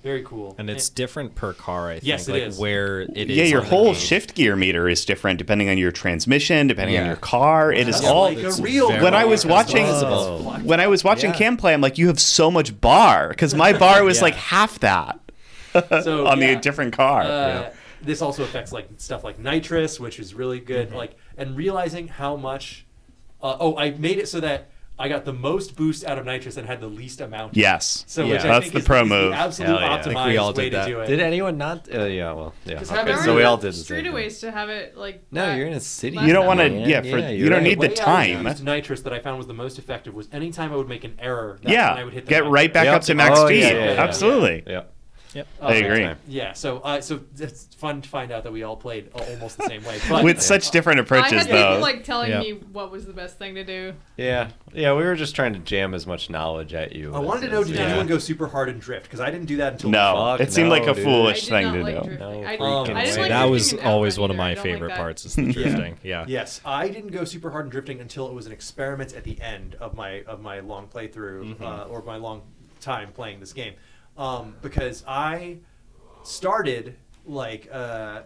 Very cool. And it's different per car, I think. Yes, it like is. where it is. yeah, your on the whole game. shift gear meter is different depending on your transmission, depending on Yeah. your car. It is Yeah, all like a real when I was car. watching Whoa. when I was watching Yeah. Cam play, I'm like, you have so much bar because my bar was Yeah. like half that So, on yeah. the different car. Uh, This also affects like stuff like nitrous, which is really good. Mm-hmm. Like and realizing how much. Uh, oh, I made it so that I got the most boost out of nitrous and had the least amount. Yes. So Yeah. which I That's think the is, pro is move. The absolute Hell yeah. I optimized think we all way did that. to do it. Did anyone not? Uh, yeah, well, yeah. Just have Okay, it so we on all did the same thing. Straightaways to have it like. No, that you're in a city. last You don't time. want to, Yeah, yeah. For yeah, you you're don't right. need the way time. I used nitrous that I found was the most effective was anytime I would make an error. That's when I Yeah, would hit the get max right back Yep. up to max Oh, yeah, speed. yeah, yeah, yeah. Absolutely. Yeah. Yep. I Uh, agree. Yeah, so uh, so it's fun to find out that we all played a- almost the same way. But With such different I approaches, had people though. like telling Yeah. me what was the best thing to do. Yeah, yeah. We were just trying to jam as much knowledge at you. I as- wanted to know as did we anyone could. go super hard and drift because I didn't do that until no, Fuck it seemed no, like a dude. I foolish did thing not to like do. drifting. No I, freaking I just way. like that drifting was in always Outrun one of either. Oh I my don't like favorite that. parts is the drifting. Yeah. Yes, I didn't go super hard in drifting until it was an experiment at the end of my of my long playthrough uh, or my long time playing this game, um, because I started like uh,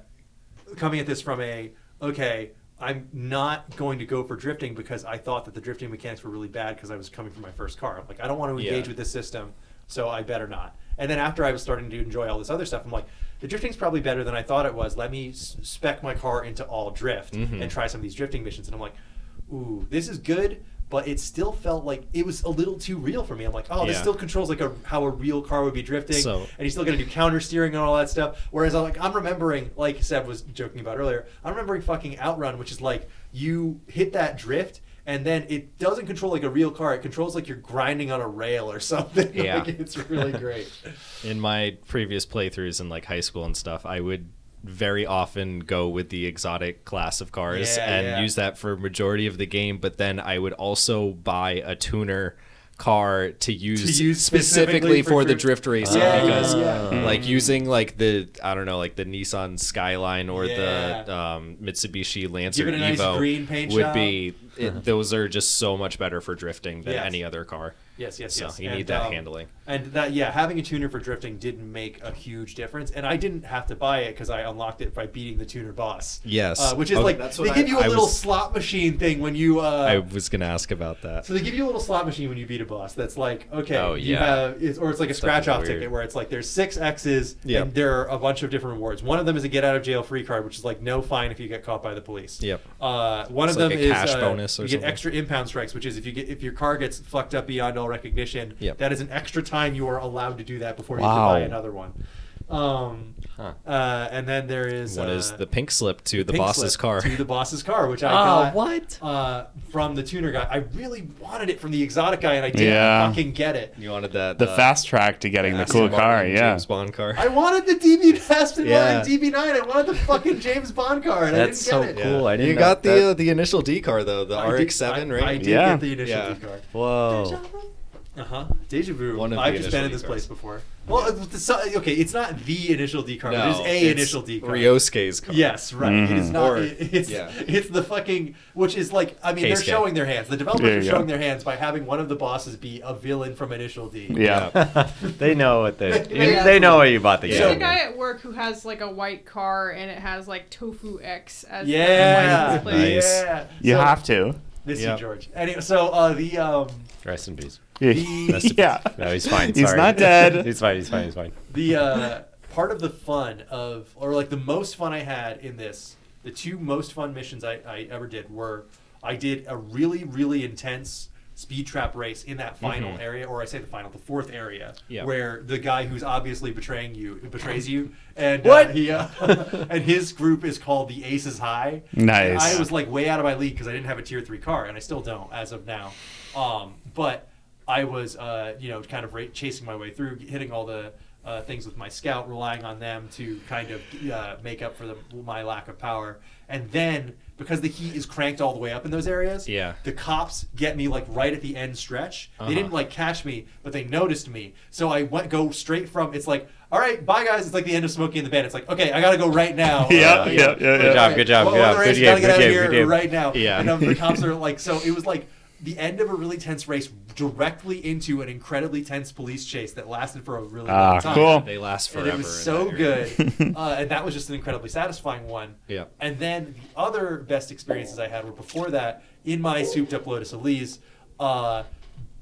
coming at this from a okay. I'm not going to go for drifting because I thought that the drifting mechanics were really bad because I was coming from my first car. I'm like, I don't want to Yeah. engage with this system, so I better not. And then after I was starting to enjoy all this other stuff, I'm like, the drifting's probably better than I thought it was. Let me s- spec my car into all drift Mhm. and try some of these drifting missions. And I'm like, ooh, this is good, but it still felt like it was a little too real for me. I'm like, oh, this Yeah. still controls like a, how a real car would be drifting, So- and you still got to do counter steering and all that stuff. Whereas I'm like, I'm remembering, like Seb was joking about earlier, I'm remembering fucking Outrun, which is like you hit that drift. And then it doesn't control like a real car. It controls like you're grinding on a rail or something. Yeah. like, it's really great. in my previous playthroughs in like high school and stuff, I would very often go with the exotic class of cars Yeah, and yeah. use that for majority of the game, but then I would also buy a tuner car to use, To use specifically specifically for for, the drift- Ah, drift racing Yeah, yeah, because yeah. Mm-hmm. like using like the I don't know like the Nissan Skyline or the Yeah. um, Mitsubishi Lancer Give it a nice Evo green paint would job. be it, those are just so much better for drifting than Yes. any other car. Yes, yes, So yes. you need And, that um, handling. And that, yeah, having a tuner for drifting did make a huge difference. And I didn't have to buy it because I unlocked it by beating the tuner boss. Yes. Uh, which is Okay, like, that's they what I- give you a I little was- slot machine thing when you. Uh, I was gonna ask about that. so they give you a little slot machine when you beat a boss. That's like okay, Oh, you yeah. have, it's, or it's like a That's scratch off definitely weird. ticket where it's like there's six X's Yep. and there are a bunch of different rewards. One of them is a get out of jail free card, which is like no fine if you get caught by the police. Yep. Uh, one It's of like them a is cash uh, bonus or you get something. extra impound strikes, which is if you get if your car gets fucked up beyond all recognition, Yep. that is an extra time you are allowed to do that before you Wow. can buy another one. Um, Huh. uh, and then there is What uh, is the pink slip to the pink boss's slip car? to the boss's car, which I Ah, Oh, got what? uh, from the tuner guy. I really wanted it from the exotic guy, and I didn't Yeah. fucking get it. You wanted that The uh, fast track to getting the Aston cool Martin car, yeah. James Bond car. I wanted the DB Aston Yeah. Martin DB9. I wanted the fucking James Bond car, and That's I so didn't get it. cool. I didn't you know got the that- uh, the initial D car though, the I did- RX-7, I- right? I did Yeah. get the initial Yeah. D card. Whoa. Uh huh. Deja vu. One of the I've just been initial in this D cards. place before. Well, it's- it's not- okay, it's not the initial D card. it is a it's initial D card. Ryosuke's car. Yes, right. It is Mhm. not. Or- it- it's yeah. it's the fucking which is like I mean they're Keisuke. showing their hands. The developers There are you showing go. their hands by having one of the bosses be a villain from Initial D. Yeah. they know what they. They- you- they know what you bought the There's a game. guy at work who has like a white car and it has like tofu X as Yeah. the license plate. Nice. Yeah. You So- have to. This Yeah. you, George. Anyway, so uh, the um, Rest in peace. The- yeah. Uh, No, he's fine. He's sorry. not dead. he's fine. He's fine. He's fine. the uh, part of the fun of or like the most fun I had in this, the two most fun missions I, I ever did were I did a really really intense speed trap race in that final area or I say the final the fourth area Yeah. where the guy who's obviously betraying you betrays you and what? Uh, he uh, and his group is called the Aces High. And Nice. I was like way out of my league because I didn't have a tier three car, and I still don't as of now. Um, but I was, uh, you know, kind of ra- chasing my way through, hitting all the uh, things with my scout, relying on them to kind of uh, make up for the, my lack of power. And then because the heat is cranked all the way up in those areas, yeah. the cops get me like right at the end stretch. Uh-huh. They didn't like catch me, but they noticed me. So I went go straight from it's like, all right, bye guys. It's like the end of Smokey and the Bandit. It's like, okay, I gotta go right now. yeah, uh, yeah, yeah, yeah, Good job, good job, well, good job. Good game, good game, good game. Right now. Yeah. And um, the cops are like, so it was like the end of a really tense race directly into an incredibly tense police chase that lasted for a really ah, long time. Cool. They last forever. And it was so good, uh, and that was just an incredibly satisfying one. Yeah. And then the other best experiences I had were before that in my souped-up Lotus Elise. Uh,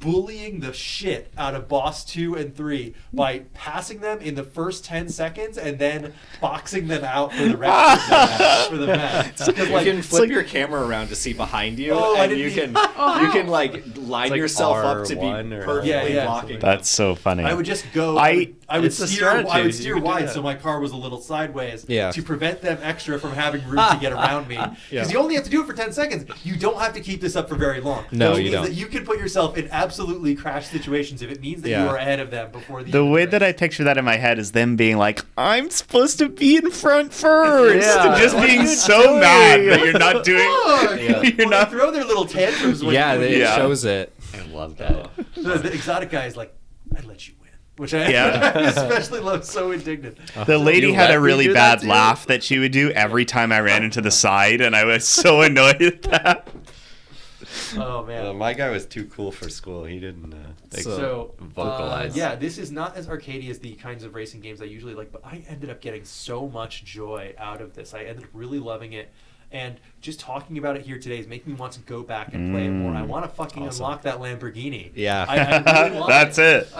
bullying the shit out of boss two and three by passing them in the first 10 seconds and then boxing them out for the rest of the match. For the match. So, you like, can flip like, your camera around to see behind you, oh, and you can oh. you can like line like yourself up to be R1 perfectly yeah, yeah. blocking. That's so funny. I would just go. I I would it's a steer. I would strategy. steer You could do wide, that. so my car was a little sideways Yeah. to prevent them extra from having room to get around me. Because Yeah. you only have to do it for ten seconds. You don't have to keep this up for very long. No, Which you means don't. That you can put yourself in absolutely crash situations if it means that Yeah. you are ahead of them before the. The end of way race. that I picture that in my head is them being like, "I'm supposed to be in front first, Yeah. and just What being so mad that you're not doing, Fuck! you're Well, they not throw their little tantrums. When yeah, when they- it Yeah. shows it. I love that. the, the exotic guy is like, "I'd let you win," which I, Yeah. I especially love. So indignant. Uh-huh. The lady You had let a me really do bad that, dude? laugh that she would do every time I ran into the side, and I was so annoyed at that. Oh Uh, man. my guy was too cool for school. He didn't uh, like, So- So uh, vocalize. yeah, this is not as arcadey as the kinds of racing games I usually like, but I ended up getting so much joy out of this. I ended up really loving it. And just talking about it here today is making me want to go back and play it more. I want to fucking unlock that Lamborghini. Mm. Yeah. I, I really want That's it.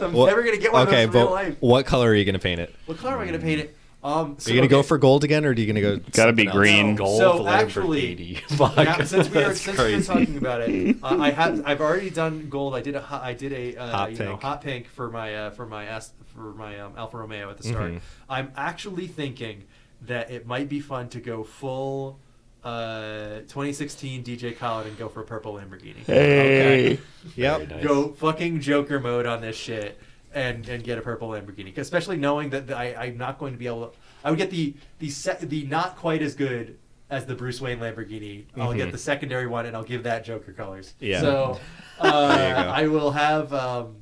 I'm Well, never gonna get one okay, of those in real but life. what color are you gonna paint it? What color am I gonna paint it? Um, Are so, you gonna go okay. for gold again, or are you gonna go? Gotta be something else? green. No. Gold So Lamborghini. actually, Fuck, now, since we are that's since we're crazy. talking about it, uh, I have I've already done gold. I did a hot, I did a uh, Hot you know pink. hot pink for my uh, for my S, for my um, Alfa Romeo at the start. I'm actually thinking that it might be fun to go full uh 2016 DJ Khaled and go for a purple Lamborghini. Hey. Yep. Nice. Go fucking Joker mode on this shit and and get a purple Lamborghini. Especially knowing that I, I'm not going to be able. I would get the the se- the not quite as good as the Bruce Wayne Lamborghini. I'll get the secondary one and I'll give that Joker colors. Mm-hmm. Yeah. So There you uh, go. I will have. Um,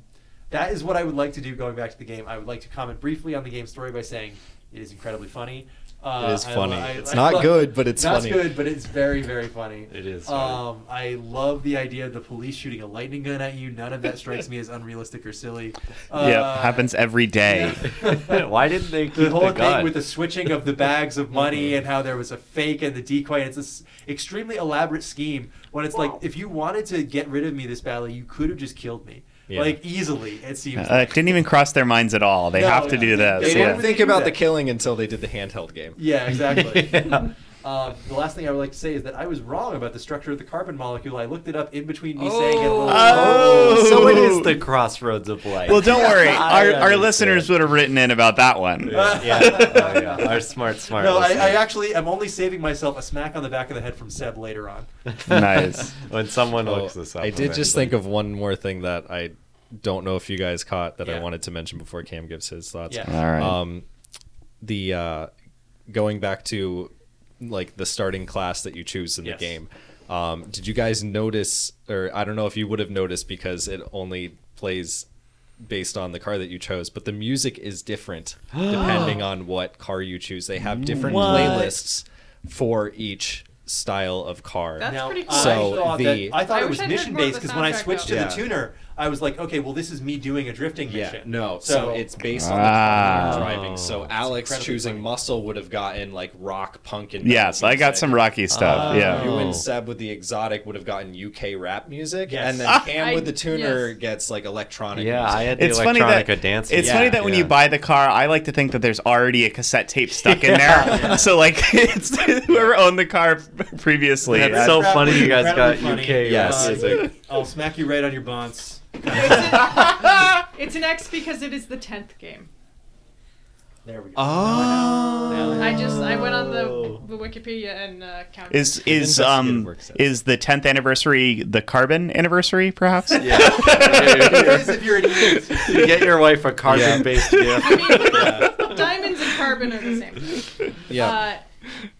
that is what I would like to do. Going back to the game, I would like to comment briefly on the game story by saying it is incredibly funny. Uh, It is I- funny. I- It's I not love- good, but it's not funny. good, but it's very, very funny. It is funny. Um, I love the idea of the police shooting a lightning gun at you. None of that strikes me as unrealistic or silly. Uh, yeah, happens every day. yeah. Why didn't they keep the whole gun? thing with the switching of the bags of money and how there was a fake and the decoy. And it's this extremely elaborate scheme when it's like, if you wanted to get rid of me this badly, you could have just killed me. Yeah. Like, easily, it seems. Uh, it didn't even cross their minds at all. They No, have to yeah. do They this. So didn't yeah. think about the killing until they did the handheld game. Yeah, exactly. Yeah. Um, the last thing I would like to say is that I was wrong about the structure of the carbon molecule. I looked it up in between me saying it. a little- Oh. So it is the crossroads of life. Well, don't worry. I Our, our understand. listeners would have written in about that one. Yeah. Oh, yeah. Our smart, smart. No, I, I listeners. actually am only saving myself a smack on the back of the head from Seb later on. Nice. when someone Oh, looks this up. I did just eventually. think of one more thing that I don't know if you guys caught that I Yeah. wanted to mention before Cam gives his thoughts. Yeah. All right. Um, the uh, going back to like the starting class that you choose in Yes. the game. Um, did you guys notice, or I don't know if you would have noticed because it only plays based on the car that you chose, but the music is different depending on what car you choose. They have different playlists for each style of car. That's now, pretty cool. I So thought, the- that, I thought I it wish was I'd heard mission more of based the because when I soundtrack switched to though. the tuner, I was like, okay, well, this is me doing a drifting Yeah, mission. no. So, it's based on the Wow. car you're driving. So Alex incredibly choosing funny. muscle would have gotten like rock, punk, and yes, metal I got music. Oh. some Rocky stuff. yeah. You and Seb with the exotic would have gotten UK rap music, Yes. and then Ah. Cam with I- the tuner yes. gets like electronic. Yeah, music. I had the It's funny that electronica dance. it's music. funny that when Yeah. you buy the car, I like to think that there's already a cassette tape stuck in there. So like, it's whoever owned the car previously. That's so Crap funny was you guys got incredibly funny. UK Yes. Uh, music. I'll smack you right on your bonds. It's an X because it is the tenth game. There we go. Oh, Now I know. now. I just I went on the, the Wikipedia and uh, counted. Is is um is the tenth anniversary the carbon anniversary perhaps? Yeah. if you're an idiot. You get your wife a carbon-based yeah. gift. I mean, diamonds and carbon are the same. Yeah. Uh,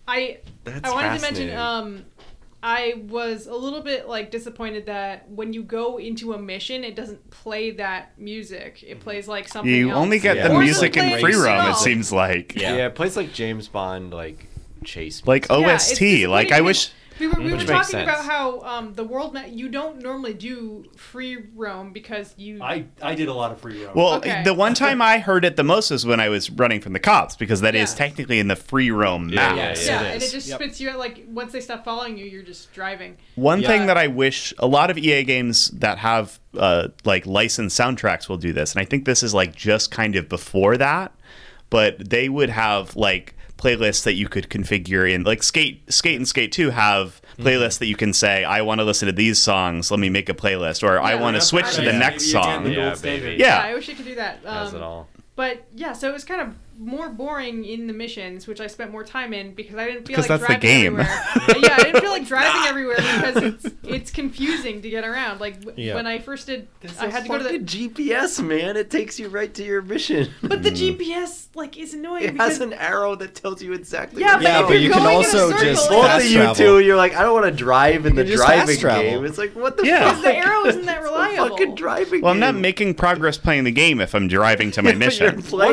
I That's I wanted to mention fascinating. um I was a little bit like disappointed that when you go into a mission, it doesn't play that music. It plays like something. Mm-hmm. You else. only get Or the it music in plays free roam. It itself. seems like Yeah. yeah, it plays like James Bond, like chase. like Yeah, it's OST. Like I disappointing. wish. We were, we Which were makes talking sense. about how um, the world map you don't normally do free roam because you I, I did a lot of free roam. Well, Okay. the one time I heard it the most was when I was running from the cops because that is Yeah. technically in the free roam map. yeah, Yes, it and is. it just Yep. spits you out like once they stop following you, you're just driving. One Yeah. thing that I wish a lot of EA games that have uh, like licensed soundtracks will do this, and I think this is like just kind of before that, but they would have like playlists that you could configure in like skate skate and skate 2 have Mm-hmm. playlists that you can say i want to listen to these songs let me make a playlist or i Yeah, want to that's switch to right. the Yeah, next maybe again, song the Yeah, gold standard. baby. Yeah. I wish I could do that. Um, Has it all. But yeah, so it was kind of more boring in the missions, which I spent more time in because I didn't feel 'Cause like that's the driving game. everywhere. yeah, I didn't feel like driving everywhere because it's it's confusing to get around. Like w- Yeah. when I first did, There's I had to go to the GPS, man. It takes you right to your mission. But the GPS like is annoying It because has an arrow that tells you exactly. Yeah, where but to if go. you're going in a circle, it's- both fast of you travel. two, you're like, I don't want to drive in the can just fast driving travel. game. It's like, what the Yeah. fuck? the arrow isn't that reliable. Fucking driving. well i'm not game. making progress playing the game if i'm driving to my But You're mission playing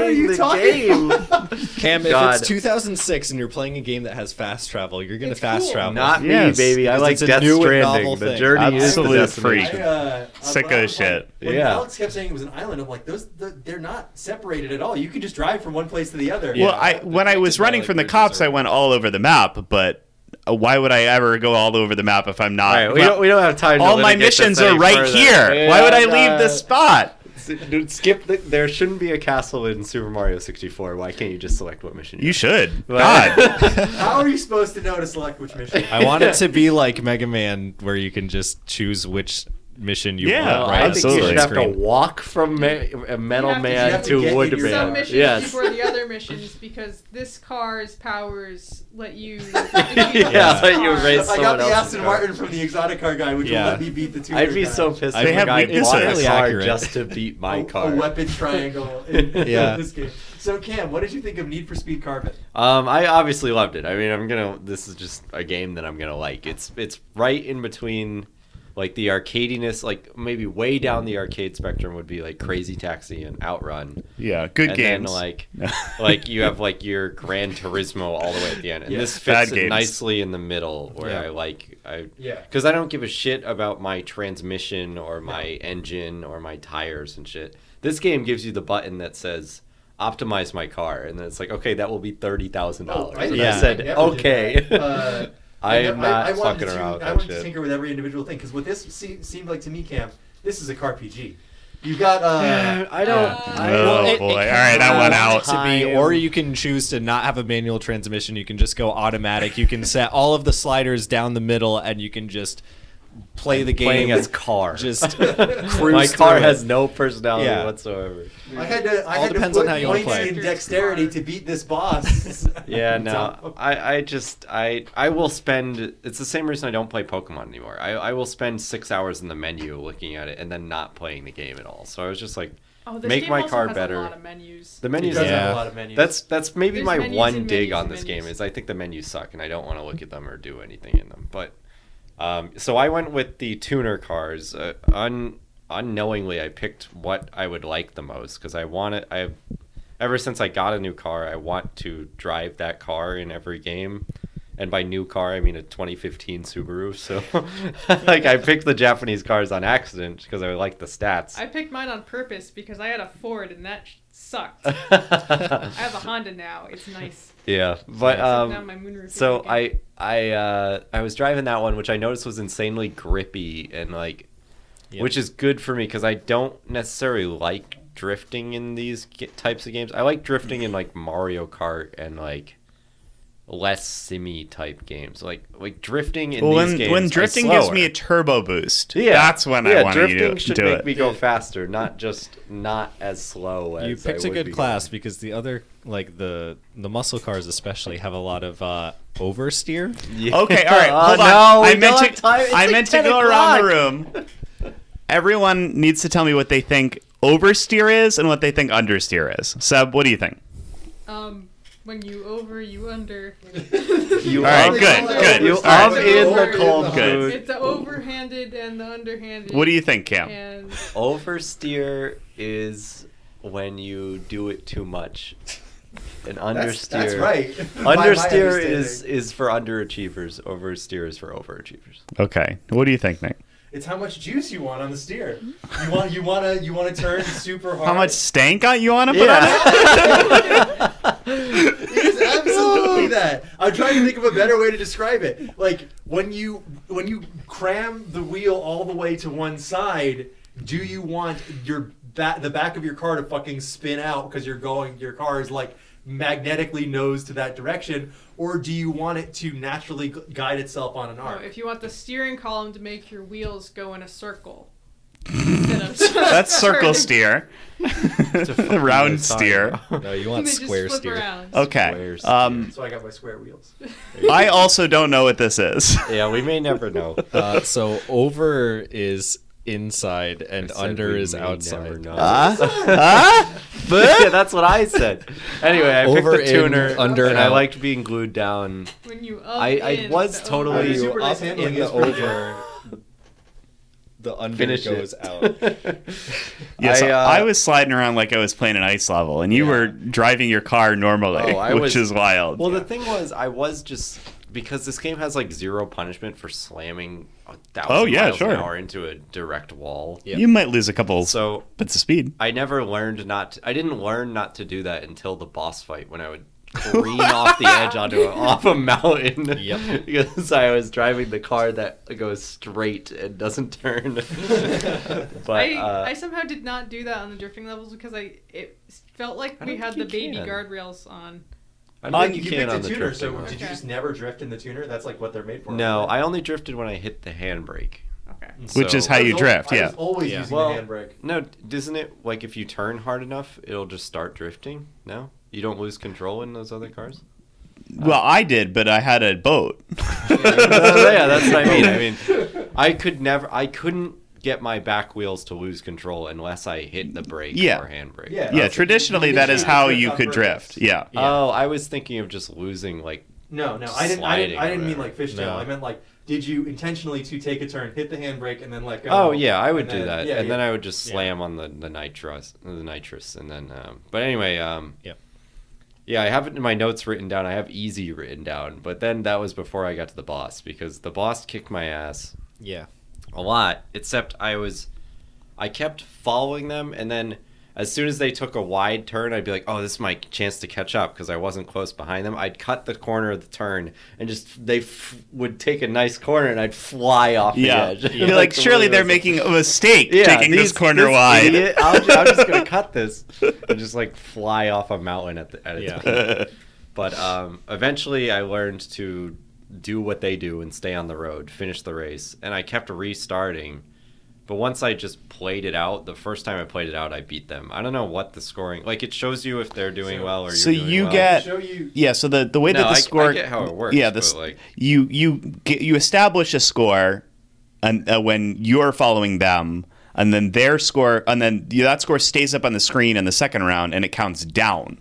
the game. Cam, God. if it's 2006 and you're playing a game that has fast travel, you're gonna It's fast cool. travel. Not me, Yes, baby. I because like it's a Death new and Stranding. novel The thing. journey Absolute is the destination. freak. I, uh, Sicko when- shit. When Yeah. Alex kept saying it was an island, I'm like, those the, they're not separated at all. You can just drive from one place to the other. Well, I when I was Detective running Valley from the Bridges cops, are- I went all over the map. But uh, why would I ever go all over the map if I'm not? All right, we well, don't we don't have time. to all my litigate this missions any are right further. here. why would I And, leave this uh, spot? S- dude, Skip. The, there shouldn't be a castle in Super Mario 64. Why can't you just select what mission? You you're should. Well- God, How are you supposed to know to select which mission? I want it to be like Mega Man, where you can just choose which mission you Yeah, want. Well, right I on think the you absolutely. should have to screen. walk from ma- a metal You have to- you man have to to, get in wood your- some man. missions Yes. before the other missions because this car's powers let you. Yeah, let you race I someone got the else's Aston car. Martin from the exotic car guy, which Yeah. will let me beat the two. I'd be so pissed. They if have a guy weaknesses. bought a Really car accurate. just to beat my a, car. A weapon triangle in, in Yeah. this game. So Cam, what did you think of Need for Speed Carbon? Um, I obviously loved it. I mean, I'm gonna. This is just a game that I'm gonna like. It's it's right in between, like the arcadiness, like maybe way down the arcade spectrum would be like Crazy Taxi and Outrun. yeah, good and games. Then, like, like you have like your Gran Turismo all the way at the end, and Yeah. this Bad fits games. it nicely in the middle where Yeah. I like I Yeah. because I don't give a shit about my transmission or my engine or my tires and shit. This game gives you the button that says optimize my car, and then it's like okay, that will be thirty thousand Oh, Oh, dollars. And I yeah. said never did okay. that. Uh, I am know- not I wanted fucking to, around with I that wanted to shit. tinker with every individual thing because what this se- seemed like to me, Cam, this is a car PG. You've got uh, I don't. I, Oh, Well, it- it boy! All can right, that have went it out. To be, Time. or you can choose to not have a manual transmission. You can just go automatic. You can set all of the sliders down the middle, and you can just play the game playing as car. Just cruise my car through has it. no personality Yeah. whatsoever. I had to. I All had depends to on put how you wanna points play. in dexterity to beat this boss. Yeah, no, I, I just I I will spend. It's the same reason I don't play Pokemon anymore. I, I will spend six hours in the menu looking at it and then not playing the game at all. So I was just like, Oh, this make game my also car has better. A lot of menus. the It menus. does have a Yeah. lot of menus. That's that's maybe There's my menus one and dig menus on and this menus. game is I think the menus suck and I don't want to look at them or do anything in them. But um, so I went with the tuner cars. Uh, un unknowingly, I picked what I would like the most because I want it. I ever since I got a new car, I want to drive that car in every game. And by new car, I mean a 2015 Subaru. So, like, I picked the Japanese cars on accident because I like the stats. I picked mine on purpose because I had a Ford and that sh- sucked. I have a Honda now. It's nice. yeah, but Um, um, now my moonroof. is So bigger. I I uh, I was driving that one, which I noticed was insanely grippy and like, Yeah. which is good for me because I don't necessarily like drifting in these g- types of games. I like drifting in like Mario Kart and like less simi type games. Like like drifting in well, these when, games. When drifting is slower. gives me a turbo boost, yeah, that's when yeah, I want drifting to do, should do make it. me go faster, not just not as slow. As You picked a a good class because the other, like the the muscle cars especially, have a lot of uh, oversteer. Okay, all Uh, right, hold on. I meant to I meant to go around the room. Everyone needs to tell me what they think oversteer is and what they think understeer is. Seb, what do you think? Um, when you over, you under. All right, It's good, all good. over. You It's all up in over. the cold good. It's the overhanded and the underhanded. What do you think, Cam? And Oversteer is when you do it too much. An understeer. That's- that's right. By my Understeer is understanding. is for underachievers. Oversteer is for overachievers. Okay, what do you think, Nick? It's how much juice you want on the steer. You want you want to you want to turn super hard. How much stank are you want to put on it? It is absolutely Oh. that. I'm trying to think of a better way to describe it. Like when you when you cram the wheel all the way to one side, do you want your back the back of your car to fucking spin out because you're going your car is like magnetically nose to that direction, or do you want it to naturally gu- guide itself on an No, arc? if you want the steering column to make your wheels go in a circle. That's circle steer. Round steer. No, you want They just square flip steer. around. Okay. Um, so I got my square wheels. I also don't know what this is. Yeah, we may never know. Uh, so over is inside and I said under we is may never outside. know. Uh, uh, but- yeah, that's what I said. Anyway, I Over picked the in, tuner under and and I out. liked being glued down. When you up I, I in, was so- totally Uh, super nice up in handling the is pretty good. over. The under Finish it. goes out. Yeah, so I, I, uh, was sliding around like I was playing an ice level, and you were driving your car normally, Oh, I which was- is wild. Well, the thing was, I was just because this game has like zero punishment for slamming a thousand Oh, yeah, miles sure. an hour into a direct wall. Yeah. You might lose a couple So bits of speed. I never learned not. I didn't learn not to do that until the boss fight when I would careen off the edge onto a, off a mountain. Yep. because I was driving the car that goes straight and doesn't turn. but I, uh, I somehow did not do that on the drifting levels because I it felt like I we don't had the think you baby can. guardrails on. I don't think you you, can picked on a the tuner, so drifting one. did you Okay. just never drift in the tuner? That's like what they're made for. No, right? I only drifted when I hit the handbrake. Okay. Which is how I was you al- drift, I yeah. was uh, always Yeah. using Well, the handbrake. No, doesn't it like if you turn hard enough, it'll just start drifting? No, you don't lose control in those other cars. well, I did, but I had a boat. So, yeah, that's what I mean. I mean, I could never, I couldn't get my back wheels to lose control unless I hit the brake Yeah. or handbrake. Yeah. yeah, traditionally that is how you could drift. Yeah. Oh, I was thinking of just losing. Like, No, no, I didn't. I didn't, Sliding I didn't or mean like whatever. fishtail. No. I meant like, did you intentionally to take a turn, hit the handbrake, and then let go? oh yeah, I would And do then- that, yeah, and yeah. then I would just slam on the the nitrous, the nitrous, and then. Um, but anyway, um, Yeah. Yeah, I have it in my notes written down. I have easy written down, but then that was before I got to the boss because the boss kicked my ass yeah. a lot. Except I was, I kept following them, and then as soon as they took a wide turn, I'd be like, "Oh, this is my chance to catch up" because I wasn't close behind them. I'd cut the corner of the turn, and just they f- would take a nice corner, and I'd fly off Yeah. the edge. You're like, the surely wheel they're was like- making a mistake taking these- this corner this wide. idiot, I'm, ju- I'm just gonna cut this and just like fly off a mountain at the at its Yeah. peak. But um, eventually, I learned to do what they do and stay on the road, finish the race, and I kept restarting. But once I just played it out, the first time I played it out, I beat them. I don't know what the scoring like. It shows you if they're doing So- well or so you're doing you well. get Show you- yeah so the the way No, that I- the I score get how it works, yeah this but, like- you you get, you establish a score and uh, when you're following them and then their score and then you that score stays up on the screen in the second round and it counts down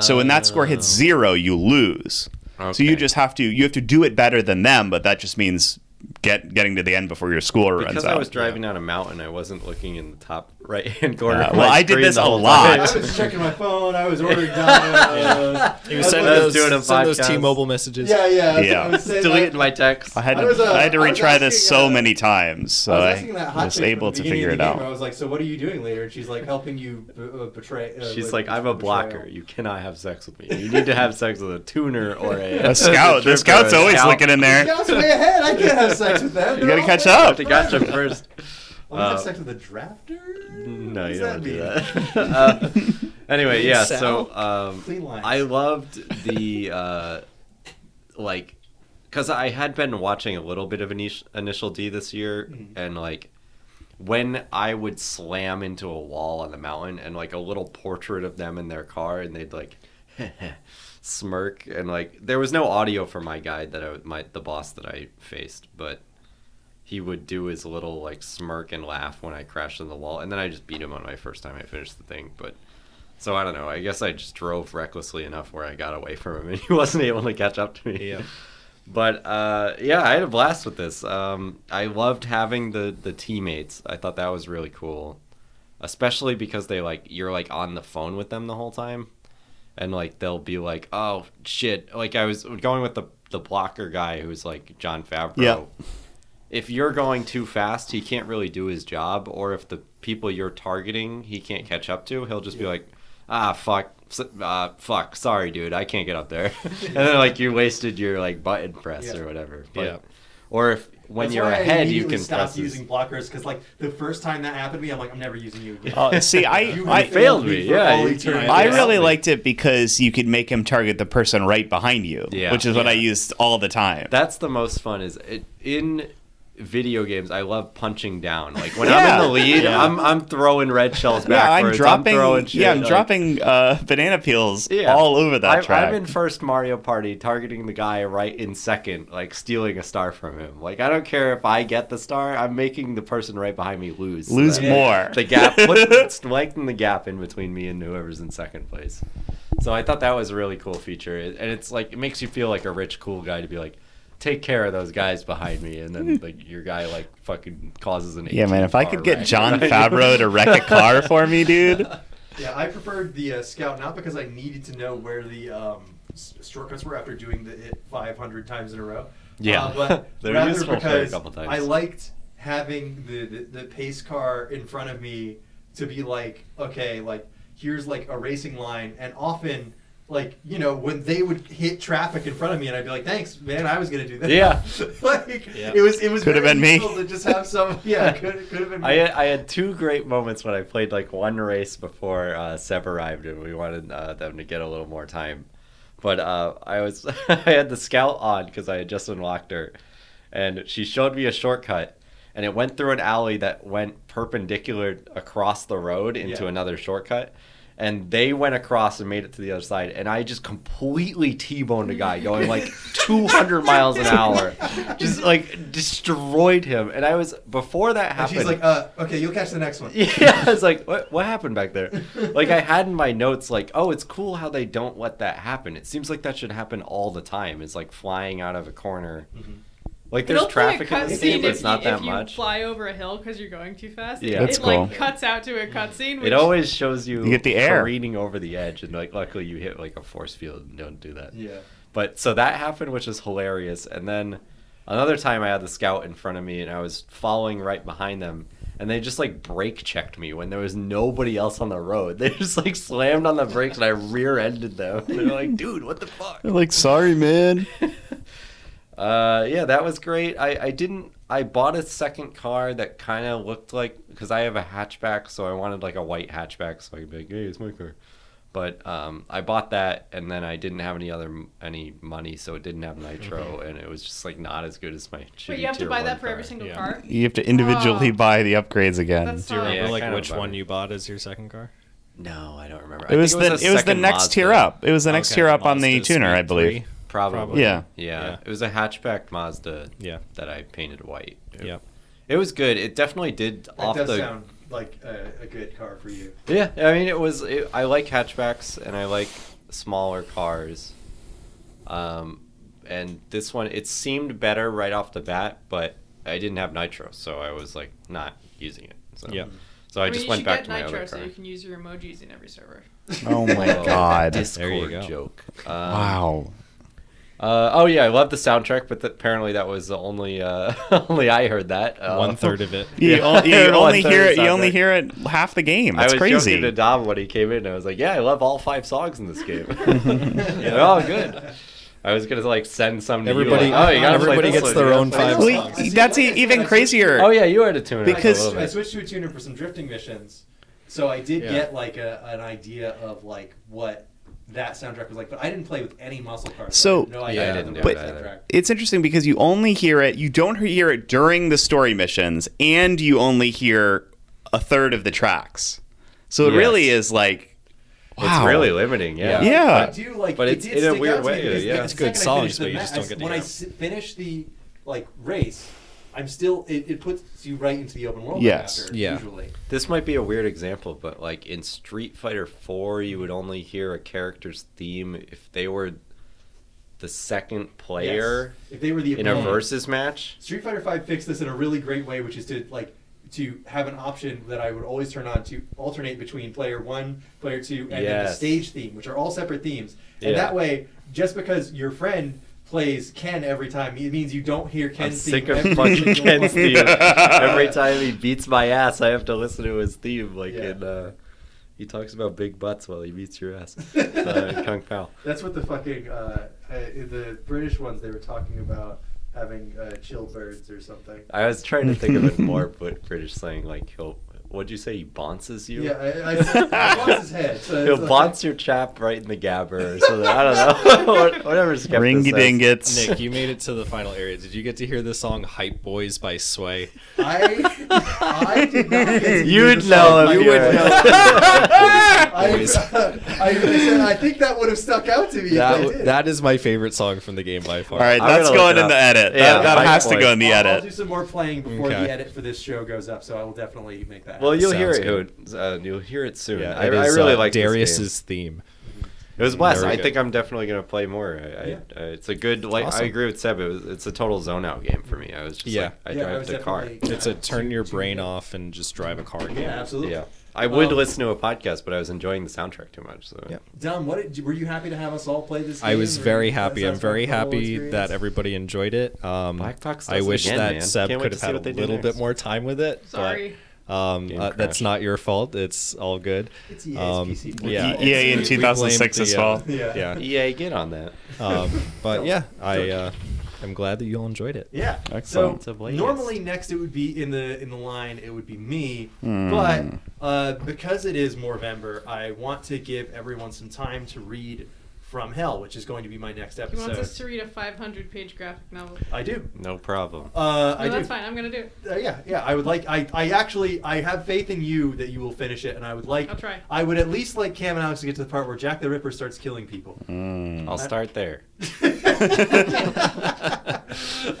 so when that score hits zero you lose so you Oh. Okay. just have to you have to do it better than them but that just means get getting to the end before your score runs because out I was driving down a mountain, I wasn't looking in the top right hand corner. Yeah, of well, my I did screen this the a whole lot. time. I was checking my phone. I was ordering Domino's. You I was sending was- those, doing a send those podcast. T-Mobile messages. Yeah, yeah. I was- Yeah. I was saying, deleting my like, text. I had to, I was, uh, I had to I was retry this asking, so uh, many times so I was I asking that hot was chick from able the to beginning figure of it the game, I out was like, "So what are you doing later?" And she's like, "Helping you b- uh, betray." Uh, She's with- like, I'm a betrayal." blocker. You cannot have sex with me. You need to have sex with a tuner or a, a scout stripper, the scout's a always scout. looking in there Scout's way ahead. I can't have sex with them. You They're gotta all catch way up. To gotcha first. I want to have Uh, sex with a drafter. No, What you does don't do mean? that. uh, anyway, yeah. So um, Clean lines. I loved the uh, like because I had been watching a little bit of initial, initial D this year, mm-hmm. and like when I would slam into a wall on the mountain and like a little portrait of them in their car, and they'd like smirk and like there was no audio for my guy that I my the boss that I faced, but he would do his little like smirk and laugh when I crashed in the wall, and then I just beat him on my first time I finished the thing, but. So I don't know. I guess I just drove recklessly enough where I got away from him and he wasn't able to catch up to me. Yeah. But uh, yeah, I had a blast with this. Um, I loved having the the teammates. I thought that was really cool, especially because they like you're like on the phone with them the whole time, and like they'll be like, "Oh shit!" Like I was going with the the blocker guy who's like John Favreau. Yeah. If you're going too fast, he can't really do his job, or if the people you're targeting he can't catch up to, he'll just yeah. be like, ah fuck uh, fuck sorry dude i can't get up there and then like you wasted your like button press yeah. or whatever but, yeah or if when That's you're why ahead I you can stop press using blockers because like the first time that happened to me i'm like i'm never using you again Uh, see, I- you I- failed me, for yeah, all you eternity. I Yeah. really liked it because you could make him target the person right behind you, Yeah. which is what Yeah. I used all the time. that's the most fun is it, in video games i love punching down like when i'm Yeah. in the lead Yeah. i'm i'm throwing red shells yeah, backwards I'm dropping. throwing shit, yeah, I'm like- dropping uh, banana peels Yeah. all over that I'm, track. I'm in first Mario Party targeting the guy right in second, like stealing a star from him. Like I don't care if I get the star, I'm making the person right behind me lose. so Lose that more. The gap put, lengthen the gap in between me and whoever's in second place. So I thought that was a really cool feature. It- And it's like it makes you feel like a rich, cool guy to be like Take care of those guys behind me, and then like your guy like fucking causes an. yeah, man, if I 18 could car get wreck, John right? Favreau to wreck a car for me, dude. Yeah, I preferred the uh, scout not because I needed to know where the um, s- shortcuts were after doing the it 500 times in a row. Yeah. uh, but They're rather useful for a because couple times. I liked having the, the the pace car in front of me to be like, okay, like here's like a racing line, and often. Like you know, when they would hit traffic in front of me, and I'd be like, "Thanks, man, I was gonna do that." Yeah. like Yeah. it was it was Could have very been me. useful to just have some. Yeah, could could have been. Me. I uh, had, I had two great moments when I played like one race before uh, Seb arrived, and we wanted uh, them to get a little more time. But uh, I was I had the scout on because I had just unlocked her, and she showed me a shortcut, and it went through an alley that went perpendicular across the road into Yeah. another shortcut. And they went across and made it to the other side, and I just completely T-boned a guy going like 200 miles an hour, just like destroyed him. And I was before that And happened. she's like, "Uh, okay, you'll catch the next one." Yeah, I was like, what, what happened back there? Like, I had in my notes, like, oh, it's cool how they don't let that happen. It seems like that should happen all the time. It's like flying out of a corner. Mm-hmm. Like, there's It'll play traffic a in the cutscene game, but it's if not you, that if you much. fly over a hill because you're going too fast. Yeah. it, That's it cool. like cuts out to a cutscene. Which, It always shows you, You get the air. careening over the edge, and like, luckily you hit like a force field and don't do that. Yeah. But so that happened, which is hilarious. And then another time I had the scout in front of me and I was following right behind them. And they just like brake checked me when there was nobody else on the road. They just like slammed on the brakes and I rear ended them. They're like, dude, what the fuck? like, sorry, man. Uh, yeah, that was great. I, I didn't. I bought a second car that kind of looked like because I have a hatchback, so I wanted like a white hatchback, so I could be like, hey, it's my car. But um, I bought that, and then I didn't have any other any money, so it didn't have Mm-hmm. nitro, and it was just like not as good as my. Wait, shitty you have to tier buy one that for every car. Oh, single Yeah. car. You have to individually Ah. buy the upgrades again. That's Do you fine. remember Yeah, like kind of which bummer. one you bought as your second car? No, I don't remember. I it think was the a it was the second next Mazda. tier up. It was the next Okay, tier up on the Mazda tuner, I Speed believe. 3, Probably. Yeah. yeah. Yeah. It was a hatchback Mazda. Yeah. That I painted white. It, Yep. It was good. It definitely did That off does the sound like a, a good car for you. Yeah, I mean, it was. It, I like hatchbacks and I like smaller cars. Um, and this one, it seemed better right off the bat, but I didn't have nitro, so I was like not using it. So. Yeah. So I, mean, just you went should back get to my nitro other so car. you can use your emojis in every server. Oh my Well, god. Discord There you go. joke. Um, wow. Uh, oh yeah, I love the soundtrack, but th- apparently that was the only uh, only I heard that. Uh, One third of it. You, Yeah. on- you Everyone only says hear it. it's You not only great. hear it half the game. That's I was crazy. joking to Dom when he came in. I was like, "Yeah, I love all five songs in this game. They're all good." I was gonna like send some. To Everybody- you, like, oh, you gotta play everybody gets this one, you their gotta own play five this one." Well, songs. e- that's e- even crazier. Oh yeah, you had a tuner Because- a little I bit. switched to a tuner for some drifting missions, so I did Yeah. get like a, an idea of like what that soundtrack was like. But I didn't play with any muscle cars. So no, I yeah, didn't. But that it's interesting because you only hear it. You don't hear it during the story missions, and you only hear a third of the tracks. So it Yes. really is like. Wow. It's really limiting, yeah. Yeah. I do like, But it it's did in a stick weird out to me way, because yeah. the It's second good I finished songs, the but you ma- just don't I- get to When hear I 'em. s- finish the like race, I'm still it, it puts you right into the open world. Yes. After, Yeah. Usually. This might be a weird example, but like in Street Fighter 4, you would only hear a character's theme if they were the second player Yes. If they were the in a opponent. versus match. Street Fighter Five fixed this in a really great way, which is to like to have an option that I would always turn on to alternate between player one, player two, and then the Yes. stage theme, which are all separate themes. And Yeah. that way, just because your friend plays Ken every time, it means you don't hear I'm Ken's sick theme. of every fucking single Ken's fucking- theme. Every time he beats my ass, I have to listen to his theme. Like Yeah. in, uh, he talks about big butts while he beats your ass. uh, in Kung Pao. That's what the fucking uh, uh, the British ones they were talking about having uh, chill birds or something. I was trying to think of it more Brit- British slang, like he'll. What'd you say? He bounces you. Yeah, I- I said- he bounces head, so it's he'll like- bounce your chap right in the gabber. or something. I don't know. What- Whatever. Skepta Ringy says. dingits. Nick, you made it to the final area. Did you get to hear the song "Hype Boys" by Sway? I I did not get You to do would the know. song. if You you're- would know. I, Boys. I, said, I think that would have stuck out to me. if I That, did. that is my favorite song from the game by far. All right, I'm that's gonna going look in it the up. edit. Yeah, that that five has to points. go in the I'll, I'll do edit. some more playing before Okay. the edit for this show goes up, so I will definitely make that. Well, happen. you'll hear Sounds it. good. uh, you'll hear it soon. Yeah, I, it I is, really uh, like this game. Darius's theme. It was blessed. Very I good. think I'm definitely gonna play more. I, I, Yeah. I, it's a good. Like Awesome. I agree with Seb. It was, it's a total zone out game for me. I was just Yeah. like, I Yeah, I drive was the car. definitely- It's a turn your Two- two- brain off and just drive a car. yeah, Game. absolutely. Yeah, I would Um, listen to a podcast, but I was enjoying the soundtrack too much. So Yeah. Dom, what did, were you happy to have us all play this? I game, was or very was happy. that I'm very a memorable happy experience? that everybody enjoyed it. Um, Black Box does I it wish again, that man. Seb Can't wait could to have see had a what they do little bit next. more time with it. but, Sorry. um, Game uh, that's crashed. not your fault. It's all good. It's E EA's Um, PC fault. yeah, EA it's- E in we blame 2006 the, as uh, well. Yeah. Yeah. EA, E get on that. Um, but yeah, I uh, am glad that you all enjoyed it. Yeah. Excellent. So It's a blade. normally next it would be in the in the line it would be me, Hmm. but uh, because it is Movember, I want to give everyone some time to read From Hell, which is going to be my next He wants us episode. to read a 500 page graphic novel. I do. No problem. Uh, No, I do. that's fine. I'm going to do it. Uh, yeah, yeah. I would like. I, I actually. I have faith in you that you will finish it, and I would like. I'll try. I would at least like Cam and Alex to get to the part where Jack the Ripper starts killing people. I'll start there. Mm-hmm.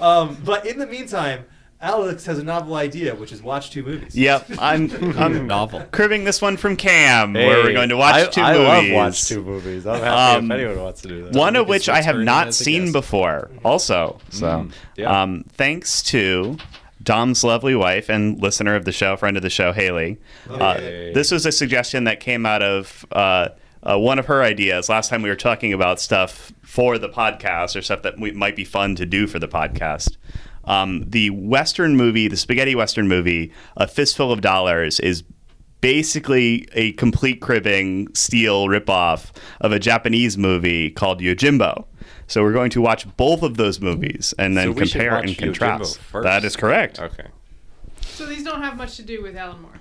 um, but in the meantime, Alex has a novel idea, which is watch two movies. Yep, I'm I'm Novel. cribbing this one from Cam, where we're Hey, going to watch I, two I movies. love watch two movies. I'm happy if Um, anyone wants to do that. one think of it's which I have returning not as a seen guest. before, also. So, Mm, yeah. um, thanks to Dom's lovely wife and listener of the show, friend of the show, Haley. Uh, Hey. this was a suggestion that came out of uh, uh, one of her ideas. Last time we were talking about stuff for the podcast or stuff that we, might be fun to do for the podcast. Um, the Western movie, the spaghetti Western movie, A Fistful of Dollars, is basically a complete cribbing steel ripoff of a Japanese movie called Yojimbo. So we're going to watch both of those movies and then So we should compare watch and Yojimbo contrast. first. That is correct. Okay. So these don't have much to do with Alan Moore.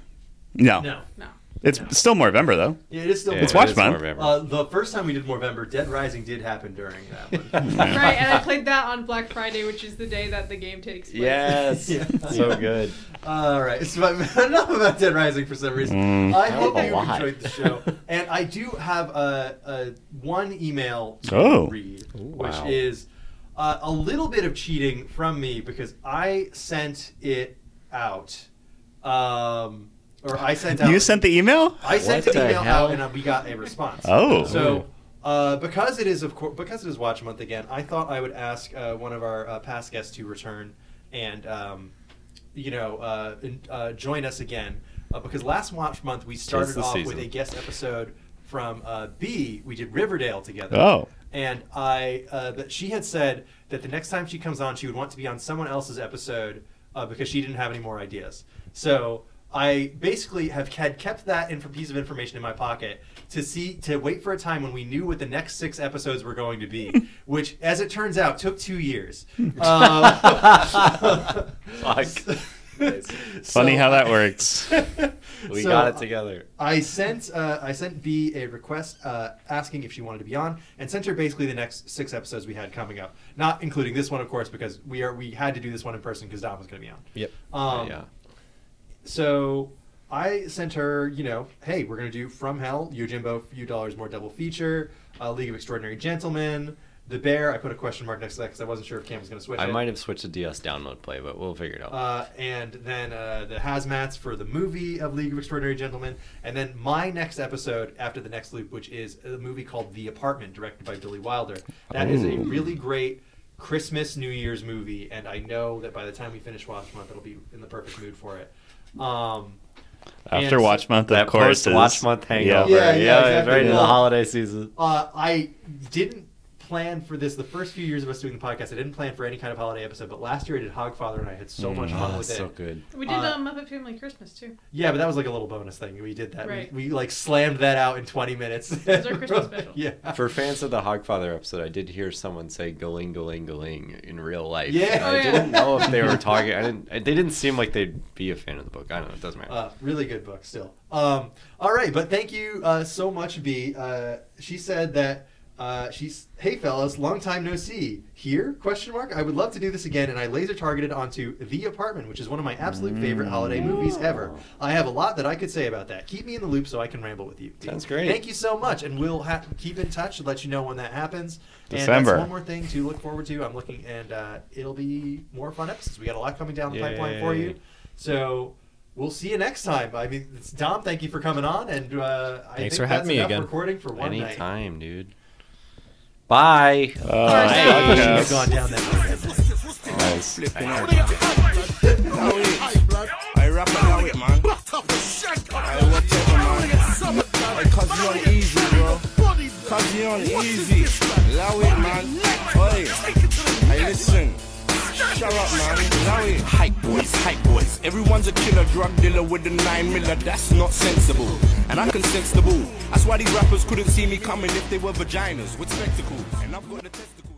No. No. No. It's still November though. Yeah, it is still. Yeah, It's it watch is month. November. Uh, the first time we did Movember, Dead Rising did happen during that one. Right, and I played that on Black Friday, which is the day that the game takes place. yes. Yeah. So good. All right, so enough about Dead Rising for some reason. Mm. I hope a you lot. enjoyed the show, and I do have a, a one email to Oh. read, which wow. is uh, a little bit of cheating from me because I sent it out, um, or I sent out. You sent the email? I sent What an the email hell? out, and uh, we got a response. Oh. So uh, because it is of course because it is Watch Month again, I thought I would ask uh, one of our uh, past guests to return and um, you know uh, in- uh, join us again uh, because last Watch Month we started the off season. with a guest episode from uh, B. We did Riverdale together. Oh. And I, uh, that she had said that the next time she comes on, she would want to be on someone else's episode uh, because she didn't have any more ideas. So I basically have had kept that inf- piece of information in my pocket to see to wait for a time when we knew what the next six episodes were going to be, which, as it turns out, took two years. Um, Fuck. Funny how that works. we got uh, it together. I sent uh, I sent B a request uh, asking if she wanted to be on, and sent her basically the next six episodes we had coming up, not including this one, of course, because we are we had to do this one in person because Don was going to be on. Yep. Um, yeah. So I sent her, you know, hey, we're going to do From Hell, Yojimbo, Few Dollars More Double Feature, uh, League of Extraordinary Gentlemen, The Bear. I put a question mark next to that because I wasn't sure if Cam was going to switch I it. might have switched to DS download play, but we'll figure it out. Uh, and then uh, the Hazmats for the movie of League of Extraordinary Gentlemen. And then my next episode after the next loop, which is a movie called The Apartment, directed by Billy Wilder. That is a really great. Christmas, New Year's movie, and I know that by the time we finish Watch Month, it'll be in the perfect mood for it. Um, after and Watch Month, of course, is- Watch month hangover. Yeah, yeah, exactly. Right into the Well, holiday season. Uh, I didn't plan for this. The first few years of us doing the podcast, I didn't plan for any kind of holiday episode. But last year, I did Hogfather, and I had so much fun with Ah, so it. good. We did Uh, um, Muppet Family Christmas too. Yeah, but that was like a little bonus thing. We did that. We- Right. We, like slammed that out in 20 minutes. was our Christmas special. Yeah. For fans of the Hogfather episode, I did hear someone say "goling, goling, goling" in real life. Yeah. And I Oh, yeah. didn't know if they were talking. I didn't. They didn't seem like they'd be a fan of the book. I don't know. It doesn't matter. Uh, really good book still. Um, all right, but thank you uh, so much, B. Uh, she said that uh, she's, hey fellas, long time no see. Here? Question mark. I would love to do this again, and I laser targeted onto The Apartment, which is one of my absolute favorite holiday movies Mm. ever. I have a lot that I could say about that. Keep me in the loop so I can ramble with you. B. Sounds great. Thank you so much, and we'll ha- keep in touch to let you know when that happens. December. And that's one more thing to look forward to. I'm looking, and uh, it'll be more fun episodes. We got a lot coming down the pipeline for you. Yay. So we'll see you next time. I mean, it's Dom, thank you for coming on, and uh, I Thanks think for having that's me enough again. Recording for one night. Anytime, dude. Bye. I Bye. should've gone down that road. Nice. I rap about it, man. I whatever, man. I cause you on easy, bro. Cause you on easy. Allow it, man. Oi. I listen. Shut up, man. Allow it. Hype boys, hype boys. Everyone's a killer drug dealer with a nine miller. That's not sensible. And I can sense the bull. That's why these rappers couldn't see me coming if they were vaginas with spectacles. And I've got the testicles.